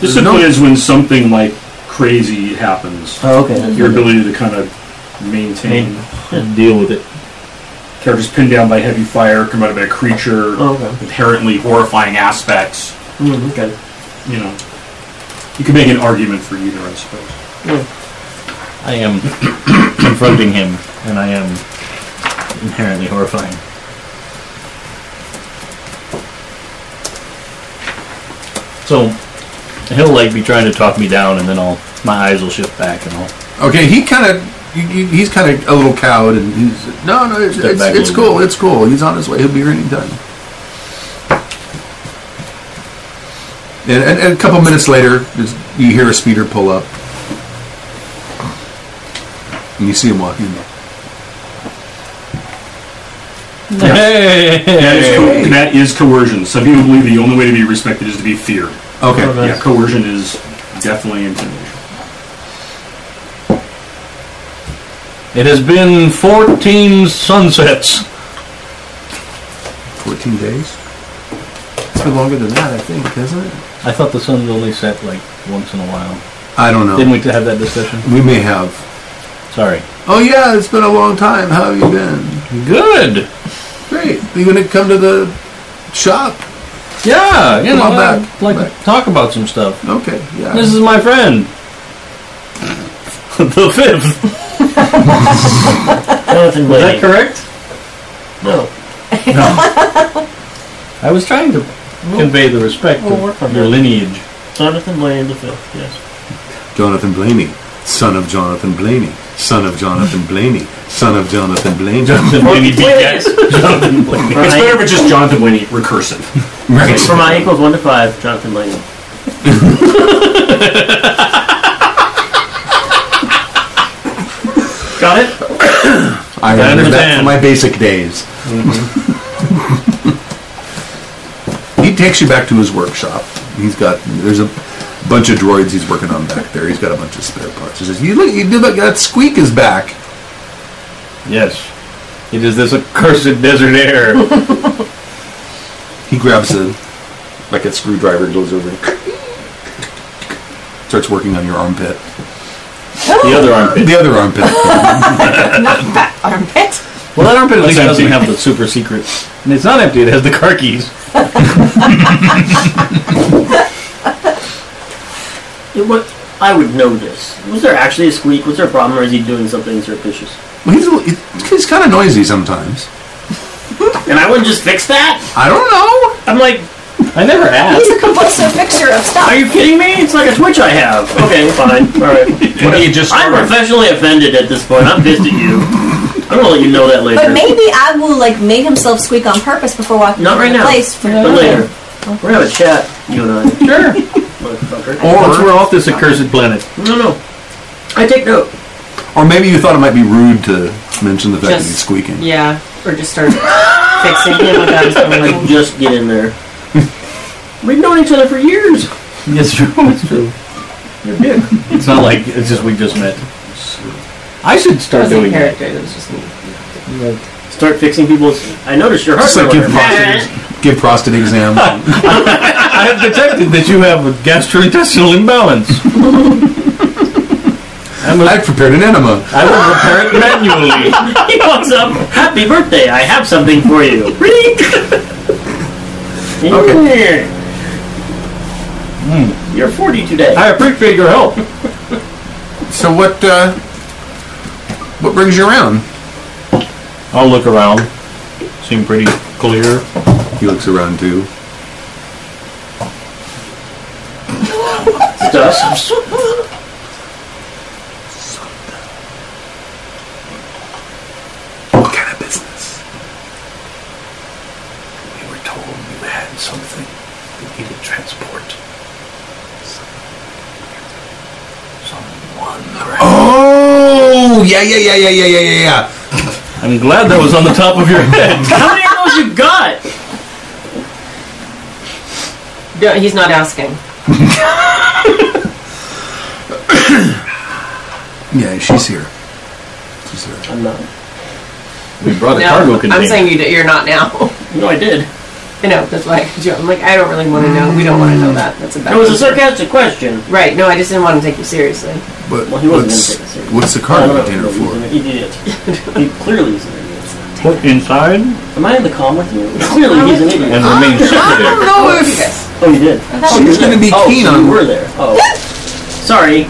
Speaker 3: Discipline is when something like crazy happens.
Speaker 7: Oh, okay.
Speaker 3: Your ability to kind of maintain.
Speaker 4: Deal with it.
Speaker 3: Characters pinned down by heavy fire, confronted by a creature,
Speaker 7: Oh, okay.
Speaker 3: inherently horrifying aspects.
Speaker 7: Mm, okay.
Speaker 3: You know, you can make an argument for either, I suppose.
Speaker 4: I am confronting him, and I am inherently horrifying. So he'll like be trying to talk me down, and then I'll my eyes will shift back, and I'll
Speaker 2: okay. He kind of he's kind of a little cowed, and he's no, no. It's,
Speaker 4: Step
Speaker 2: it's,
Speaker 4: back a
Speaker 2: it's
Speaker 4: little
Speaker 2: cool. It's cool. He's on his way. He'll be here any time. And, and, and a couple minutes later, there's- you hear a speeder pull up, and you see him walking.
Speaker 3: That is, co- that is coercion. Some people believe the only way to be respected is to be feared.
Speaker 2: Okay.
Speaker 3: Yeah, coercion is definitely intimidation.
Speaker 4: It has been 14 sunsets.
Speaker 2: 14 days? It's been longer than that, I think, hasn't it?
Speaker 4: I thought the sun only set like once in a while.
Speaker 2: I don't know.
Speaker 4: Didn't we have that discussion?
Speaker 2: we may have.
Speaker 4: Sorry.
Speaker 2: Oh, yeah, it's been a long time. How have you been?
Speaker 4: Good.
Speaker 2: Great. You going to come to the shop?
Speaker 4: Yeah, you
Speaker 2: Come
Speaker 4: know,
Speaker 2: on
Speaker 4: I'd
Speaker 2: back.
Speaker 4: like
Speaker 2: Back.
Speaker 4: to talk about some stuff.
Speaker 2: Okay, yeah.
Speaker 4: This is my friend. the fifth.
Speaker 7: Jonathan
Speaker 4: Is that
Speaker 7: Blaney.
Speaker 4: correct?
Speaker 7: No.
Speaker 4: I was trying to convey the respect
Speaker 7: We'll work on
Speaker 4: of your
Speaker 7: that.
Speaker 4: lineage.
Speaker 7: Jonathan Blaney the fifth, yes.
Speaker 2: Jonathan Blaney, son of Jonathan Blaney, son of Jonathan Blaney, son of Jonathan Blaney.
Speaker 4: Jonathan Blaney beat that.
Speaker 7: Yes.
Speaker 4: Jonathan Blaney.
Speaker 7: From
Speaker 3: It's
Speaker 7: I-
Speaker 3: better if it's just Jonathan Winnie recursive.
Speaker 2: Right.
Speaker 7: From I equals one to five, Jonathan Blaney. Got it?
Speaker 2: I remember that
Speaker 4: understand.
Speaker 2: from my basic days. he takes you back to his workshop. He's got there's a bunch of droids he's working on back there. He's got a bunch of spare parts. He says, "You look, you look that squeak is back."
Speaker 4: Yes. It is this accursed desert air.
Speaker 2: He grabs a like a screwdriver, goes over, and starts working on your armpit.
Speaker 4: the other armpit.
Speaker 2: The other armpit.
Speaker 11: That armpit.
Speaker 4: Well, that armpit at least
Speaker 3: empty.
Speaker 4: doesn't have the super secret. And it's not empty, it has the car keys.
Speaker 7: it what I would know this. Was there actually a squeak? Was there a problem or is he doing something surreptitious?
Speaker 2: Well, he's, a little- he's kind of noisy sometimes.
Speaker 7: And I wouldn't just fix that?
Speaker 2: I don't know.
Speaker 7: I'm like,
Speaker 4: I never asked.
Speaker 11: He's a compulsive fixture of stuff.
Speaker 7: are you kidding me? It's like a twitch I have. Okay, fine. Alright.
Speaker 3: What do you just
Speaker 7: I'm professionally offended at this point. I'm pissed at you. I'm gonna let you know that later.
Speaker 8: But maybe I will like make himself squeak on purpose before walking
Speaker 7: Not
Speaker 8: into
Speaker 7: right now.
Speaker 8: the place. For
Speaker 7: But later. We're gonna have a chat, you and I.
Speaker 4: Sure.
Speaker 7: Motherfucker.
Speaker 4: Once we're off this accursed planet.
Speaker 7: No, no. I take note.
Speaker 2: Or maybe you thought it might be rude to mention the fact that
Speaker 5: Just-
Speaker 2: he's squeaking.
Speaker 5: Yeah, or just start fixing him without his own
Speaker 7: Like,
Speaker 5: little-
Speaker 7: just get in there. We've known each other for years.
Speaker 4: It's true. It's true. You're big. It's not like it's just we just met. I should start
Speaker 5: wasn't
Speaker 4: doing that.
Speaker 5: character, that was just me.
Speaker 7: Start fixing people's. I noticed your heart.
Speaker 2: Just like give
Speaker 7: rate.
Speaker 2: prostate, give prostate exam.
Speaker 4: I have detected that you have a gastrointestinal imbalance. I
Speaker 2: I
Speaker 4: must-
Speaker 2: prepared an enema.
Speaker 4: I will repair it manually.
Speaker 7: he walks up. Happy birthday! I have something for you. Reek. Okay. Hmm. You're 40 today.
Speaker 4: I appreciate your help.
Speaker 2: So what? Uh, what brings you around?
Speaker 4: I'll look around,
Speaker 3: Seem pretty clear.
Speaker 2: He looks around too.
Speaker 7: Stuff.
Speaker 16: What kind of business? We were told you had something that needed transport. Someone.
Speaker 2: Oh yeah yeah yeah yeah yeah yeah yeah yeah.
Speaker 3: I'm glad that was on the top of your head.
Speaker 7: How many of those you got?
Speaker 5: No, he's not asking.
Speaker 2: Yeah, she's here. She's here.
Speaker 7: I'm not.
Speaker 3: We brought a
Speaker 5: No,
Speaker 3: Oh, cargo container.
Speaker 5: I'm saying you, d- you're not now.
Speaker 7: No, I did.
Speaker 5: I know, that's why I asked you. I'm like, I don't really want to know. We don't want to know that. That's a bad
Speaker 7: It was a
Speaker 5: answer.
Speaker 7: sarcastic question.
Speaker 5: Right, no, I just didn't want to take you seriously.
Speaker 2: But
Speaker 7: Well, he
Speaker 2: what's-
Speaker 7: wasn't gonna take it seriously.
Speaker 2: what's the cargo
Speaker 7: I don't know,
Speaker 2: container
Speaker 7: he's
Speaker 2: for?
Speaker 7: an idiot. He clearly is an idiot.
Speaker 3: What, inside?
Speaker 7: Am I in the calm with you? Clearly he's an idiot.
Speaker 3: And the
Speaker 5: Oh,
Speaker 3: main ship there.
Speaker 5: No, if-
Speaker 7: Oh, you did.
Speaker 2: She was gonna be
Speaker 7: oh,
Speaker 2: keen
Speaker 7: so
Speaker 2: on-
Speaker 7: You were there. Oh, sorry,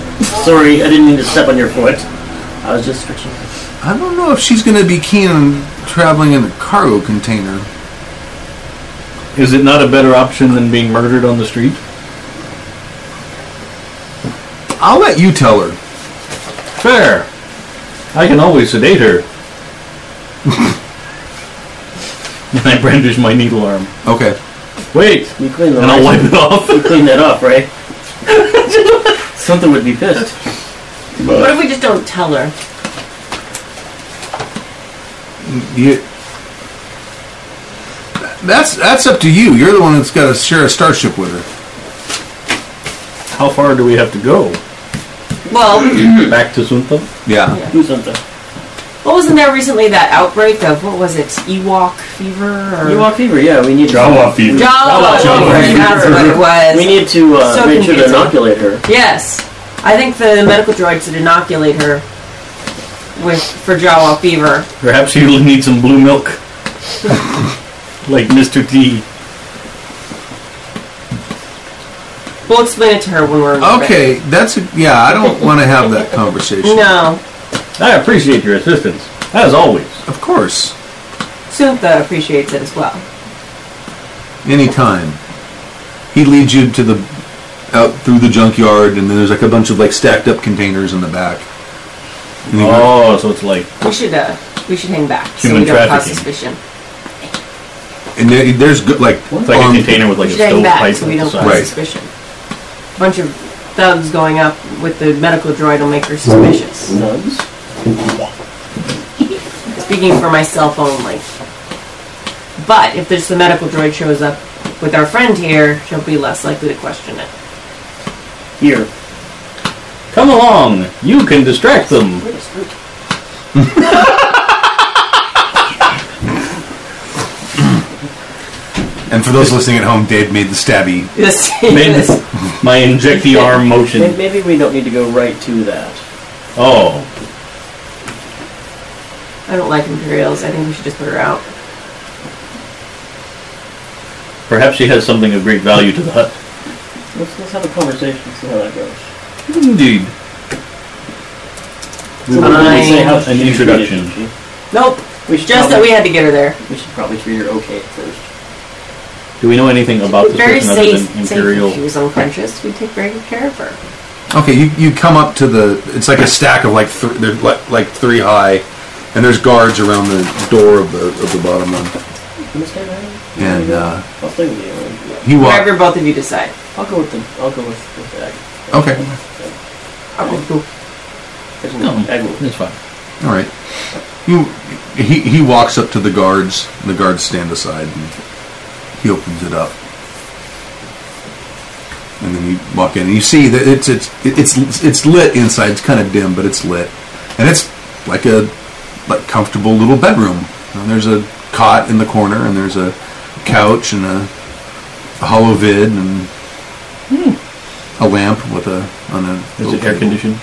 Speaker 7: sorry. I didn't mean to step on your foot. I was just stretching.
Speaker 2: I don't know if she's going to be keen on traveling in a cargo container.
Speaker 3: Is it not a better option than being murdered on the street?
Speaker 2: I'll let you tell her.
Speaker 3: Fair. I can always sedate her. and I brandish my needle arm.
Speaker 2: Okay.
Speaker 3: Wait,
Speaker 7: You clean the
Speaker 3: and I'll wipe
Speaker 7: rice.
Speaker 3: it off.
Speaker 7: You clean that up, right? Something would be pissed.
Speaker 5: What if we just don't tell her?
Speaker 2: You. That's that's up to you. You're the one that's got to share a starship with her.
Speaker 3: How far do we have to go?
Speaker 5: Well,
Speaker 3: Back to Suntham?
Speaker 2: Yeah.
Speaker 7: Do something.
Speaker 5: what wasn't there recently that outbreak of, what was it, Ewok fever? Or
Speaker 7: You want fever? Yeah, we need.
Speaker 17: Jawa fever.
Speaker 5: Jawa
Speaker 7: Jawa
Speaker 5: fever, that's what it was.
Speaker 7: We need to uh,
Speaker 5: So
Speaker 7: make sure to
Speaker 5: confusing.
Speaker 7: inoculate her.
Speaker 5: Yes, I think the medical droids would inoculate her with for Jawa fever.
Speaker 3: Perhaps you'll need some blue milk. like Mr. T.
Speaker 5: We'll explain it to her when we're
Speaker 2: Okay. That's a, yeah. I don't want to have that conversation.
Speaker 5: No,
Speaker 3: I appreciate your assistance, as always.
Speaker 2: Of course.
Speaker 5: Suntha appreciates it as well.
Speaker 2: Anytime. He leads you to the out through the junkyard, and then there's like a bunch of like stacked up containers in the back. And you go,
Speaker 3: Oh, so it's like
Speaker 5: We should uh, we should hang back so
Speaker 3: Human
Speaker 5: we don't cause
Speaker 3: trafficking.
Speaker 5: suspicion.
Speaker 2: and there, there's good like
Speaker 3: it's like
Speaker 2: armed-
Speaker 3: a container with
Speaker 5: We
Speaker 3: like a
Speaker 5: should hang
Speaker 3: stove
Speaker 5: back
Speaker 3: pipe
Speaker 5: so we
Speaker 3: on the
Speaker 5: don't
Speaker 3: side.
Speaker 5: cause
Speaker 2: Right.
Speaker 5: suspicion. A bunch of thugs going up with the medical droid will make her suspicious.
Speaker 7: Nugs.
Speaker 5: Speaking for myself only. But if this the medical droid shows up with our friend here, she'll be less likely to question it.
Speaker 7: Here.
Speaker 3: Come along, you can distract them.
Speaker 2: And for those listening at home, Dave made the stabby.
Speaker 5: Yes.
Speaker 3: Made my inject the arm
Speaker 7: May-
Speaker 3: motion.
Speaker 7: Maybe we don't need to go right to that.
Speaker 3: Oh,
Speaker 5: I don't like Imperials. I think we should just put her out.
Speaker 3: perhaps she has something of great value to the hut.
Speaker 7: Let's, let's have a conversation. See how that goes.
Speaker 3: Indeed.
Speaker 7: So what did we say how
Speaker 5: An
Speaker 7: she should be
Speaker 3: introduction.
Speaker 7: treated, she-
Speaker 5: Nope.
Speaker 7: We should
Speaker 5: Just that
Speaker 7: probably,
Speaker 5: we had to get her there.
Speaker 7: we should probably treat her okay at first.
Speaker 3: Do we know anything about this
Speaker 5: Very
Speaker 3: person other
Speaker 5: safe.
Speaker 3: than
Speaker 5: safe. If she
Speaker 3: Imperial?
Speaker 5: was unconscious, we'd take very good care of her.
Speaker 2: Okay, you, you come up to the. It's like a stack of like th- they're like, like three high, and there's guards around the door of the of the bottom one.
Speaker 7: Can we stay there?
Speaker 2: And uh,
Speaker 7: I'll stay with you. Yeah.
Speaker 2: he walks.
Speaker 5: Whatever both of you decide.
Speaker 7: I'll go with the. I'll go with, with the egg.
Speaker 2: Okay,
Speaker 5: Okay, cool.
Speaker 7: There's an
Speaker 3: No,
Speaker 7: egg will-
Speaker 3: it's fine.
Speaker 2: all right. You he he walks up to the guards. And the guards stand aside, and he opens it up. And then you walk in, and you see that it's it's it's it's lit inside. It's kind of dim, but it's lit, and it's like a like comfortable little bedroom. And there's a cot in the corner, and there's a couch and a, a hollow vid and hmm, a lamp with a on a.
Speaker 3: Is
Speaker 2: little
Speaker 3: it air
Speaker 2: table.
Speaker 3: conditioned?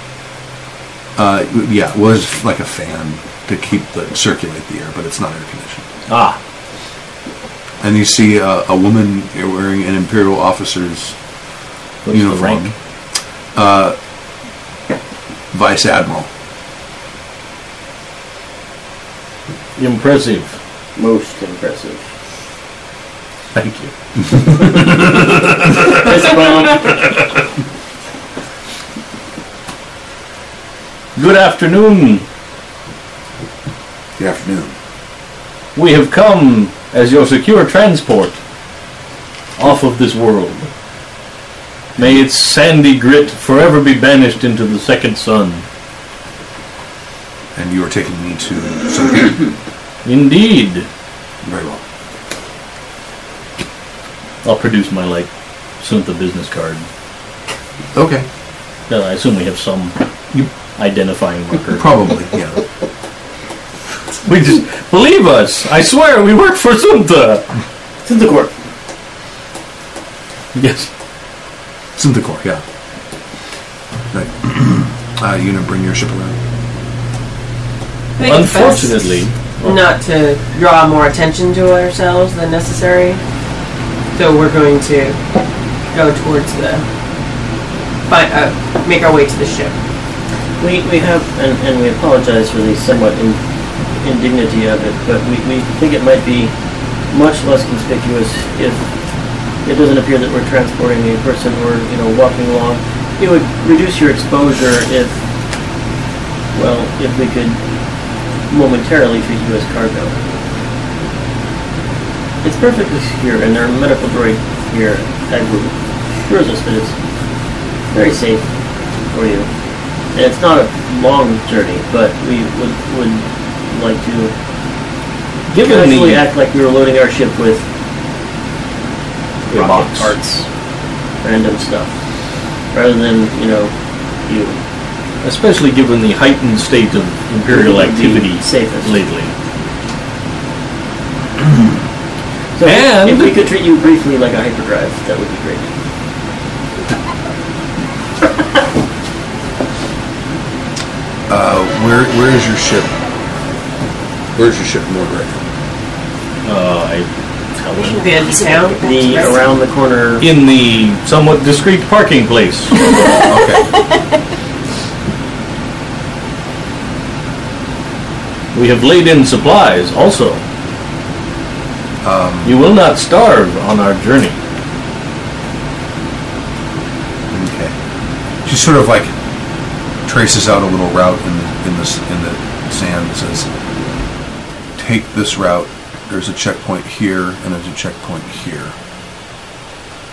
Speaker 2: Uh, yeah, well, it's like a fan to keep the circulate the air, but it's not air conditioned.
Speaker 3: Ah,
Speaker 2: And you see uh, a woman wearing an imperial officer's
Speaker 3: what's the
Speaker 2: uniform.
Speaker 3: rank?
Speaker 2: Uh, Vice Admiral.
Speaker 3: Impressive.
Speaker 7: Most impressive.
Speaker 4: Thank you.
Speaker 7: Mr.
Speaker 4: Good afternoon.
Speaker 2: Good afternoon.
Speaker 4: We have come as your secure transport off of this world. May its sandy grit forever be banished into the second sun.
Speaker 2: And you are taking me to something.
Speaker 4: Indeed.
Speaker 2: Very well.
Speaker 4: I'll produce my, like, Suntha business card.
Speaker 2: Okay.
Speaker 4: Uh, I assume we have some identifying marker.
Speaker 2: Probably, yeah.
Speaker 4: We just believe us. I swear, we work for Suntha.
Speaker 7: Suntha Corp.
Speaker 4: Yes.
Speaker 2: Synthicore, yeah. Right. uh, you gonna bring your ship around?
Speaker 5: I think it's best
Speaker 4: Unfortunately,
Speaker 5: Not to draw more attention to ourselves than necessary. So we're going to go towards the. Find, uh, make our way to the ship.
Speaker 7: We, we have, and, and we apologize for the somewhat in, indignity of it, but we, we think it might be much less conspicuous if it doesn't appear that we're transporting a person or, you know, walking along. It would reduce your exposure if, well, if we could momentarily treat you as cargo. It's perfectly secure, and their medical droid here, Agru, assures us that it's very safe for you. And it's not a long journey, but we would, would like to
Speaker 4: Given the-
Speaker 7: actually act like we were loading our ship with
Speaker 4: A
Speaker 7: rocket
Speaker 4: box.
Speaker 7: parts, random stuff, rather than, you know, you.
Speaker 4: especially given the heightened state of imperial
Speaker 7: Would be
Speaker 4: activity
Speaker 7: safest.
Speaker 4: lately.
Speaker 7: So if-
Speaker 4: And-
Speaker 7: if we could treat you briefly like a hyperdrive, that would be great.
Speaker 2: Uh, where Where is your ship? Where's your ship, Mordred?
Speaker 4: Uh, I tell them.
Speaker 5: The end of town.
Speaker 7: The around the corner.
Speaker 4: In the somewhat discreet parking place.
Speaker 2: Okay.
Speaker 4: We have laid in supplies also. you will not starve on our journey.
Speaker 2: Okay. She sort of like traces out a little route in the in the s- in the sand that says, "Take this route. There's a checkpoint here, and there's a checkpoint here."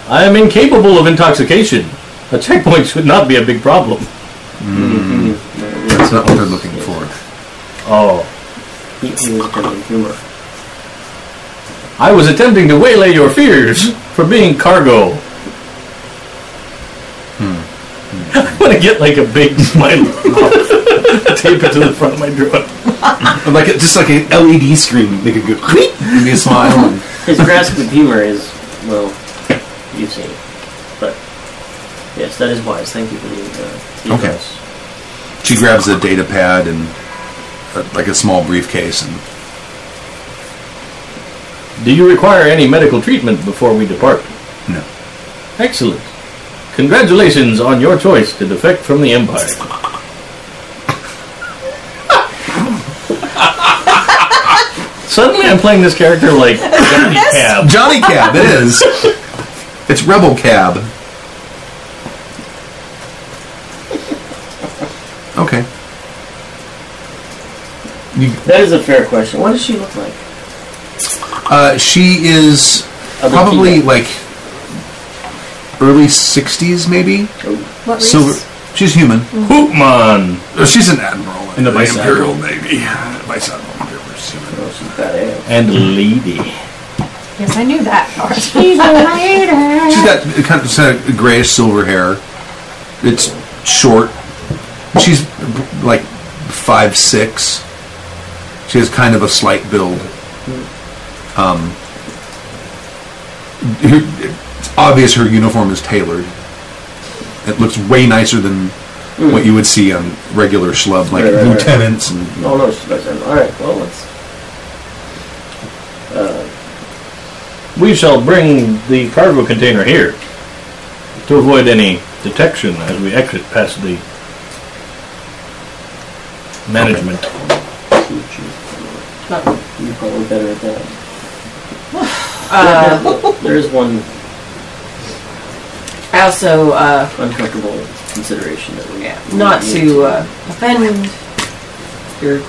Speaker 4: I am incapable of intoxication. A checkpoint should not be a big problem.
Speaker 2: That's not what they're looking for.
Speaker 4: Oh,
Speaker 7: He he was kind of humor.
Speaker 4: I was attempting to waylay your fears for being cargo. Hmm. I want to get like a big smile. Tape it to the front of my drawer.
Speaker 9: I'm like just like an LED screen. They could go and be a smile. And,
Speaker 7: His grasp of humor is, well, you've seen it. But, yes, that is wise. Thank you for the, uh, the
Speaker 2: Okay.
Speaker 7: advice.
Speaker 2: She grabs a data pad and uh, like a small briefcase and
Speaker 4: Do you require any medical treatment before we depart?
Speaker 2: no.
Speaker 4: Excellent. Congratulations on your choice to defect from the Empire. Suddenly I'm playing this character like Johnny Cab.
Speaker 2: Johnny Cab, it is. It's Rebel Cab. Okay.
Speaker 7: That is a fair question. What does she look like?
Speaker 2: Uh, she is
Speaker 7: Other
Speaker 2: probably
Speaker 7: female.
Speaker 2: like early 60s, maybe.
Speaker 8: What race?
Speaker 2: Silver. She's human.
Speaker 3: Mm.
Speaker 4: Hoopman!
Speaker 2: Uh, She's an admiral in
Speaker 3: the
Speaker 2: the
Speaker 3: Vice
Speaker 2: Imperial Navy. Vice Admiral Imperial. She's human.
Speaker 7: Oh, she's badass.
Speaker 4: And lady.
Speaker 11: Yes, I knew that part.
Speaker 2: She's got kind of, sort of grayish silver hair. It's short. She's like five six. She has kind of a slight build. Um, her- it's obvious her uniform is tailored. It looks way nicer than what you would see on regular schlub, like
Speaker 7: Hmm. Right, right, right.
Speaker 2: lieutenants and
Speaker 7: Oh, no, she's vice admiral. All right, well, let's... Uh,
Speaker 4: We shall bring the cargo container here to avoid any detection as we exit past the management.
Speaker 7: she- she- You're probably better at that.
Speaker 5: Uh,
Speaker 7: There- there- there is one
Speaker 5: I also uh,
Speaker 7: uncomfortable consideration that we
Speaker 5: Yeah, not to uh, offend your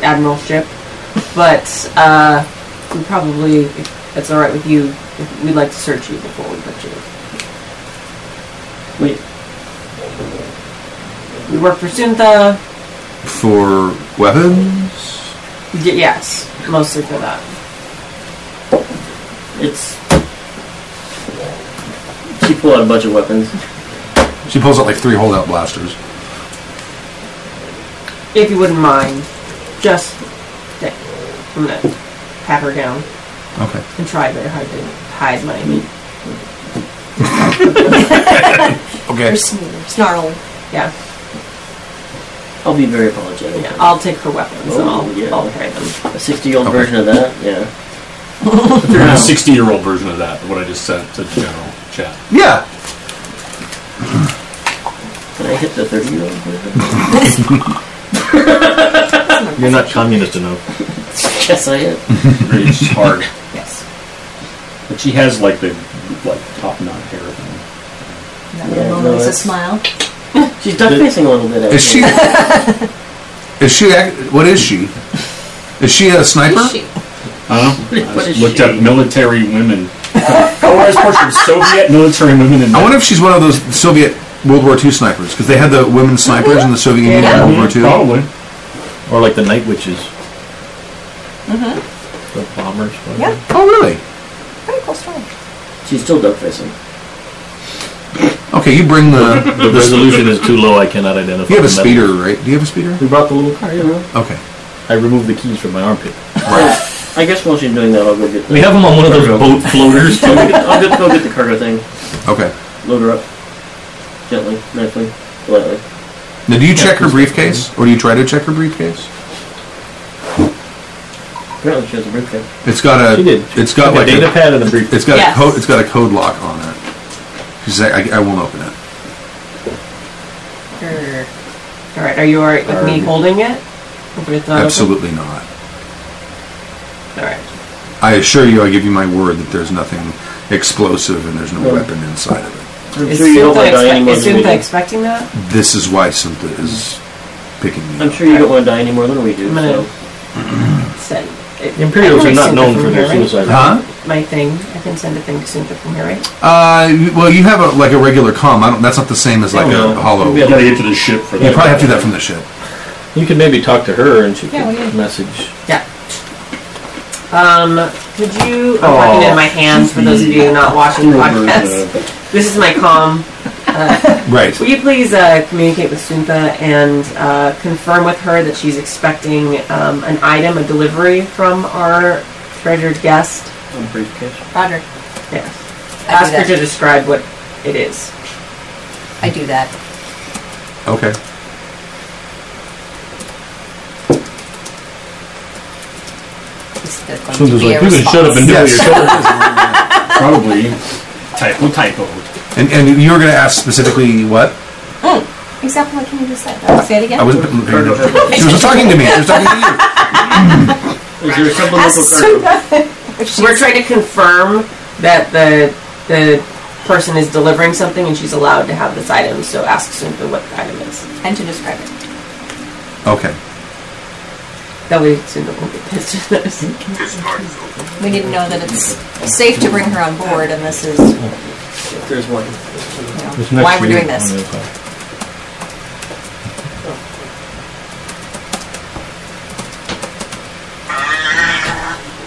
Speaker 5: admiralship, but uh, we probably, if it's all right with you, if- we'd like to search you before we put you.
Speaker 7: Wait.
Speaker 5: We work for Suntha.
Speaker 2: For weapons?
Speaker 5: Y- yes, mostly for that.
Speaker 7: It's. She pulled out a bunch of weapons.
Speaker 2: She pulls out like three holdout blasters.
Speaker 5: If you wouldn't mind, just okay, I'm gonna pat her down
Speaker 2: Okay.
Speaker 5: and try very hard to hide my
Speaker 2: Okay.
Speaker 5: Or sn- snarl. Yeah.
Speaker 7: I'll be very apologetic.
Speaker 5: Yeah, I'll take her weapons and I'll,
Speaker 7: Oh, yeah.
Speaker 5: I'll carry them.
Speaker 7: A 60 year old version of that? Yeah.
Speaker 3: There's a 60 year old version of that, what I just sent to the general chat.
Speaker 2: Yeah.
Speaker 7: Can I hit the 30 year old version?
Speaker 4: You're not communist enough.
Speaker 7: yes, I am.
Speaker 3: It's hard.
Speaker 5: Yes.
Speaker 3: But she has like the like top knot hair. thing.
Speaker 7: Yeah,
Speaker 12: Mona
Speaker 7: no,
Speaker 12: Lisa
Speaker 7: it's-
Speaker 12: smile.
Speaker 7: She's duck facing a little bit.
Speaker 2: Is she?
Speaker 7: actually.
Speaker 2: is she? ac- What is she? Is she a sniper?
Speaker 3: I don't know. I
Speaker 7: What
Speaker 3: just
Speaker 7: is
Speaker 3: looked
Speaker 7: she?
Speaker 3: up military women. oh, where's portrait of Soviet military women in
Speaker 2: I wonder if she's one of those Soviet World War II snipers because they had the women snipers in the Soviet Union
Speaker 5: Yeah.
Speaker 2: in World War Oh, II.
Speaker 3: Probably.
Speaker 4: Or like the night witches.
Speaker 7: Mm-hmm.
Speaker 4: The bombers. whatever.
Speaker 11: Yeah,
Speaker 2: Oh, really?
Speaker 11: pretty cool story.
Speaker 7: She's still duck facing.
Speaker 2: Okay, you bring the.
Speaker 4: The resolution is too low. I cannot identify.
Speaker 2: You have a
Speaker 4: the metal.
Speaker 2: speeder, right? Do you have a speeder?
Speaker 7: We brought the little car, you know?
Speaker 2: Okay.
Speaker 4: I removed the keys from my armpit.
Speaker 7: Well, I guess while she's doing that, I'll go get the.
Speaker 4: We have them on one of those Oh, boat floaters.
Speaker 7: I'll, get, I'll get, go get the cargo thing.
Speaker 2: Okay.
Speaker 7: Load her up. Gently, nicely, politely.
Speaker 2: Now, do you check her briefcase, or do you try to check her briefcase?
Speaker 7: Apparently, she has a briefcase.
Speaker 2: It's got a.
Speaker 4: She did.
Speaker 2: It's got
Speaker 4: Like
Speaker 2: like
Speaker 4: a data
Speaker 2: a,
Speaker 4: pad and a brief.
Speaker 2: It's got
Speaker 5: Yes.
Speaker 2: a code. It's got a code lock on it. She's like, I, I won't open it.
Speaker 4: Uh,
Speaker 5: Grr. All right, are you all right with me
Speaker 2: Are-
Speaker 5: holding it? Hopefully it's not open?
Speaker 2: Absolutely not.
Speaker 5: All right.
Speaker 2: I assure you, I give you my word that there's nothing explosive and there's no
Speaker 7: Yeah.
Speaker 2: weapon inside of it.
Speaker 7: I'm
Speaker 5: Is
Speaker 7: sure you don't
Speaker 5: Cyntha,
Speaker 7: want to die any
Speaker 5: expe-
Speaker 7: more
Speaker 5: is
Speaker 7: than we
Speaker 5: Cyntha
Speaker 7: do.
Speaker 5: expecting that?
Speaker 2: This is why Simta is picking me.
Speaker 7: I'm
Speaker 2: up.
Speaker 7: sure you don't want to die any more than we do.
Speaker 5: I'm gonna-
Speaker 7: So.
Speaker 5: Send. it-
Speaker 4: Imperials
Speaker 5: I
Speaker 4: are
Speaker 5: can
Speaker 4: not
Speaker 5: send it
Speaker 4: known
Speaker 5: from
Speaker 4: for
Speaker 5: here,
Speaker 4: their
Speaker 5: right?
Speaker 4: suicide.
Speaker 2: Huh?
Speaker 5: My thing. I can send a thing to Cyntha from here, right?
Speaker 2: Uh, you- well, you have a, like a regular com. I don't. That's not the same as like
Speaker 7: Oh,
Speaker 2: a hollow.
Speaker 3: You gotta get to the ship for that.
Speaker 2: You probably have to do that from the ship.
Speaker 4: You could maybe talk to her and she
Speaker 11: Yeah, we
Speaker 4: could
Speaker 11: did.
Speaker 4: message.
Speaker 5: Yeah. Um, could you? I'm working in my hands for those of you not watching the podcast. This is my com.
Speaker 2: Right.
Speaker 5: Will you please uh, communicate with Suntha and uh, confirm with her that she's expecting um, an item, a delivery from our treasured guest?
Speaker 7: I'm briefcase.
Speaker 12: Roger.
Speaker 5: Yes.
Speaker 12: I
Speaker 5: Ask
Speaker 12: do
Speaker 5: her
Speaker 12: that.
Speaker 5: to describe what it is.
Speaker 12: I do that.
Speaker 2: Okay.
Speaker 12: Is there going
Speaker 4: Soon
Speaker 12: to
Speaker 4: as
Speaker 12: be
Speaker 4: like,
Speaker 12: a
Speaker 4: you can shut up and do
Speaker 2: Yes.
Speaker 4: what you're told.
Speaker 3: Probably. Typo, typo.
Speaker 2: And and you were going to ask specifically what?
Speaker 12: Mm, exactly what can you just say? That? Say it again.
Speaker 2: I wasn't. She was talking to me. She was talking to you.
Speaker 7: Is there a supplemental cargo?
Speaker 5: We're trying to confirm that the the person is delivering something and she's allowed to have this item. So ask Suntha what the item is.
Speaker 12: and to describe it.
Speaker 2: Okay.
Speaker 5: That way Suntha won't get pissed at us.
Speaker 12: We need to know that it's safe to bring her on board, and this is
Speaker 7: If there's one.
Speaker 4: It's
Speaker 12: you know,
Speaker 4: next
Speaker 12: why we're
Speaker 4: week.
Speaker 12: doing this.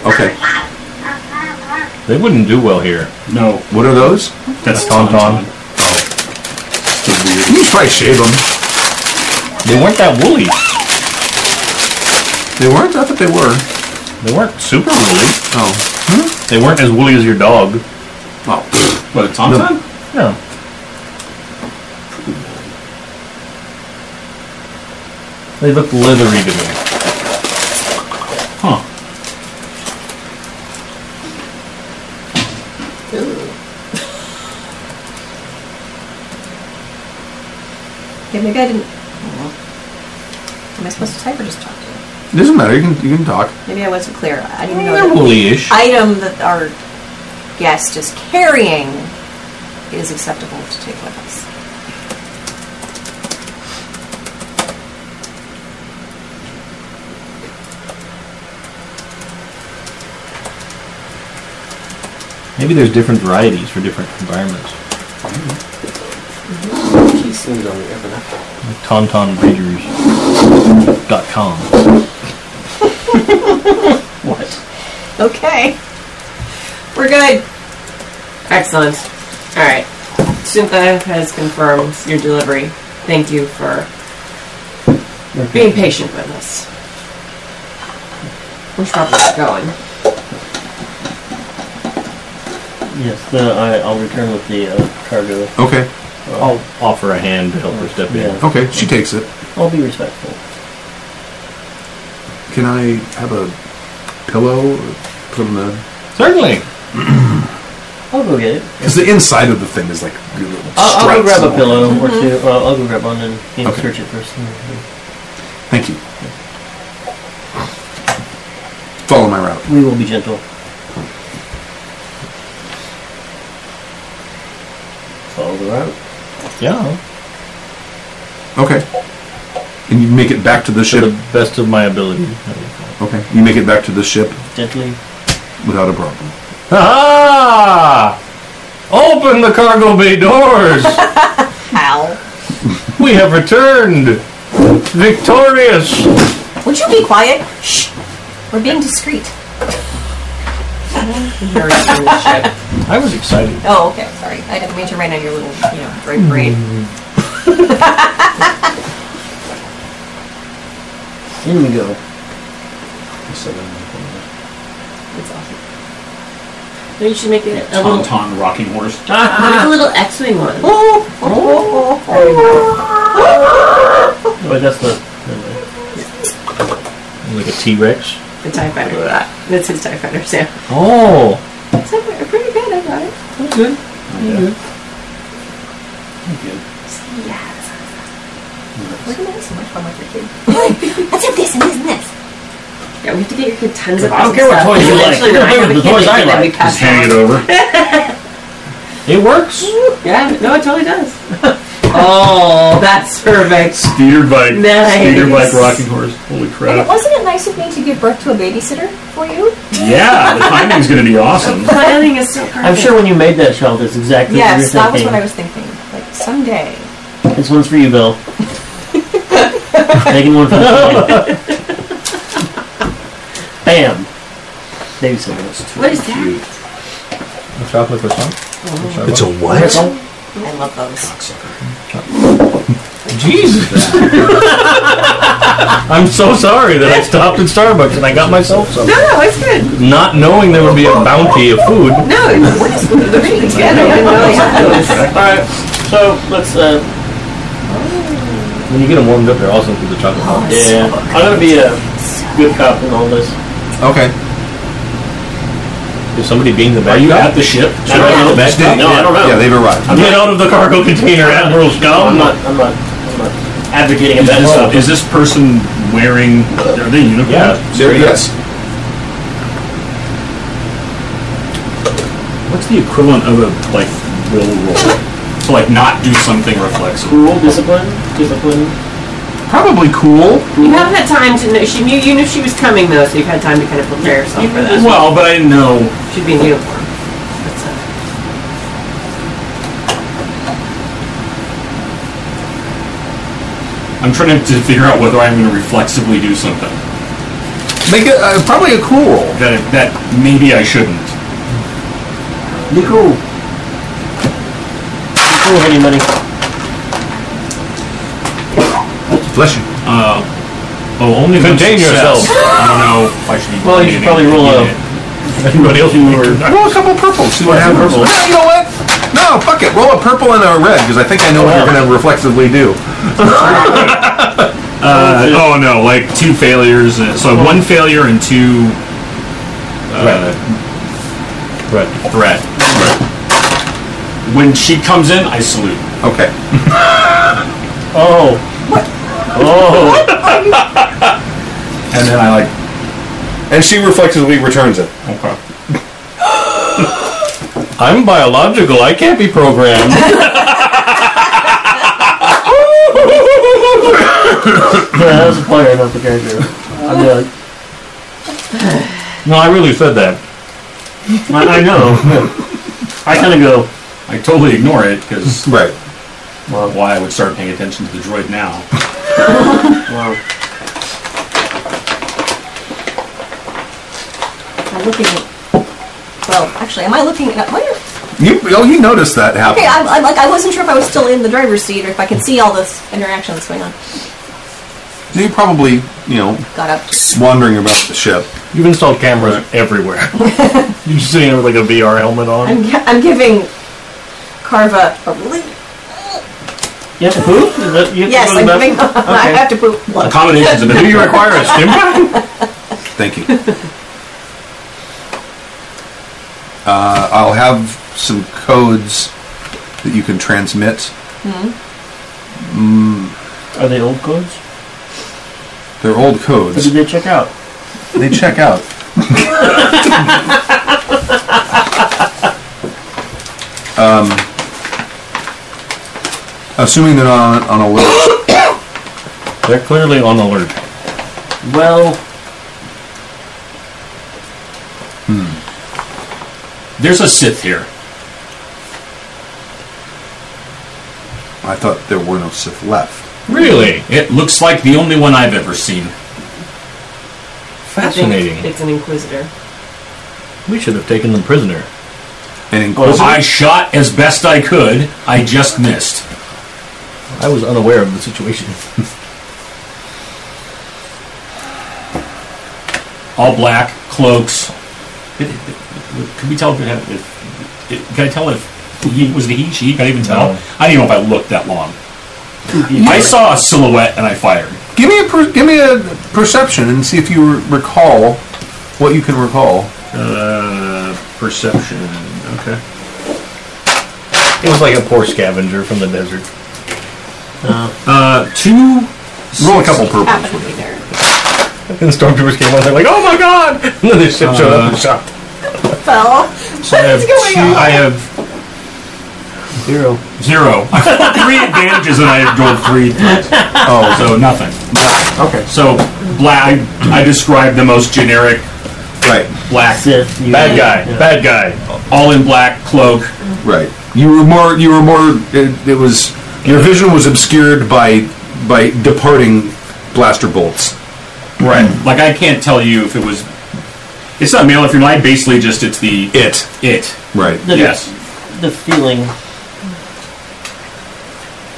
Speaker 2: Okay.
Speaker 4: They wouldn't do well here.
Speaker 3: No,
Speaker 2: What are those?
Speaker 3: that's
Speaker 4: Tauntaun.
Speaker 3: Tauntaun.
Speaker 2: You should probably shave them.
Speaker 4: They weren't that woolly.
Speaker 2: They weren't. I thought they were.
Speaker 4: They weren't super woolly.
Speaker 2: Oh.
Speaker 4: They weren't as woolly as your dog.
Speaker 2: Oh. pfft.
Speaker 3: What, a Tauntaun?
Speaker 4: No. They look leathery to me.
Speaker 3: Huh.
Speaker 12: Yeah, maybe I didn't. Am I supposed to type or just talk to you?
Speaker 2: It doesn't matter. You can you can talk.
Speaker 12: Maybe I wasn't clear. I didn't
Speaker 2: They're
Speaker 12: know
Speaker 2: woolly-ish.
Speaker 12: the item that our guest is carrying is acceptable to take with us.
Speaker 4: Maybe there's different varieties for different environments. TauntaunRagers.com.
Speaker 5: Okay. We're good. Excellent. All right. Cynthia has confirmed your delivery. Thank you for being patient with us. We're probably going.
Speaker 7: Yes, the, I, I'll return with the uh, cargo.
Speaker 2: Okay.
Speaker 4: I'll offer a hand to help her step in.
Speaker 7: Yeah.
Speaker 2: Okay, she takes it.
Speaker 7: I'll be respectful.
Speaker 2: Can I have a pillow from the?
Speaker 4: Certainly.
Speaker 7: I'll go get it.
Speaker 2: Because the inside of the thing is like. little
Speaker 7: I'll,
Speaker 2: struts
Speaker 7: I'll go grab a
Speaker 2: and-
Speaker 7: pillow or
Speaker 12: Mm-hmm.
Speaker 7: two. Well, I'll go grab one and you know,
Speaker 2: Okay.
Speaker 7: search it first.
Speaker 2: Thank you. Follow my route.
Speaker 7: We will be gentle. Follow the route.
Speaker 4: Yeah.
Speaker 2: Okay. And you make it back to the ship.
Speaker 4: the best of my ability.
Speaker 2: Okay. You make it back to the ship
Speaker 7: Gently.
Speaker 2: without a problem.
Speaker 4: Ah! Open the cargo bay doors!
Speaker 12: Ow.
Speaker 4: we have returned! Victorious!
Speaker 12: Would you be quiet? Shh. We're being discreet.
Speaker 4: I was excited.
Speaker 12: Oh, okay. Sorry. I didn't mean to rain on your little, you know,
Speaker 4: Hmm.
Speaker 12: drapery.
Speaker 7: In we go.
Speaker 5: That's awesome. Maybe you should make it a little,
Speaker 3: Tauntaun rocking horse.
Speaker 5: make a little X-wing one. oh,
Speaker 7: But that's the.
Speaker 4: Like a T Rex.
Speaker 5: The Tie Fighter with that. That's his Tie Fighter, Sam.
Speaker 4: Oh!
Speaker 5: So we're pretty good. I got it.
Speaker 4: That's good. Good.
Speaker 12: Yes. We're gonna have so much fun with your kid. Let's have this and this and this.
Speaker 5: Yeah, we have to get your kid tons of.
Speaker 4: I don't
Speaker 5: awesome
Speaker 4: care what
Speaker 5: stuff.
Speaker 4: toys Oh, you like.
Speaker 5: Actually,
Speaker 4: You're
Speaker 5: no, I
Speaker 4: good
Speaker 5: have
Speaker 4: with
Speaker 5: a
Speaker 4: the
Speaker 5: kid
Speaker 4: toys
Speaker 5: that
Speaker 4: I
Speaker 5: we
Speaker 4: like.
Speaker 5: pass
Speaker 4: Just
Speaker 5: on.
Speaker 4: hand it over. It works!
Speaker 5: Yeah, no, it totally does. oh, that's perfect.
Speaker 3: Speeder bike.
Speaker 5: Nice.
Speaker 3: Speeder bike rocking horse. Holy
Speaker 12: And
Speaker 3: crap.
Speaker 12: wasn't it nice of me to give birth to a babysitter for you?
Speaker 3: Yeah, the timing's going to be awesome.
Speaker 5: Planning is so perfect.
Speaker 7: I'm sure when you made that shell, that's exactly
Speaker 12: yes, that
Speaker 7: what
Speaker 12: was
Speaker 7: you were thinking.
Speaker 12: what I was thinking. Like someday.
Speaker 7: This one's for you, Bill. Taking one for the team. Bam. Babysitter. That's
Speaker 5: What is Oh. that?
Speaker 4: A chocolate croissant?
Speaker 9: It's a what?
Speaker 12: I love those.
Speaker 4: Jesus! I'm so sorry that I stopped at Starbucks and I got myself some.
Speaker 5: No, no, it's good.
Speaker 4: Not knowing there would be a bounty of food.
Speaker 5: No, it's what is the really good. I didn't know they had those.
Speaker 7: Alright, so let's. Uh,
Speaker 4: When you get them warmed up, they're awesome for the chocolate. Oh,
Speaker 7: yeah. I'm gonna be a good cop in all this.
Speaker 2: Okay.
Speaker 4: Is somebody being the bad
Speaker 3: Are you
Speaker 4: guy?
Speaker 3: at the ship?
Speaker 4: I don't know.
Speaker 2: That's
Speaker 4: Bad
Speaker 2: it,
Speaker 4: cop?
Speaker 2: yeah.
Speaker 7: I don't know.
Speaker 2: Yeah, they've arrived.
Speaker 4: Get out of the cargo container, Admiral Scott.
Speaker 7: I'm not. I'm not. I'm not advocating a
Speaker 3: Is
Speaker 7: bad
Speaker 3: this,
Speaker 7: cop.
Speaker 3: is this person wearing? Are they uniformed?
Speaker 4: Yeah.
Speaker 2: There, yes.
Speaker 3: What's the equivalent of a like will roll to like not do something reflexively?
Speaker 7: Rule discipline. Discipline.
Speaker 2: Probably cool.
Speaker 5: You have had time to know. She knew you knew she was coming though, so you've had time to kind of prepare yourself for that.
Speaker 3: Well, but I didn't know.
Speaker 5: She'd be in uniform. That's uh, it.
Speaker 3: I'm trying to figure out whether I'm going to reflexively do something
Speaker 2: Make it uh, probably a cool roll.
Speaker 3: that that maybe I shouldn't.
Speaker 7: Nicole. Nicole, any money?
Speaker 2: Bless you.
Speaker 3: Oh, only if I'm
Speaker 4: Contain
Speaker 3: success.
Speaker 4: yourself.
Speaker 3: I don't know if I should be.
Speaker 7: Well, you should
Speaker 3: doing
Speaker 7: probably roll
Speaker 3: anything.
Speaker 4: Everybody else you were.
Speaker 2: Roll a couple purples. See what happens.
Speaker 7: purple.
Speaker 2: No, you know what? No, fuck it. Roll a purple and a red because I think I know what you're going to reflexively do.
Speaker 3: Uh, oh no, like two failures. uh, So one failure and two uh,
Speaker 4: Right.
Speaker 3: threat. When she comes in, I salute.
Speaker 2: Okay.
Speaker 7: Oh.
Speaker 2: And and then I like
Speaker 9: And she reflexively returns it.
Speaker 3: Okay.
Speaker 4: I'm biological. I can't be programmed.
Speaker 7: yeah, that was a player, not the character. I'd be like,
Speaker 4: No, I really said that.
Speaker 7: I, I know. I kind of go.
Speaker 3: I totally ignore it because
Speaker 2: right.
Speaker 3: Well, why I would start paying attention to the droid now?
Speaker 7: Wow.
Speaker 12: I'm looking at. Well, actually, am I looking at. Why are-
Speaker 2: You oh, you noticed that happen.
Speaker 12: Okay, I'm, I'm like, I wasn't sure if I was still in the driver's seat or if I could see all this interaction that's going on.
Speaker 2: You probably you know
Speaker 12: Got up.
Speaker 2: wandering about the ship.
Speaker 4: You've installed cameras everywhere. You're just sitting there with like a VR helmet on.
Speaker 12: I'm, gi- I'm giving Carva a really.
Speaker 7: You have to poop? Is that, you have
Speaker 12: Yes,
Speaker 7: to
Speaker 12: I'm
Speaker 7: go to the
Speaker 12: giving.
Speaker 7: bathroom?
Speaker 12: I have to poop.
Speaker 3: Accommodations of
Speaker 4: Do you require a stim pack?
Speaker 2: Thank you. uh, I'll have some codes that you can transmit.
Speaker 7: Are they old codes?
Speaker 2: They're old
Speaker 7: Or
Speaker 2: codes.
Speaker 7: did they check out?
Speaker 2: They check out. um, assuming they're not on, on a list.
Speaker 4: They're clearly on alert.
Speaker 7: Well,
Speaker 3: Hmm. There's a Sith here.
Speaker 2: I thought there were no Sith left.
Speaker 4: Really?
Speaker 3: It looks like the only one I've ever seen.
Speaker 5: I think
Speaker 4: Fascinating.
Speaker 5: It's an inquisitor.
Speaker 4: We should have taken them prisoner.
Speaker 2: And
Speaker 3: Well,
Speaker 2: Inquisitor.
Speaker 3: I shot as best I could. I just missed.
Speaker 4: I was unaware of the situation.
Speaker 3: All black cloaks. It- it- it- Could we tell if it had? If, it, can I tell if he was the he? She? Can I even tell?
Speaker 4: No.
Speaker 3: I don't even know if I looked that long. I saw a silhouette and I fired.
Speaker 2: give me a per- give me a perception and see if you re- recall what you can recall.
Speaker 3: Uh, perception. Okay.
Speaker 4: It was like a poor scavenger from the desert.
Speaker 3: Uh, two.
Speaker 2: Roll a couple purples.
Speaker 12: Happened to be there.
Speaker 4: And the stormtroopers came on. They're like, "Oh my god!" And then they ship showed up and shot.
Speaker 12: Fell.
Speaker 3: Uh, So I have
Speaker 12: going
Speaker 3: two.
Speaker 12: on?
Speaker 3: I have
Speaker 7: zero.
Speaker 3: Zero. I got three advantages and I have rolled three threats. Oh, so nothing.
Speaker 2: Okay.
Speaker 3: So black. I, I described the most generic
Speaker 2: Right.
Speaker 3: black,
Speaker 7: Sith. You
Speaker 4: Bad guy.
Speaker 7: Yeah.
Speaker 4: Bad guy.
Speaker 3: all in black cloak.
Speaker 2: Right. You were more. You were more. It, it was your vision was obscured by by departing blaster bolts.
Speaker 3: Right. Mm. Like I can't tell you if it was. It's not male or female. I basically just it's the
Speaker 2: It.
Speaker 3: it.
Speaker 2: Right.
Speaker 7: The,
Speaker 3: Yes.
Speaker 7: The feeling.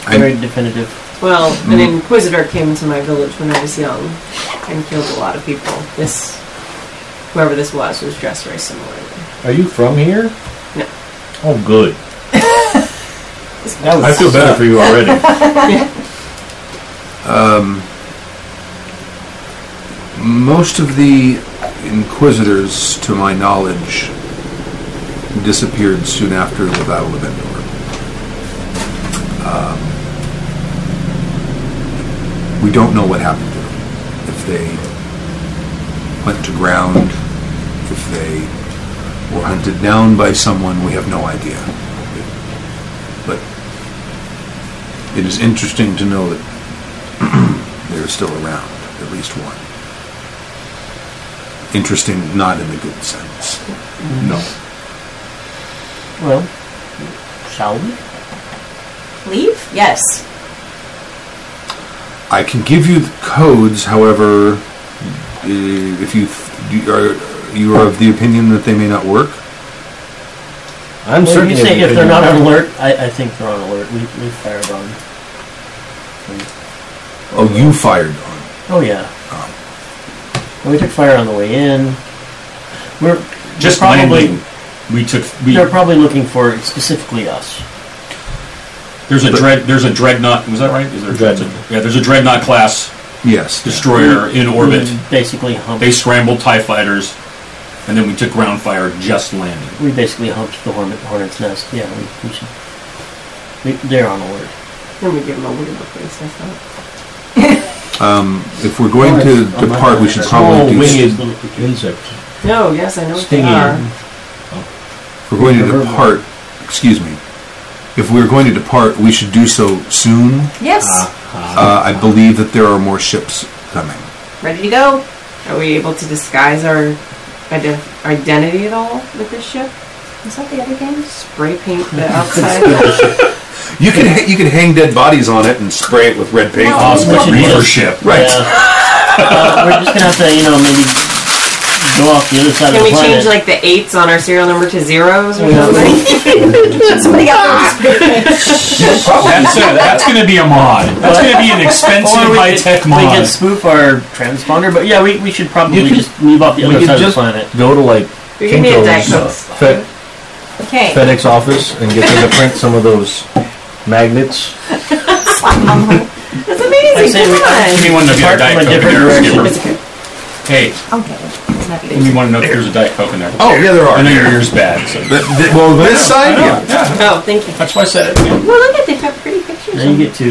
Speaker 2: I-
Speaker 7: Very definitive.
Speaker 5: Well, an
Speaker 4: Mm.
Speaker 5: inquisitor came to my village when I was young and killed a lot of people. This, whoever this was, was dressed very similarly.
Speaker 4: Are you from here?
Speaker 5: No.
Speaker 4: Oh, good.
Speaker 7: That was
Speaker 4: I feel better for you already.
Speaker 2: Most of the inquisitors, to my knowledge, disappeared soon after the Battle of Endor. Um, we don't know what happened to them. If they went to ground, if they were hunted down by someone, we have no idea. But it is interesting to know that they're still around, at least one interesting, not in the good sense. No.
Speaker 7: Well, shall we?
Speaker 12: Leave? Yes.
Speaker 2: I can give you the codes, however, uh, if you you are you are of the opinion that they may not work.
Speaker 4: I'm
Speaker 7: Well,
Speaker 4: certain
Speaker 7: you
Speaker 4: of
Speaker 7: say
Speaker 4: your
Speaker 7: if they're
Speaker 4: opinion.
Speaker 7: not on alert, I, I think they're on alert. We, we fired on.
Speaker 2: Oh, you fired on.
Speaker 7: Oh yeah. And we took fire on the way in. We're
Speaker 3: Just
Speaker 7: they're probably
Speaker 3: landing. We took. We,
Speaker 7: they're probably looking for specifically us.
Speaker 3: there's a dread. There's a dreadnought. Was that right? Is there a
Speaker 4: Dreadnought.
Speaker 3: Yeah. There's a dreadnought class
Speaker 2: Yes.
Speaker 3: destroyer
Speaker 7: Mm.
Speaker 3: in orbit.
Speaker 7: We basically humped.
Speaker 3: They scrambled Tie fighters, and then we took ground fire just landing.
Speaker 7: we basically humped the hornet, hornet's nest. Yeah, we, we should. We, they're on alert.
Speaker 5: Then we give him a weird look face, I thought.
Speaker 2: Um, if we're going to depart, we should
Speaker 4: Small
Speaker 2: probably do.
Speaker 4: winged insect.
Speaker 5: No, yes, I know what they
Speaker 4: Stinging.
Speaker 5: are.
Speaker 2: If we're going to depart, excuse me. If we're going to depart, we should do so soon.
Speaker 8: Uh-huh.
Speaker 5: Yes.
Speaker 4: Ah.
Speaker 2: Uh, I believe that there are more ships coming.
Speaker 5: Ready to go? Are we able to disguise our ide- identity at all with this ship?
Speaker 12: Is that the other game?
Speaker 5: Spray paint the outside.
Speaker 2: You can ha- you can hang dead bodies on it and spray it with red paint.
Speaker 7: No. Osmond
Speaker 2: Reaper
Speaker 7: Reaper
Speaker 2: ship, right?
Speaker 7: Uh, we're just gonna have to, you know, maybe go off the other side
Speaker 5: Can
Speaker 7: of
Speaker 5: we
Speaker 7: the
Speaker 5: change
Speaker 7: planet.
Speaker 5: like the eights on our serial number to zeros or something?
Speaker 8: Somebody
Speaker 4: Ah.
Speaker 8: got those.
Speaker 3: That's, uh, that's going to be a mod. That's going to be an expensive
Speaker 7: Or we
Speaker 3: high
Speaker 7: could-
Speaker 3: tech
Speaker 7: We
Speaker 3: mod.
Speaker 7: could spoof our transponder, but yeah, we, we should probably
Speaker 4: You could-
Speaker 7: just move off the
Speaker 4: We
Speaker 7: other
Speaker 4: could
Speaker 7: side of the
Speaker 4: just
Speaker 7: planet.
Speaker 4: go to like
Speaker 5: You're gonna be a
Speaker 4: Kinko's uh,
Speaker 5: Dyke's.
Speaker 4: Fe-
Speaker 12: Okay.
Speaker 4: FedEx office and get them to print some of those magnets.
Speaker 12: um,
Speaker 5: That's amazing.
Speaker 7: say we-
Speaker 5: Come on.
Speaker 3: Anyone know if there's a
Speaker 7: Depart
Speaker 3: Diet Coke
Speaker 7: from a
Speaker 3: in
Speaker 7: different
Speaker 3: there?
Speaker 7: direction.
Speaker 3: Skipper? Hey,
Speaker 12: Okay. It's not
Speaker 3: we want to know if there's a Diet Coke in there.
Speaker 2: Oh yeah, there
Speaker 3: I know
Speaker 2: are.
Speaker 3: your ear's bad, so
Speaker 2: Th- th- well, this side, yeah.
Speaker 5: Oh, thank you.
Speaker 3: that's why I said it. Yeah.
Speaker 8: Well, look at they have pretty pictures.
Speaker 7: Now you get to.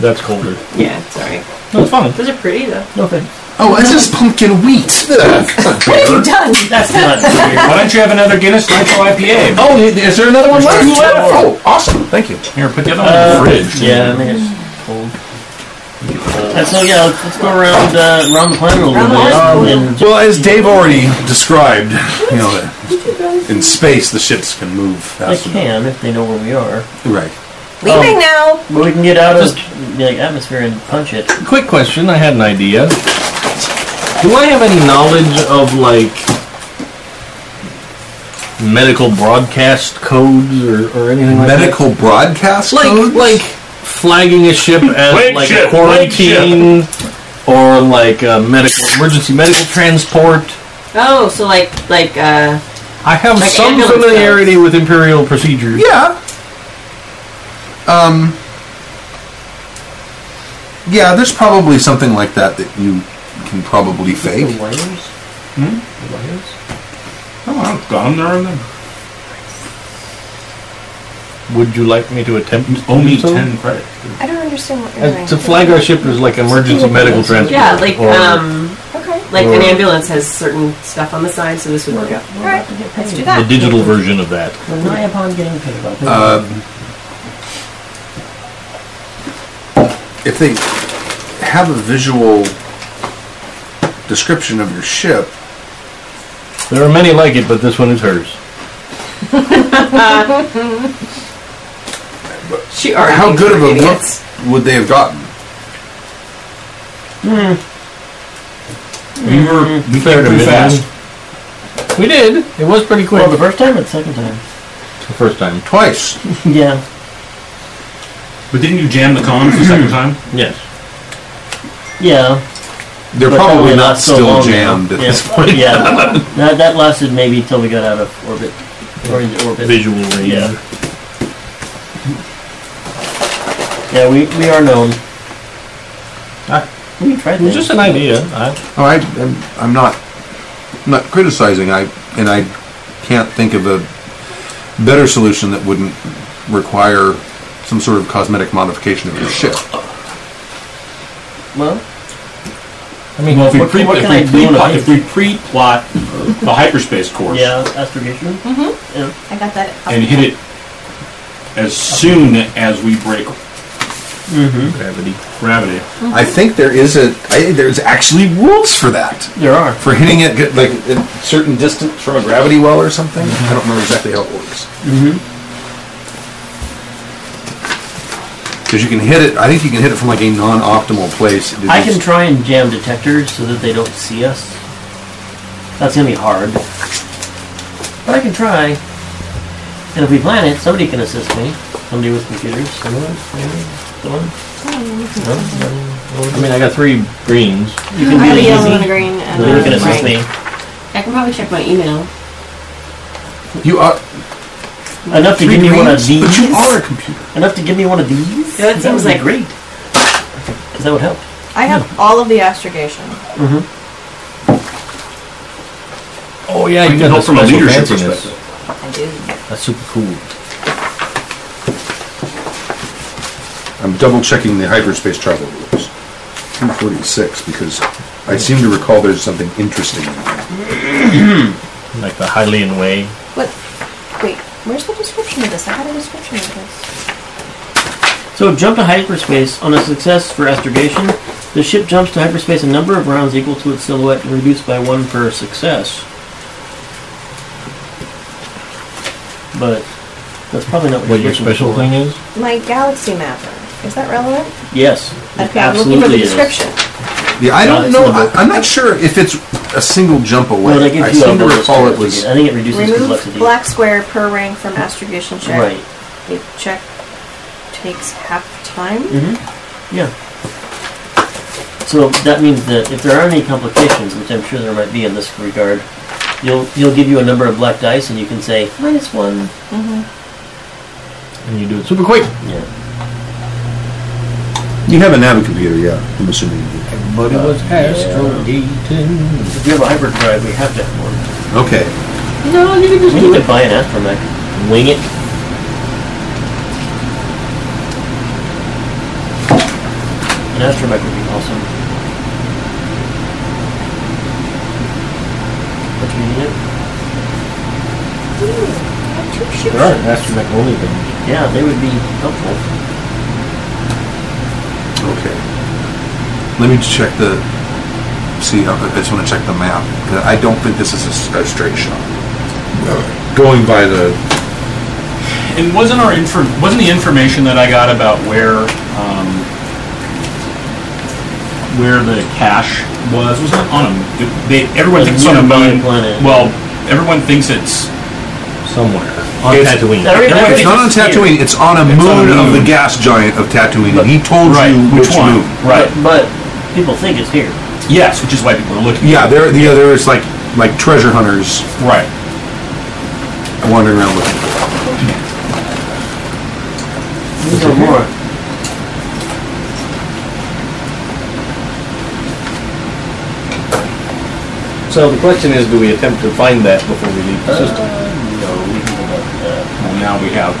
Speaker 4: That's colder.
Speaker 5: Yeah, sorry.
Speaker 7: No, it's fine.
Speaker 5: Those are pretty though.
Speaker 7: No thanks.
Speaker 2: Oh, this is pumpkin wheat. Ugh.
Speaker 7: That's not weird.
Speaker 3: Why don't you have another Guinness Nitro IPA?
Speaker 2: Oh, i- is there another one left?
Speaker 3: There's two left.
Speaker 2: Oh, awesome! Thank you.
Speaker 3: Here, put the other one in the fridge.
Speaker 7: Yeah, I mean it's cold. Uh, so yeah, let's, let's go around uh, around the planet a little bit. and
Speaker 2: Well, as Dave already described, you know, that in space the ships can move
Speaker 7: they
Speaker 2: faster.
Speaker 7: can if they know where we are.
Speaker 2: Right.
Speaker 12: Leaving
Speaker 4: Oh.
Speaker 12: now.
Speaker 7: But we can get out of the like, atmosphere and punch it.
Speaker 4: Quick question, I had an idea. Do I have any knowledge of like medical broadcast codes or, or anything like
Speaker 2: Medical broadcast
Speaker 4: that? Like
Speaker 2: codes?
Speaker 4: like flagging a ship as
Speaker 3: Wake
Speaker 4: like
Speaker 3: ship,
Speaker 4: a
Speaker 3: wake ship.
Speaker 4: quarantine or like a medical emergency medical transport.
Speaker 5: Oh, so like like uh
Speaker 4: I have
Speaker 5: Like
Speaker 4: some
Speaker 5: ambulance
Speaker 4: familiarity with imperial procedures.
Speaker 2: Yeah. Um. Yeah, there's probably something like that that you can probably
Speaker 7: The
Speaker 2: fake.
Speaker 7: wires.
Speaker 3: Oh, I've got them there and then.
Speaker 4: Would you like me to attempt to do
Speaker 3: Only
Speaker 4: so?
Speaker 3: 10 credits.
Speaker 12: I don't understand what you're doing.
Speaker 4: As- Uh, To flag our ship as like emergency medical transport.
Speaker 5: yeah, like
Speaker 4: or-
Speaker 5: um
Speaker 12: Okay.
Speaker 5: like
Speaker 4: or-
Speaker 5: an ambulance has certain stuff on the side, so this would work out.
Speaker 12: All right. Let's do
Speaker 4: the
Speaker 12: that.
Speaker 4: digital version of that.
Speaker 7: Rely upon getting paid about this.
Speaker 2: Um, if they have a visual description of your ship,
Speaker 4: There are many like it, but this one is hers.
Speaker 5: She already
Speaker 2: how
Speaker 5: thinks
Speaker 2: good
Speaker 5: we're
Speaker 2: of a look
Speaker 5: idiots.
Speaker 2: would they have gotten?
Speaker 3: We were we came
Speaker 4: Fair to
Speaker 3: too
Speaker 4: midnight.
Speaker 3: fast.
Speaker 4: We did. It was pretty quick.
Speaker 7: well, the first time or the second time?
Speaker 4: the first time.
Speaker 2: Twice.
Speaker 7: Yeah.
Speaker 3: But didn't you jam the cons the second time?
Speaker 4: Yes.
Speaker 7: Yeah.
Speaker 2: They're
Speaker 7: but that
Speaker 2: probably
Speaker 7: only
Speaker 2: not
Speaker 7: lasts so
Speaker 2: still
Speaker 7: long, though.
Speaker 2: jammed at
Speaker 7: yeah.
Speaker 2: this point.
Speaker 7: Yeah. that, that lasted maybe till we got out of orbit. Or into orbit.
Speaker 4: Visual range.
Speaker 7: Yeah. Yeah, we, we are known.
Speaker 4: Ah.
Speaker 7: we tried
Speaker 4: It was
Speaker 7: things.
Speaker 4: just an idea. I,
Speaker 2: Oh, I, I'm, I'm not not criticizing. I and I can't think of a better solution that wouldn't require some sort of cosmetic modification of your ship.
Speaker 7: well,
Speaker 4: I mean,
Speaker 3: Well, if we
Speaker 7: What-
Speaker 3: pre
Speaker 7: what
Speaker 3: if
Speaker 7: can I
Speaker 3: we
Speaker 7: do in a
Speaker 3: pre-plot, if we pre-plot the hyperspace course
Speaker 7: yeah, astrogation. Mm-hmm. Yeah.
Speaker 12: I got that.
Speaker 3: and hit it as soon as we break
Speaker 7: Mm-hmm.
Speaker 4: gravity.
Speaker 3: gravity,
Speaker 2: I think there is a I, there's actually rules for that
Speaker 7: There are.
Speaker 2: for hitting it good- like Mm-hmm. a certain distance from a gravity well or something. I don't remember exactly how it works. Mm-hmm. Because you can hit it, I think you can hit it from like a non-optimal place. It
Speaker 7: I
Speaker 2: is-
Speaker 7: can try and jam detectors so that they don't see us. That's gonna be hard. But I can try. And if we plan it, somebody can assist me. Somebody with computers. Someone? Maybe? Someone?
Speaker 4: I mean, I got three greens.
Speaker 7: You can
Speaker 5: I have
Speaker 7: do
Speaker 5: a
Speaker 7: it
Speaker 5: yellow and a
Speaker 7: easy.
Speaker 5: green and uh,
Speaker 7: Somebody
Speaker 5: a
Speaker 7: can assist
Speaker 5: white.
Speaker 7: me.
Speaker 5: I can probably check my email.
Speaker 2: You uh, are,
Speaker 7: Enough to
Speaker 2: three
Speaker 7: give me one of
Speaker 2: greens,
Speaker 7: these.
Speaker 2: but you are a computer.
Speaker 7: Enough to give me one of these.
Speaker 5: Yeah, that seems
Speaker 7: would be
Speaker 5: like-
Speaker 7: great. Because that would help.
Speaker 12: I have all of the astrogation.
Speaker 4: Oh yeah, you
Speaker 3: can help from a
Speaker 4: special
Speaker 3: leadership
Speaker 4: fanciness.
Speaker 3: perspective.
Speaker 12: I do.
Speaker 4: That's super cool.
Speaker 2: I'm double checking the hyperspace travel rules. 246 because I seem to recall there's something interesting. in there.
Speaker 4: like the Hylian way.
Speaker 8: What? Wait, where's the description of this? I had a description of this.
Speaker 7: So jump to hyperspace. On a success for astrogation, the ship jumps to hyperspace a number of rounds equal to its silhouette and reduced by one per success. But that's probably not what,
Speaker 4: What your
Speaker 7: you're looking
Speaker 4: special
Speaker 7: for.
Speaker 4: thing is?
Speaker 8: My galaxy mapper. Is that relevant?
Speaker 7: Yes. it
Speaker 8: Okay, I'm looking for the
Speaker 7: absolutely is.
Speaker 8: description.
Speaker 2: Yeah, I
Speaker 7: Yeah,
Speaker 2: don't
Speaker 7: it's
Speaker 2: know.
Speaker 7: in the
Speaker 2: I,
Speaker 7: book.
Speaker 2: I'm not sure if it's a single jump away.
Speaker 7: Well, they give
Speaker 2: I
Speaker 7: you
Speaker 2: seem to
Speaker 7: double
Speaker 2: recall it
Speaker 7: stress
Speaker 2: was.
Speaker 7: again. I think it reduces
Speaker 8: Remove
Speaker 7: complexity.
Speaker 8: black square per rank from astrogation check.
Speaker 7: Right.
Speaker 8: A check takes half time.
Speaker 5: Mm-hmm.
Speaker 7: hmm Yeah. So that means that if there are any complications, which I'm sure there might be in this regard, you'll you'll give you a number of black dice and you can say minus one.
Speaker 4: And you do it super quick.
Speaker 7: Yeah.
Speaker 2: You have a Navi computer, yeah. I'm assuming you do.
Speaker 4: But it was astrogating.
Speaker 7: If you have a hyperdrive, we have to have one.
Speaker 2: Okay.
Speaker 7: No, you can just we need to buy an astromech. Wing it. An astromech would be awesome. But you need it?
Speaker 4: There are astromech only things.
Speaker 7: Yeah, they would be helpful.
Speaker 2: Okay. Let me just check the. See, I I just want to check the map. 'cause I don't think this is a s- a, straight shot. Going by the.
Speaker 3: And wasn't our infor- wasn't the information that I got about where um, where the cache was was it on a they everyone
Speaker 7: Like
Speaker 3: thinks on a
Speaker 7: nearby
Speaker 3: moon
Speaker 7: planet.
Speaker 3: well everyone thinks it's
Speaker 4: Somewhere. On
Speaker 3: It's-
Speaker 4: Tatooine.
Speaker 7: Every-
Speaker 3: everyone
Speaker 7: every-
Speaker 2: It's not on
Speaker 7: It's here.
Speaker 2: Tatooine. It's on a
Speaker 3: It's on a
Speaker 2: moon of
Speaker 3: moon.
Speaker 2: the gas giant of Tatooine, and he told
Speaker 3: right
Speaker 2: you which,
Speaker 3: which one
Speaker 2: moon.
Speaker 3: right
Speaker 7: But, but people think it's here.
Speaker 3: yes which is why people are looking
Speaker 2: Yeah, there. The other is like like treasure hunters
Speaker 3: right
Speaker 2: wandering around looking. for it.
Speaker 7: These are more.
Speaker 4: So the question is, do we attempt to find that before we leave
Speaker 3: Uh,
Speaker 4: the system?
Speaker 7: No, we can go back to that.
Speaker 3: well now we have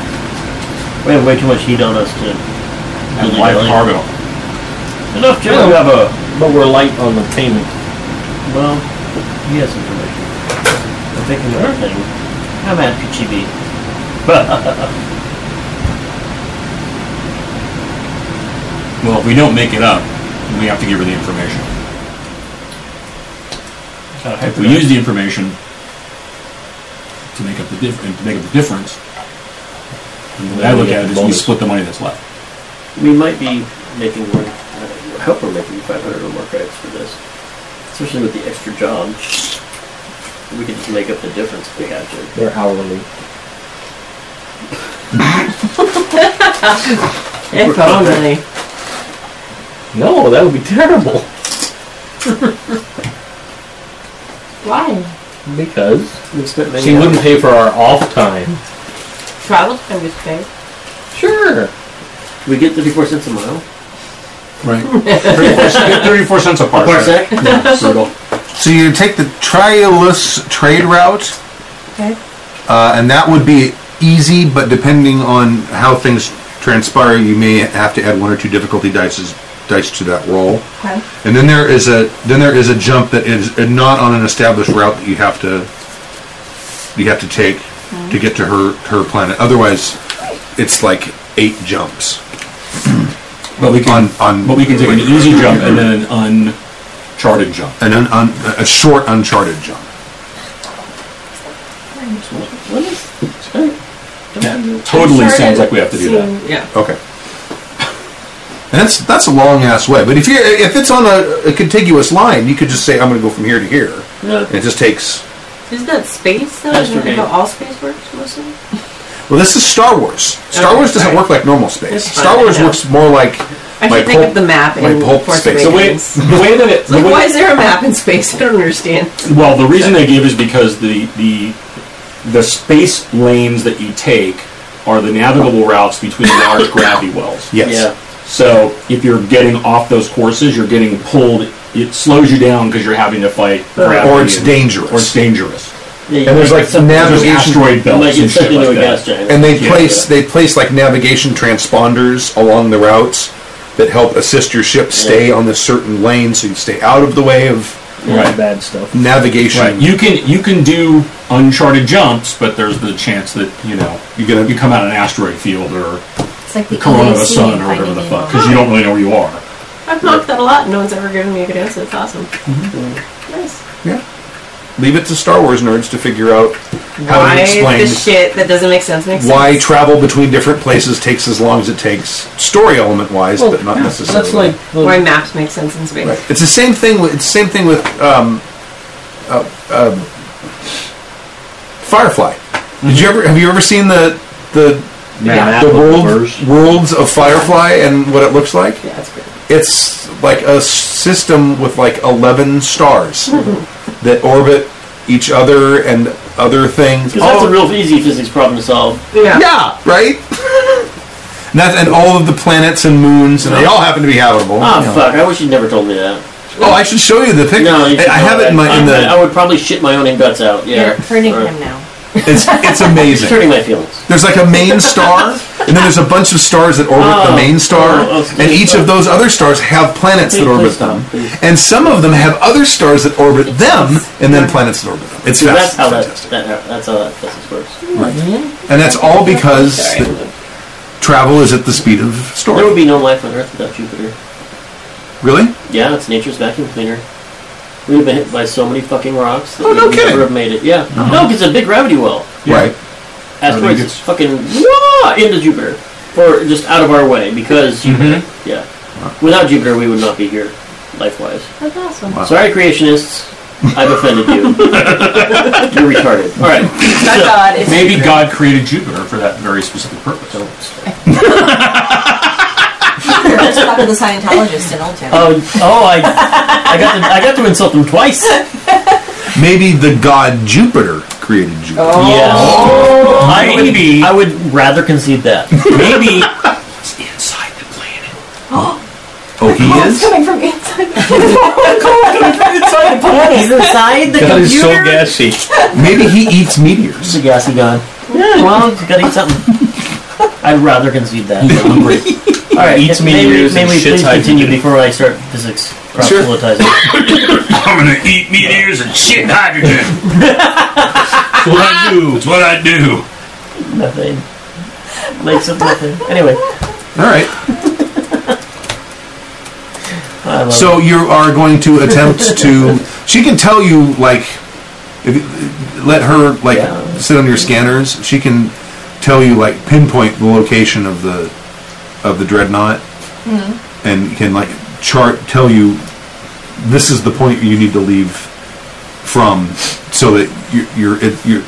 Speaker 7: We have way too much heat on us to.
Speaker 3: and
Speaker 7: really
Speaker 3: live
Speaker 7: really-
Speaker 3: cargo
Speaker 7: Enough,
Speaker 4: Yeah,
Speaker 7: Joe.
Speaker 4: have a, but we're light on the payment.
Speaker 7: Well, he has information. I'm thinking of everything. I'm at PGB.
Speaker 3: well if we don't make it up we have to give her the information if we use the information to make up the diff- to make up the difference and the way I look at it is we split the money that's left.
Speaker 7: We might be making more. I hope we're making 500 or more credits for this, especially with the extra job. We could just make up the difference if we had to.
Speaker 4: They're hourly.
Speaker 7: If only.
Speaker 4: No, that would be terrible.
Speaker 5: Why?
Speaker 4: Because
Speaker 7: We've spent many
Speaker 4: she wouldn't
Speaker 7: hours.
Speaker 4: pay for our off time.
Speaker 5: Travel time is paid.
Speaker 4: Sure.
Speaker 7: We get 34 cents a mile.
Speaker 3: Right. 34, c- 34 cents a parsec.
Speaker 7: parsec?
Speaker 3: Yeah, brutal.
Speaker 2: So you take the Trialus trade route,
Speaker 5: Okay.
Speaker 2: uh, and that would be easy. But depending on how things transpire, you may have to add one or two difficulty dices dice to that roll.
Speaker 5: Okay.
Speaker 2: And then there is a then there is a jump that is uh, not on an established route that you have to you have to take to get to her her planet. Otherwise, it's like eight jumps.
Speaker 3: But we can, um,
Speaker 2: on on
Speaker 3: but we can take an easy jump and then an uncharted jump.
Speaker 2: an un, un, a short uncharted jump.
Speaker 7: What is?
Speaker 3: Totally sounds like we have to do that.
Speaker 5: Yeah.
Speaker 2: Okay. And that's that's a long ass way. But if you if it's on a, a contiguous line, you could just say I'm going to go from here to here,
Speaker 7: No.
Speaker 2: and it just takes.
Speaker 5: Isn't that space though?
Speaker 7: That's
Speaker 5: Isn't that
Speaker 7: okay.
Speaker 5: how all space works mostly?
Speaker 2: Well, this is Star Wars. Star
Speaker 5: Okay,
Speaker 2: Wars doesn't
Speaker 5: sorry.
Speaker 2: work like normal space.
Speaker 5: It's fine,
Speaker 2: Star Wars
Speaker 5: I know.
Speaker 2: works more like
Speaker 5: I
Speaker 2: like
Speaker 5: should think of the map
Speaker 2: like
Speaker 5: in
Speaker 2: pulp
Speaker 5: Force
Speaker 2: space.
Speaker 3: The
Speaker 5: Awakens.
Speaker 3: way, the way that it,
Speaker 5: It's
Speaker 3: the
Speaker 5: Like, why
Speaker 3: way,
Speaker 5: is there a map in space? I don't understand.
Speaker 3: well, the reason they give is because the the the space lanes that you take are the navigable routes between large gravity wells.
Speaker 2: Yes.
Speaker 7: Yeah.
Speaker 3: So if you're getting off those courses, you're getting pulled. It slows you down because you're having to fight gravity
Speaker 2: Or it's
Speaker 3: and-
Speaker 2: dangerous.
Speaker 3: Or it's dangerous.
Speaker 7: Yeah, you
Speaker 2: and there's
Speaker 7: might
Speaker 2: like
Speaker 7: get sucked into-
Speaker 2: navigation
Speaker 7: You might get sucked into a gas giant.
Speaker 2: And they
Speaker 7: Yeah.
Speaker 2: place they place like navigation transponders along the routes that help assist your ship stay on this certain lane, so you stay out of the way of
Speaker 3: Right.
Speaker 18: bad stuff.
Speaker 2: navigation.
Speaker 3: Right. You can you can do uncharted jumps, but there's the chance that you know you get you come out of an asteroid field or
Speaker 5: It's like
Speaker 3: the corona of the sun or whatever the fuck because you don't really know where you are.
Speaker 5: I've knocked that a lot, and no one's ever given me a good answer. It's awesome.
Speaker 7: Mm-hmm.
Speaker 5: Nice.
Speaker 2: Leave it to Star Wars nerds to figure out how
Speaker 5: Why
Speaker 2: to
Speaker 5: the
Speaker 2: explain
Speaker 5: shit that doesn't make sense makes
Speaker 2: why
Speaker 5: sense?
Speaker 2: travel between different places takes as long as it takes, story element wise, but not necessarily.
Speaker 5: why maps make sense in space.
Speaker 2: It's the same thing. With, it's the same thing with um, uh, um, Firefly. Did
Speaker 5: Mm-hmm.
Speaker 2: you ever have you ever seen the the
Speaker 18: Yeah. Map
Speaker 2: the
Speaker 18: of the
Speaker 2: world, worlds of Firefly and what it looks like?
Speaker 5: Yeah, that's great.
Speaker 2: It's like a s- system with like eleven stars that orbit each other and other things.
Speaker 7: Because that's a real easy physics problem to solve.
Speaker 5: Yeah.
Speaker 2: right. and, that, and all of the planets and moons, and they all happen to be habitable.
Speaker 7: Ah,
Speaker 2: you know.
Speaker 7: fuck! I wish you'd never told me that.
Speaker 2: Oh, I should show you the picture.
Speaker 7: No,
Speaker 2: I-
Speaker 7: you should
Speaker 2: I
Speaker 7: know
Speaker 2: have it in
Speaker 7: that.
Speaker 2: my in
Speaker 7: I-
Speaker 2: the.
Speaker 7: I would probably shit my own and guts out. Yeah,
Speaker 12: You're hurting him now.
Speaker 2: It's it's amazing.
Speaker 7: Hurting my feelings.
Speaker 2: There's like a main star, and then there's a bunch of stars that orbit the
Speaker 7: Oh,
Speaker 2: main star,
Speaker 7: oh, oh,
Speaker 2: and each
Speaker 7: stars.
Speaker 2: of those other stars have planets
Speaker 7: Please,
Speaker 2: that orbit
Speaker 7: please don't,
Speaker 2: them, and some of them have other stars that orbit them, and then planets that orbit them. It's
Speaker 7: See, that's
Speaker 2: fast,
Speaker 7: how that, that that's how that physics works.
Speaker 2: and that's all because the travel is at the speed of
Speaker 7: There
Speaker 2: story.
Speaker 7: would be no life on Earth without Jupiter.
Speaker 2: Really?
Speaker 7: Yeah, it's nature's vacuum cleaner. We've been hit by so many fucking rocks that
Speaker 2: Oh,
Speaker 7: we
Speaker 2: no
Speaker 7: would
Speaker 2: kidding. Uh-huh.
Speaker 7: never have made it. Yeah, no, it's a big gravity well.
Speaker 2: Right.
Speaker 7: Asteroids
Speaker 2: it's-
Speaker 7: fucking wah, into Jupiter, or just out of our way because
Speaker 2: Mm-hmm.
Speaker 7: Jupiter. Yeah, without Jupiter, we would not be here, life-wise.
Speaker 5: That's awesome.
Speaker 7: Sorry, creationists. I've offended you. You're retarded. All right.
Speaker 5: Not God, it's
Speaker 3: Maybe
Speaker 5: Jupiter.
Speaker 3: God created Jupiter for that very specific purpose.
Speaker 12: Let's talk to the Scientologist in Old Town.
Speaker 7: Oh, oh, I, I got to, I got to insult them twice.
Speaker 2: Maybe the god Jupiter created
Speaker 7: Oh,
Speaker 2: Jupiter.
Speaker 7: Yes. I would, I would rather concede that.
Speaker 3: Maybe
Speaker 2: Oh, he
Speaker 5: Oh,
Speaker 2: is.
Speaker 5: coming from inside. inside the planet.
Speaker 7: He's inside the
Speaker 4: God is so
Speaker 7: computer.
Speaker 4: gassy.
Speaker 2: Maybe he eats meteors.
Speaker 7: He's a gassy god. Yeah, well, you gotta eat something. I'd rather concede that. All right,
Speaker 4: Eats
Speaker 7: may
Speaker 4: meteors
Speaker 7: we, may
Speaker 4: and
Speaker 7: we
Speaker 4: shits
Speaker 7: please
Speaker 4: high
Speaker 7: continue
Speaker 4: Jupiter.
Speaker 7: before I start physics proselytizing.
Speaker 3: I'm gonna eat meteors and shit hydrogen. That's what I do. That's what I do.
Speaker 7: Methane. Makes up methane. Anyway.
Speaker 2: All right.
Speaker 7: I love
Speaker 2: So you are going to attempt to. She can tell you like, if you, let her like sit on your scanners. She can tell you like pinpoint the location of the of the dreadnought
Speaker 7: Mm-hmm.
Speaker 2: and can like chart tell you this is the point you need to leave from so that you're you're it- you're,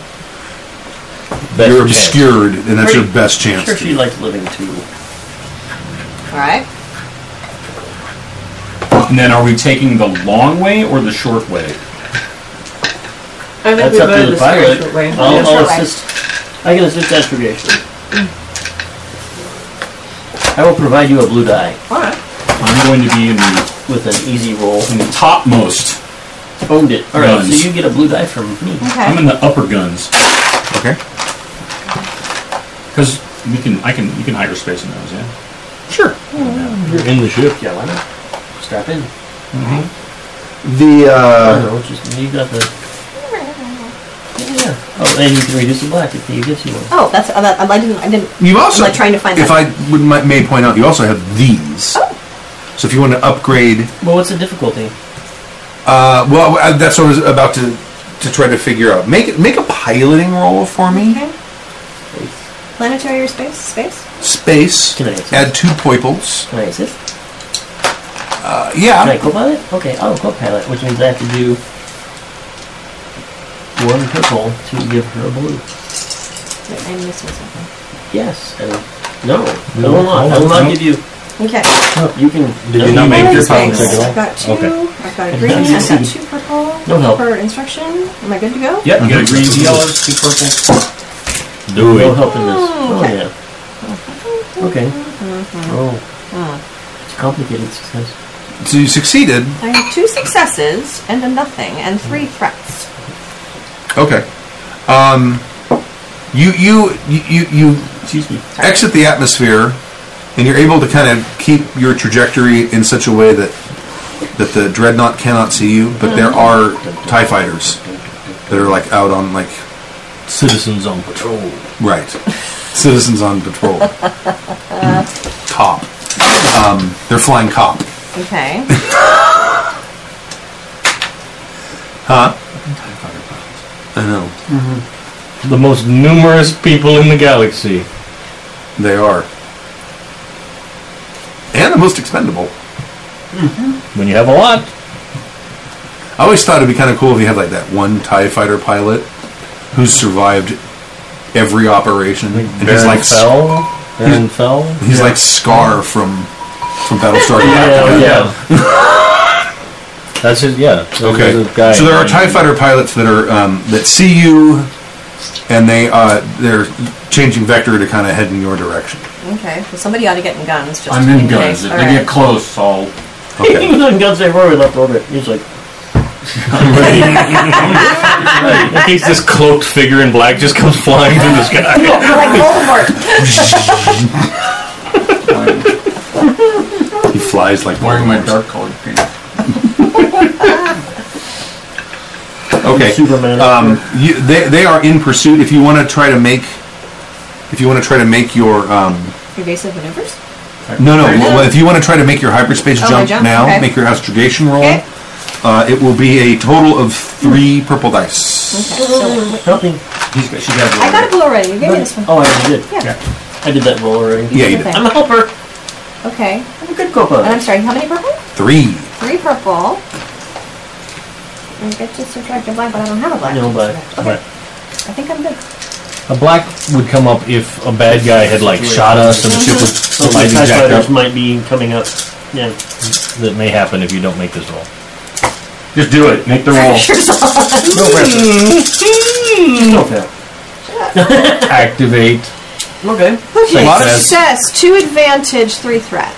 Speaker 2: you're
Speaker 4: chance.
Speaker 2: obscured and that's your
Speaker 7: Pretty-
Speaker 2: best
Speaker 7: I'm
Speaker 2: chance.
Speaker 7: sure she liked living too.
Speaker 12: All right.
Speaker 3: And then are we taking the long way or the short way?
Speaker 5: I think
Speaker 7: That's
Speaker 5: we
Speaker 7: up to
Speaker 5: voted
Speaker 7: the
Speaker 5: the
Speaker 7: pilot.
Speaker 5: spiritual way.
Speaker 7: I'll,
Speaker 5: Yeah,
Speaker 7: I'll
Speaker 5: sure.
Speaker 7: assist. I can assist astrogation. I will provide you a blue die
Speaker 5: Alright.
Speaker 3: I'm going to be in the,
Speaker 7: with an easy roll.
Speaker 3: in the topmost.
Speaker 7: Owned it. All right,
Speaker 3: Guns.
Speaker 7: so you get a blue die from me.
Speaker 3: I'm
Speaker 12: Okay.
Speaker 3: in the upper guns
Speaker 2: Okay.
Speaker 3: because we can. I can. You can hide your space in those. Yeah.
Speaker 4: You're in the ship.
Speaker 7: Yeah, why not? Strap in.
Speaker 2: The
Speaker 7: I
Speaker 2: uh,
Speaker 7: don't know. Just you got the. Yeah. Oh, and you can reduce the black if he gives you one.
Speaker 8: Oh, that's uh, that, I didn't. I didn't.
Speaker 2: You also
Speaker 8: I'm like trying to find
Speaker 2: If
Speaker 8: that.
Speaker 2: I would, might, may point out, you also have these. So if you want to upgrade,
Speaker 7: Well, what's the difficulty?
Speaker 2: uh, well, I, that's what I was about to to try to figure out. Make it make a piloting roll for me.
Speaker 8: Okay. Planetary or space? Space.
Speaker 2: Space.
Speaker 7: Can I assist?
Speaker 2: Add two poiples.
Speaker 7: Can I assist?
Speaker 2: Uh,
Speaker 7: Can I
Speaker 2: yeah.
Speaker 7: co-pilot? Okay, I'll co-pilot, which means I have to do one purple to give her a blue.
Speaker 8: Wait, I'm missing something.
Speaker 7: Yes. And no. I will not. I will not give you.
Speaker 8: Okay.
Speaker 7: You can.
Speaker 4: Did you not make your
Speaker 8: Space.
Speaker 4: comments at all?
Speaker 8: I've got two.
Speaker 4: Okay.
Speaker 8: I've got a green. I've got two purple.
Speaker 7: No help.
Speaker 8: For instruction. Am I good to go?
Speaker 3: Yep. You got green, two yellows, two purples.
Speaker 4: Do
Speaker 7: No
Speaker 4: it.
Speaker 7: help in this.
Speaker 8: Okay.
Speaker 7: Oh, yeah. Okay. Oh. It's complicated success.
Speaker 2: So you succeeded.
Speaker 8: I have two successes and a nothing and three threats.
Speaker 2: Okay. Um, you you you you you exit the atmosphere, and you're able to kind of keep your trajectory in such a way that that the dreadnought cannot see you. But there are tie fighters that are like out on like
Speaker 4: Citizens on patrol.
Speaker 2: right, citizens on patrol. Cop, um, they're flying cop,
Speaker 12: Okay.
Speaker 2: huh? I know.
Speaker 4: The most numerous people in the galaxy.
Speaker 2: They are. And the most expendable.
Speaker 4: When you have a lot.
Speaker 2: I always thought it'd be kind of cool if you had like that one TIE fighter pilot who's survived every operation. and he's
Speaker 4: Baron
Speaker 2: like
Speaker 4: Fell? Baron
Speaker 2: he's,
Speaker 4: Fell?
Speaker 2: He's like Scar from from Battlestar
Speaker 4: Yeah,
Speaker 2: Galactica.
Speaker 4: That's it. Yeah.
Speaker 2: Okay.
Speaker 4: There's a guy-
Speaker 2: So there are Tie Fighter pilots that are um, that see you, and they uh, they're changing vector to kind of head in your direction.
Speaker 12: Okay. Well, somebody ought to get in guns. Just
Speaker 3: I'm in
Speaker 12: case.
Speaker 3: guns. If
Speaker 12: All
Speaker 3: they get
Speaker 12: right.
Speaker 3: close, I'll.
Speaker 7: he was on Guns N' Rory left orbit. He's like,
Speaker 4: In case this cloaked figure in black just comes flying through the sky.
Speaker 11: like Voldemort.
Speaker 2: He flies like
Speaker 3: wearing my dark colored pants.
Speaker 2: Okay.
Speaker 7: Superman.
Speaker 2: Um, you, they, they are in pursuit. If you want to try to make, if you want to try to make your um,
Speaker 12: Evasive maneuvers.
Speaker 2: no no, well, if you want to try to make your hyperspace
Speaker 12: Oh, my
Speaker 2: jump,
Speaker 12: jump,
Speaker 2: now,
Speaker 12: okay.
Speaker 2: make your astrogation roll.
Speaker 12: Okay.
Speaker 2: Uh, it will be a total of three purple dice.
Speaker 12: Okay. So wait.
Speaker 7: help me.
Speaker 3: He's got, she got
Speaker 12: I got a blue already. You gave me this one.
Speaker 7: Oh, I did.
Speaker 12: Yeah.
Speaker 7: I did that roll already.
Speaker 2: Yeah, you did.
Speaker 12: Okay.
Speaker 7: I'm a helper.
Speaker 12: Okay.
Speaker 7: I'm a good
Speaker 12: And
Speaker 7: copa.
Speaker 12: I'm sorry. How many purple?
Speaker 2: Three.
Speaker 12: Three purple. I get to subtract a black, but I don't have a black.
Speaker 7: No, but
Speaker 12: Okay. I think I'm good.
Speaker 4: A black would come up if a bad guy had like shot us and the ship was
Speaker 7: so my
Speaker 4: slightly
Speaker 7: TIE
Speaker 4: jacked
Speaker 7: fighters
Speaker 4: up.
Speaker 7: might be coming up. Yeah.
Speaker 4: That may happen if you don't make this roll.
Speaker 3: Just do it. Make the roll.
Speaker 7: No pressure. no fail.
Speaker 4: Activate.
Speaker 7: Okay.
Speaker 4: Success.
Speaker 11: Success, two advantage, three threat.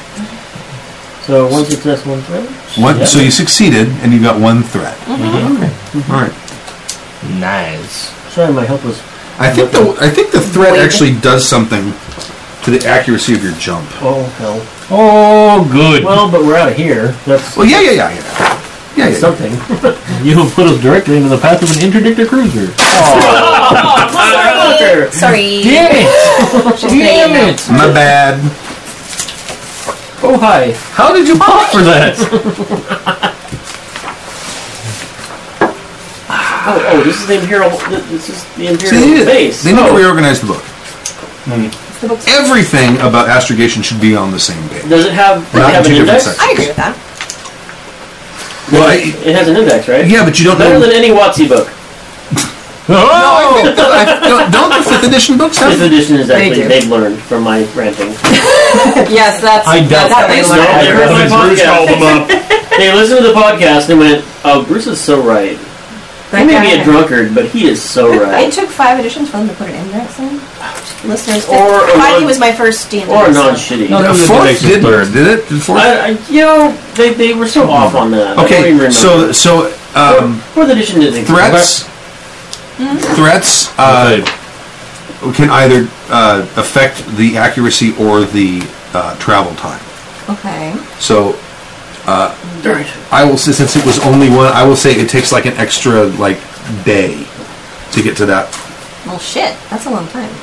Speaker 7: So one success, one fail.
Speaker 2: One, So you succeeded, and you got one threat.
Speaker 12: Mm-hmm.
Speaker 2: All right.
Speaker 4: Nice.
Speaker 7: Sorry, my help was.
Speaker 2: I think the I think the threat actually does something to the accuracy of your jump.
Speaker 7: Oh hell.
Speaker 4: Oh, good.
Speaker 7: Well, but we're out of here. That's
Speaker 2: Well, yeah, yeah, yeah, yeah. Yeah, yeah.
Speaker 7: something.
Speaker 4: you have put us directly into the path of an interdictor cruiser.
Speaker 7: Fucker.
Speaker 12: Sorry.
Speaker 4: Damn it! Damn it!
Speaker 2: My bad.
Speaker 7: Oh hi.
Speaker 4: How did you pop for that?
Speaker 7: Oh, oh, this is the imperial. This is the
Speaker 2: See, they
Speaker 7: imperial
Speaker 2: need, to,
Speaker 7: base.
Speaker 2: they need to
Speaker 7: Oh. Hmm.
Speaker 2: reorganize the book. Everything about astrogation should be on the same page.
Speaker 7: Does it have? Does
Speaker 2: Not
Speaker 7: it have
Speaker 2: two
Speaker 7: an
Speaker 2: different
Speaker 7: index?
Speaker 2: sections.
Speaker 12: I agree with that.
Speaker 2: Well, I-
Speaker 7: It has an index, right?
Speaker 2: yeah, but you don't
Speaker 7: Better
Speaker 2: know.
Speaker 7: than any Watsy book.
Speaker 2: I think that I- don't, don't the fifth edition books
Speaker 7: Fifth
Speaker 2: have?
Speaker 7: edition is actually
Speaker 5: do.
Speaker 7: they've learned from my ranting.
Speaker 5: yes, that's
Speaker 4: I doubt
Speaker 5: that's how they
Speaker 4: that.
Speaker 7: No,
Speaker 5: learn.
Speaker 7: they heard my
Speaker 3: Bruce called
Speaker 7: podcast.
Speaker 3: him up.
Speaker 7: They listened to the podcast and went, "Oh, Bruce is so right. He
Speaker 5: That
Speaker 7: may
Speaker 5: guy-
Speaker 7: be a drunkard, but he is so
Speaker 12: It
Speaker 7: right."
Speaker 12: took five editions for them to put an index in. Listeners,
Speaker 7: Or a
Speaker 12: Friday
Speaker 7: non-
Speaker 12: was my first D&D.
Speaker 7: Or
Speaker 12: lesson.
Speaker 7: non-shitty.
Speaker 4: No,
Speaker 2: The
Speaker 4: Fifth
Speaker 2: fourth
Speaker 4: edition,
Speaker 2: did,
Speaker 4: third.
Speaker 2: did it? Did fourth?
Speaker 7: I, I, you know, they, they were so off on that. I don't even
Speaker 2: okay,
Speaker 7: remember.
Speaker 2: so so um,
Speaker 7: fourth edition didn't
Speaker 2: threats.
Speaker 7: exist. Hmm?
Speaker 2: Threats uh, can either uh, affect the accuracy or the uh, travel time.
Speaker 12: Okay.
Speaker 2: So uh, I will say, since it was only one, I will say it takes like an extra like day to get to that.
Speaker 12: Well, shit. That's a long time.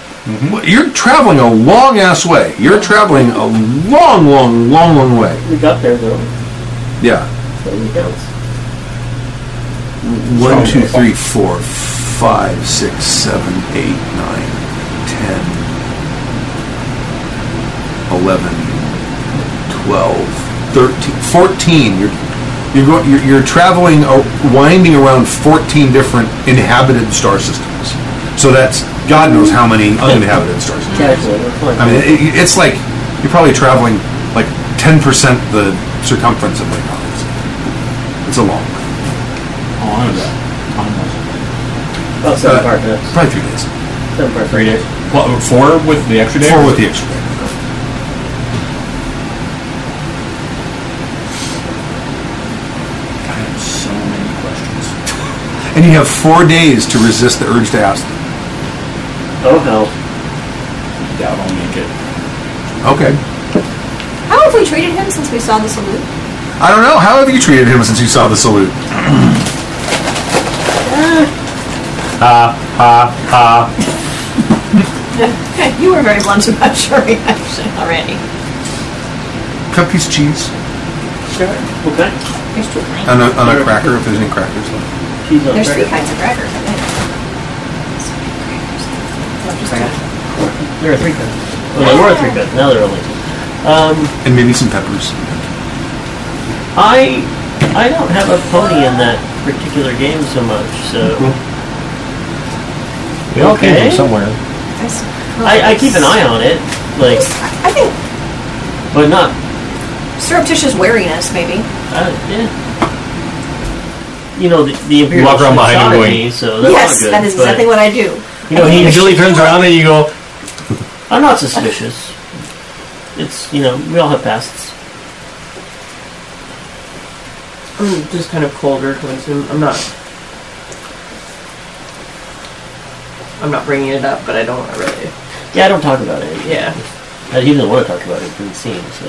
Speaker 2: Well, You're traveling a long ass way. You're traveling a long, long, long, long way.
Speaker 7: We got there though.
Speaker 2: Yeah.
Speaker 7: So we bounced.
Speaker 2: One, two, three, four, five, six, seven, eight, nine, ten, eleven, twelve, thirteen, fourteen. You're you're going, you're, you're traveling, uh, winding around fourteen different inhabited star systems. So that's God knows how many uninhabited star systems.
Speaker 7: Casually, we're fine.
Speaker 2: I mean, it, it's like you're probably traveling like 10% the circumference of Lake Collins. It's a long way.
Speaker 3: Oh, I know that. I know
Speaker 7: about Oh, seven
Speaker 2: Uh,
Speaker 7: park minutes.
Speaker 2: probably three days.
Speaker 7: Seven park
Speaker 3: that. Three days. Well, four with the extra day.
Speaker 2: Four with the extra day.
Speaker 3: I have so many questions.
Speaker 2: and you have four days to resist the urge to ask.
Speaker 7: Oh hell.
Speaker 3: Doubt I'll make it.
Speaker 2: Okay.
Speaker 8: How have we treated him since we saw the salute?
Speaker 2: I don't know. How have you treated him since you saw the salute?
Speaker 3: Ha ha ha.
Speaker 5: you were very blunt about your reaction already.
Speaker 2: Cut piece of cheese
Speaker 7: Sure. Okay.
Speaker 2: on a, on a cracker if there's any crackers left.
Speaker 7: Cheese on
Speaker 8: There's
Speaker 7: cracker.
Speaker 8: three kinds of crackers, I think.
Speaker 7: There are three cups. Well, there were three cups. Now there are only two. Um,
Speaker 2: And maybe some peppers.
Speaker 7: I I don't have a pony in that particular game so much, so
Speaker 2: Mm-hmm.
Speaker 4: We all came
Speaker 7: Okay.
Speaker 4: from somewhere.
Speaker 7: I, I keep an eye on it, like,
Speaker 12: I think
Speaker 7: but not.
Speaker 12: surreptitious wariness, maybe.
Speaker 7: I don't- yeah. You know, the, the Imperial
Speaker 4: walk around behind him
Speaker 7: shot at
Speaker 4: going,
Speaker 7: me, so that's
Speaker 12: Yes,
Speaker 7: not good.
Speaker 12: that is exactly
Speaker 7: but,
Speaker 12: what I do.
Speaker 7: You know, he
Speaker 4: usually turns around and you go,
Speaker 7: I'm not suspicious. It's you know we all have pasts.
Speaker 5: I'm just kind of colder towards him. I'm not. I'm not bringing it up, but I don't want to really.
Speaker 7: Yeah, I don't talk about it.
Speaker 5: Yeah.
Speaker 7: Uh, he doesn't want to talk about it. Didn't seem so.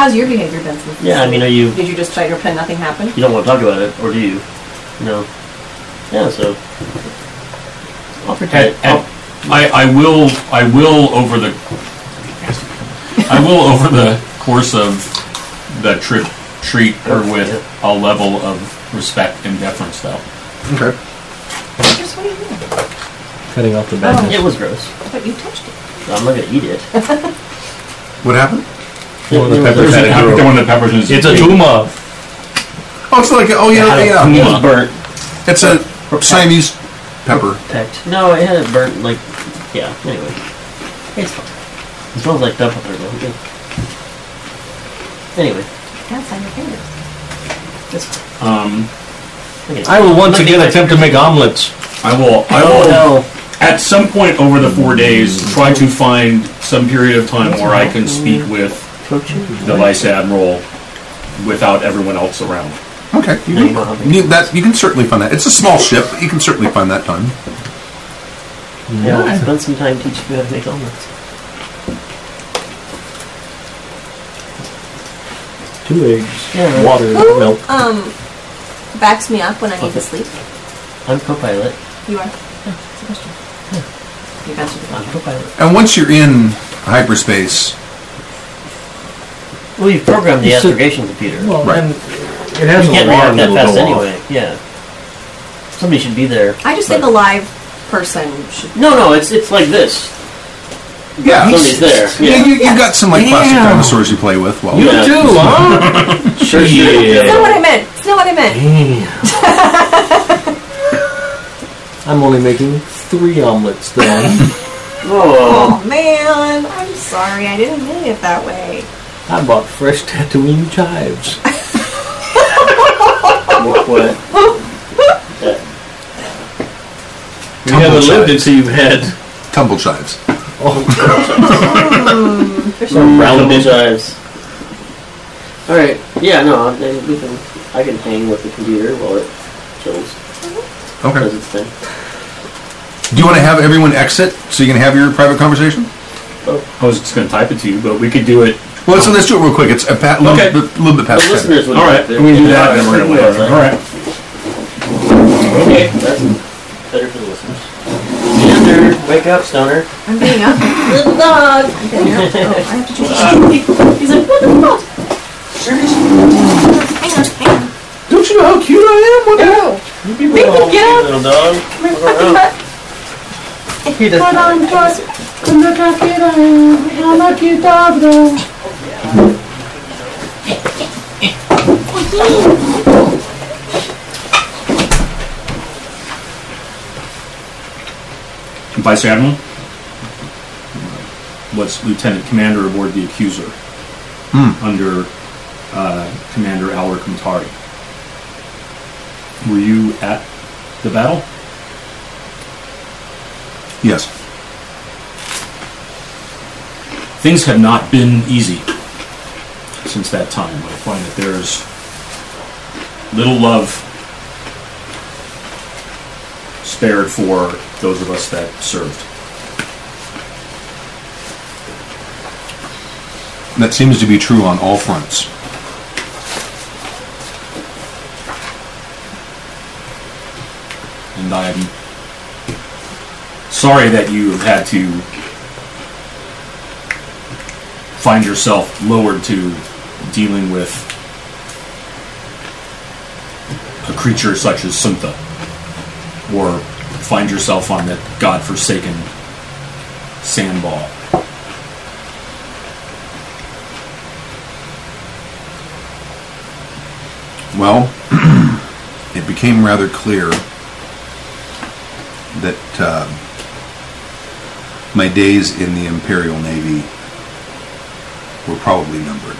Speaker 12: How's your behavior been since?
Speaker 7: Yeah, I mean, are you
Speaker 12: Did you just shut your pen? Nothing happened.
Speaker 7: you don't want to talk about it, or do you? No. Yeah. So I'll pretend.
Speaker 3: And, and I, I will I will over the I will over the course of the trip treat her with a level of respect and deference though.
Speaker 2: Okay.
Speaker 12: Just what do you mean?
Speaker 4: cutting off the
Speaker 7: Oh,
Speaker 4: badness.
Speaker 7: it was gross.
Speaker 12: But you touched it.
Speaker 7: I'm not gonna eat it.
Speaker 2: What happened?
Speaker 4: One of the
Speaker 7: There was
Speaker 4: peppers
Speaker 7: a-
Speaker 4: had a girl.
Speaker 3: One of the peppers is
Speaker 4: It's a tuma.
Speaker 2: Oh, it's like oh yeah
Speaker 7: It
Speaker 2: yeah.
Speaker 7: had a-
Speaker 3: Tuma's burnt.
Speaker 2: It's a Siamese pepper.
Speaker 7: Pecked. No, it had it burnt. Like, yeah. Anyway, it's fine. It smells like duck pepper though. yeah. Anyway,
Speaker 12: That's on your fingers.
Speaker 7: it's fine.
Speaker 3: Um,
Speaker 7: Okay.
Speaker 4: I will once again attempt to make omelets.
Speaker 3: I will I
Speaker 7: Oh
Speaker 3: will
Speaker 7: no.
Speaker 3: at some point over the four days try to find some period of time where I can speak with the vice admiral without everyone else around.
Speaker 2: Okay. You,
Speaker 7: you don't have any.
Speaker 2: you, that, you can certainly find that. It's a small ship. but You can certainly find that time.
Speaker 7: Yeah, I spent some time teaching you how to make omelets.
Speaker 4: Two eggs,
Speaker 7: Yeah.
Speaker 4: water,
Speaker 12: Who
Speaker 4: milk.
Speaker 12: um backs me up when I need
Speaker 7: Okay.
Speaker 12: to sleep?
Speaker 7: I'm co-pilot.
Speaker 12: You are. It's a question. You've answered the
Speaker 7: I'm
Speaker 12: question.
Speaker 7: co-pilot.
Speaker 2: And once you're in hyperspace,
Speaker 7: Well, you've programmed the
Speaker 4: You said-
Speaker 7: astrogation computer.
Speaker 4: Well,
Speaker 2: Right.
Speaker 4: and it has
Speaker 7: you can't
Speaker 4: an alarm
Speaker 7: react that
Speaker 4: that'll go
Speaker 7: fast
Speaker 4: off.
Speaker 7: anyway. Yeah. Somebody should be there.
Speaker 12: I just think
Speaker 7: but-
Speaker 12: a live person should.
Speaker 7: No, no, it's it's like this.
Speaker 2: yeah,
Speaker 7: Somebody's there.
Speaker 2: Yeah,
Speaker 7: Yeah.
Speaker 2: you, you've got some like plastic dinosaurs you play with. Well,
Speaker 4: You
Speaker 7: Yeah.
Speaker 4: too, huh?
Speaker 7: Sure,
Speaker 12: It's not
Speaker 4: yeah.
Speaker 12: what I meant. It's not what I meant.
Speaker 4: I'm only making three omelets then.
Speaker 7: Whoa.
Speaker 12: Oh man, I'm sorry. I didn't mean it that way.
Speaker 4: I bought fresh Tatooine chives.
Speaker 7: what? what?
Speaker 4: You
Speaker 2: Tumble
Speaker 4: haven't lived
Speaker 2: chives.
Speaker 4: until you've had
Speaker 2: tumble chives.
Speaker 7: Rounded chives. All right. Yeah. No. I, we can. I can hang with the computer while it chills. Does
Speaker 2: Okay.
Speaker 7: its thing.
Speaker 2: Do you want to have everyone exit so you can have your private conversation?
Speaker 3: I was just going to type it to you, but we could do it.
Speaker 2: Well, so let's do it real quick. It's a pa- little,
Speaker 3: Okay.
Speaker 2: bit, little bit
Speaker 7: The
Speaker 2: past ten.
Speaker 7: listeners would.
Speaker 3: All right,
Speaker 7: like it.
Speaker 3: we can do that.
Speaker 7: Yeah,
Speaker 3: Then we're gonna wait.
Speaker 7: that's
Speaker 3: All right. Okay.
Speaker 7: That's better for the listeners. Standard, wake up, stoner.
Speaker 12: I'm being up. Little dog. I'm being up. Oh, I have to change. He's like, what the fuck? Hang on, hang on.
Speaker 4: Don't you know how cute I am? What
Speaker 7: Make
Speaker 5: him get up.
Speaker 7: Little dog.
Speaker 12: My fucking butt.
Speaker 5: He does
Speaker 12: Hold
Speaker 5: not.
Speaker 12: on, dog.
Speaker 3: Vice Admiral was Lieutenant Commander aboard the Accuser
Speaker 4: Hmm.
Speaker 3: under uh, Commander Alric Matari. Were you at the battle?
Speaker 2: Yes.
Speaker 3: Things have not been easy since that time. I find that there's little love spared for those of us that served.
Speaker 2: That seems to be true on all fronts.
Speaker 3: And I'm sorry that you have had to find yourself lowered to dealing with a creature such as Suntha, or find yourself on that godforsaken sandball.
Speaker 2: Well, it became rather clear that uh, my days in the Imperial Navy were probably numbered.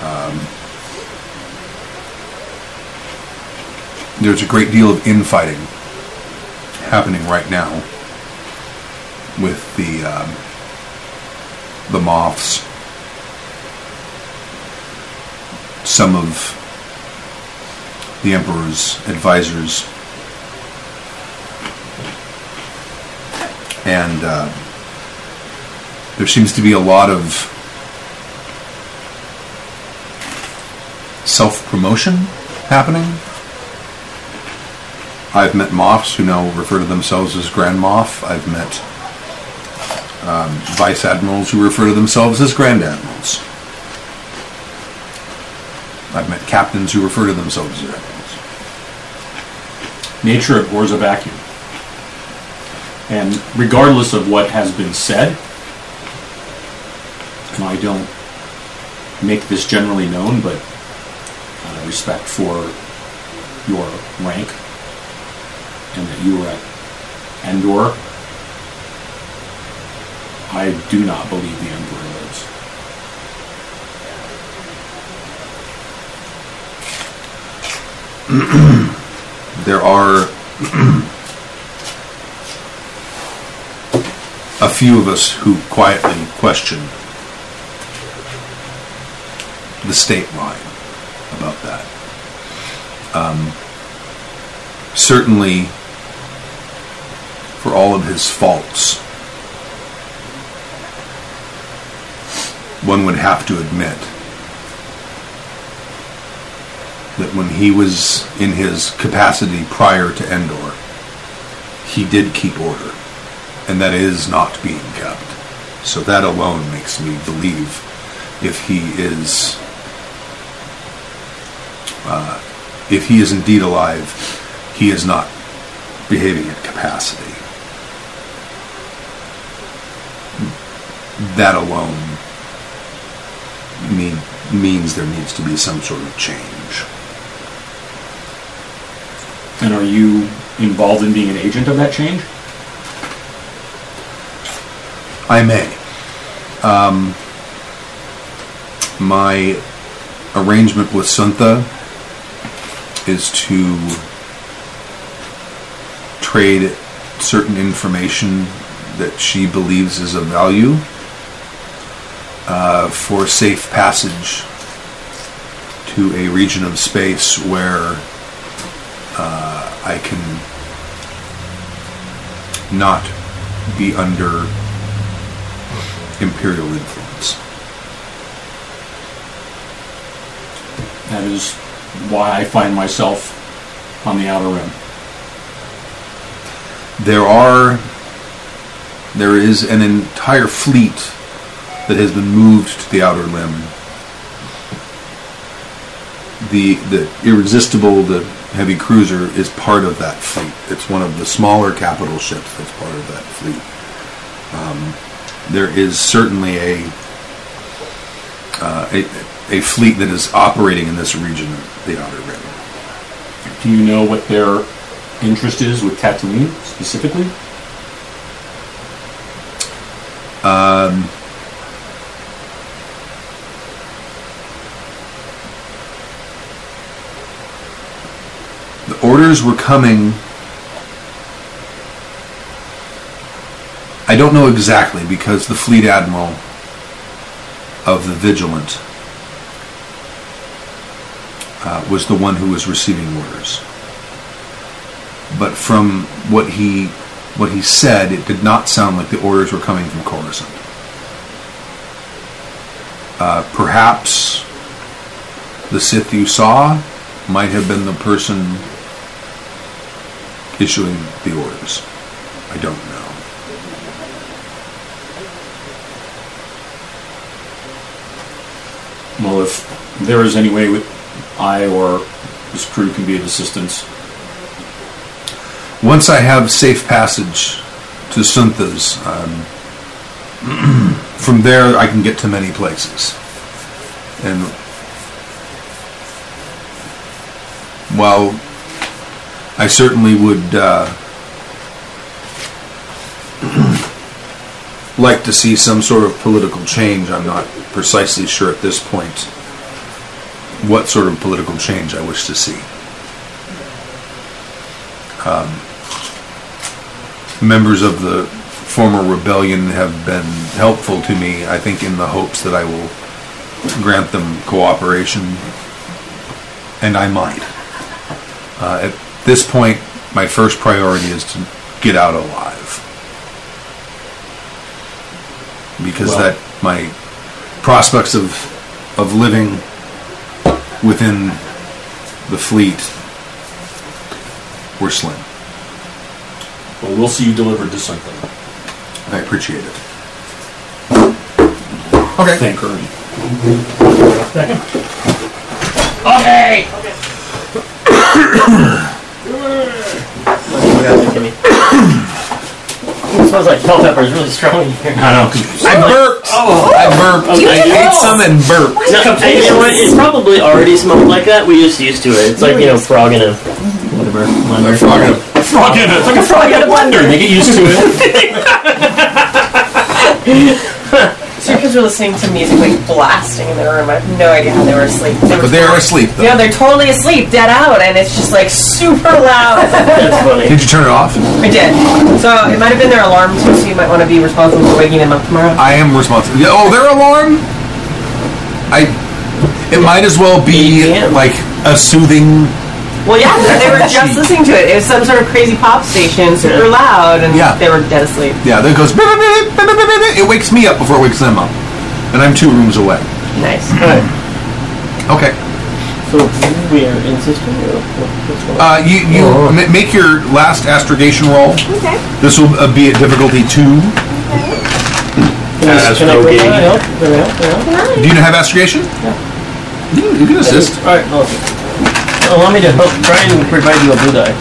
Speaker 2: Um, there's a great deal of infighting happening right now with the um, the moths. Some of the emperor's advisors and uh, there seems to be a lot of self promotion happening. I've met moths who now refer to themselves as Grand Moff. I've met um, vice admirals who refer to themselves as Grand Admirals. I've met captains who refer to themselves as admirals.
Speaker 3: Nature abhors a vacuum. And regardless of what has been said, and I don't make this generally known, but uh, respect for your rank and that you were at Endor, I do not believe the Emperor lives.
Speaker 2: There are a few of us who quietly question the state line about that. Um, certainly, for all of his faults, one would have to admit that when he was in his capacity prior to Endor, he did keep order, and that is not being kept. So that alone makes me believe if he is uh, if he is indeed alive, he is not behaving at capacity. That alone mean, means there needs to be some sort of change.
Speaker 3: And are you involved in being an agent of that change?
Speaker 2: I may. Um, my arrangement with Suntha is to trade certain information that she believes is of value uh, for safe passage to a region of space where uh, I can not be under imperial influence.
Speaker 3: That is why I find myself on the outer rim.
Speaker 2: there are there is an entire fleet that has been moved to the outer limb the the irresistible the heavy cruiser is part of that fleet it's one of the smaller capital ships that's part of that fleet um, there is certainly a, uh, a a fleet that is operating in this region of the outer rim
Speaker 3: Do you know what their interest is with Tatooine specifically?
Speaker 2: Um, the orders were coming. I don't know exactly because the fleet admiral of the Vigilant uh, was the one who was receiving orders. but from what he what he said, it did not sound like the orders were coming from Coruscant. Uh, perhaps the Sith you saw might have been the person issuing the orders. I don't know.
Speaker 3: Well, if there is any way with I or this crew can be of assistance,
Speaker 2: Once I have safe passage to Sunthas, um, from there I can get to many places. And while I certainly would uh, like to see some sort of political change, I'm not precisely sure at this point what sort of political change I wish to see. Um, members of the former rebellion have been helpful to me, I think, in the hopes that I will grant them cooperation, and I might. Uh, at this point, my first priority is to get out alive. Because
Speaker 10: Well-
Speaker 2: that my prospects of of living within the fleet were slim.
Speaker 3: well, we'll see you delivered to something.
Speaker 2: I appreciate it.
Speaker 3: Okay. Thank her.
Speaker 7: Okay. It smells like bell pepper. It's really strong in here.
Speaker 3: I know.
Speaker 7: I burped. Oh, I burped.
Speaker 2: I ate some and burped.
Speaker 7: No, hey, you know what? It's probably already smelled like that. We just used to it. It's like you know, frog in a whatever. blender.
Speaker 2: frog in a
Speaker 3: frog in a it's like a frog in a blender. They get used to it.
Speaker 11: So your kids were listening to music like blasting in the room. I have no idea how they were asleep. They were
Speaker 2: But they are asleep though.
Speaker 11: yeah, they're totally asleep, dead out, and it's just like super loud.
Speaker 7: That's funny.
Speaker 2: Did you turn it off?
Speaker 11: I did. So it might have been their alarm too, so you might want to be responsible for waking them up tomorrow.
Speaker 2: I am responsible. Yeah, Oh, their alarm? I. It might as well be like a soothing.
Speaker 11: Well, yeah, they were just listening to it. It was some sort of crazy pop station, super loud, and
Speaker 2: Yeah.
Speaker 11: they were dead asleep.
Speaker 2: Yeah, that goes. "Bip, bip, bip, bip, bip, bip, bip." It wakes me up before it wakes them up, and I'm two rooms away.
Speaker 11: Nice.
Speaker 2: Okay.
Speaker 7: So we are in system. or what's going
Speaker 2: Uh,
Speaker 7: on?
Speaker 2: you you ma- make your last astrogation roll.
Speaker 8: Okay.
Speaker 2: This will uh, be at difficulty two.
Speaker 7: Can I- can I bring that out? There we are, there we are.
Speaker 2: Do you have astrogation?
Speaker 7: Yeah.
Speaker 2: You, can- you can assist.
Speaker 7: All right. Well, allow me to help. Try and provide you a blue dye.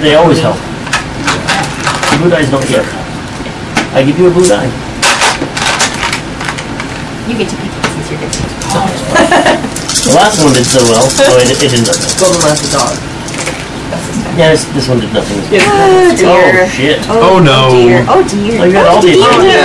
Speaker 7: They always help. The blue dyes don't care. I give you a blue dye.
Speaker 8: You get to pick it since you're gifted.
Speaker 7: The last one did so well, so it, it did nothing.
Speaker 11: Golden last dog.
Speaker 7: Yeah, this, this one did nothing.
Speaker 11: Yeah.
Speaker 8: Oh, dear.
Speaker 7: Oh shit!
Speaker 2: Oh, no.
Speaker 8: Dear. Oh dear.
Speaker 7: I got all these.
Speaker 8: dear.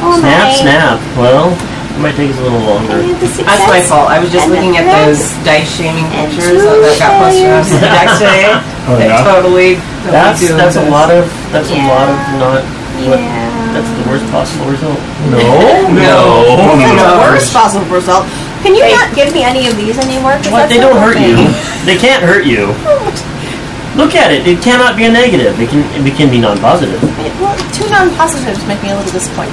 Speaker 8: Oh,
Speaker 7: Snap,
Speaker 8: my.
Speaker 7: snap. Well, it might take us a little longer.
Speaker 11: That's my fault. I was just looking at those dice shaming pictures that got posted on the next day.
Speaker 7: Oh,
Speaker 11: They
Speaker 7: yeah?
Speaker 11: totally.
Speaker 7: That's that's a lot of that's a lot of not. What,
Speaker 8: Yeah.
Speaker 7: That's the worst possible result.
Speaker 3: No, no,
Speaker 8: Oh, the worst possible result. Can you not give me any of these anymore? 'Cause
Speaker 7: What?
Speaker 8: that's
Speaker 7: They
Speaker 8: the
Speaker 7: don't
Speaker 8: whole
Speaker 7: hurt you.
Speaker 8: thing.
Speaker 7: They can't hurt you.
Speaker 12: Oh,
Speaker 7: Look at it. It cannot be a negative. It can it can be non-positive.
Speaker 8: Well, two non-positives make me a little disappointed.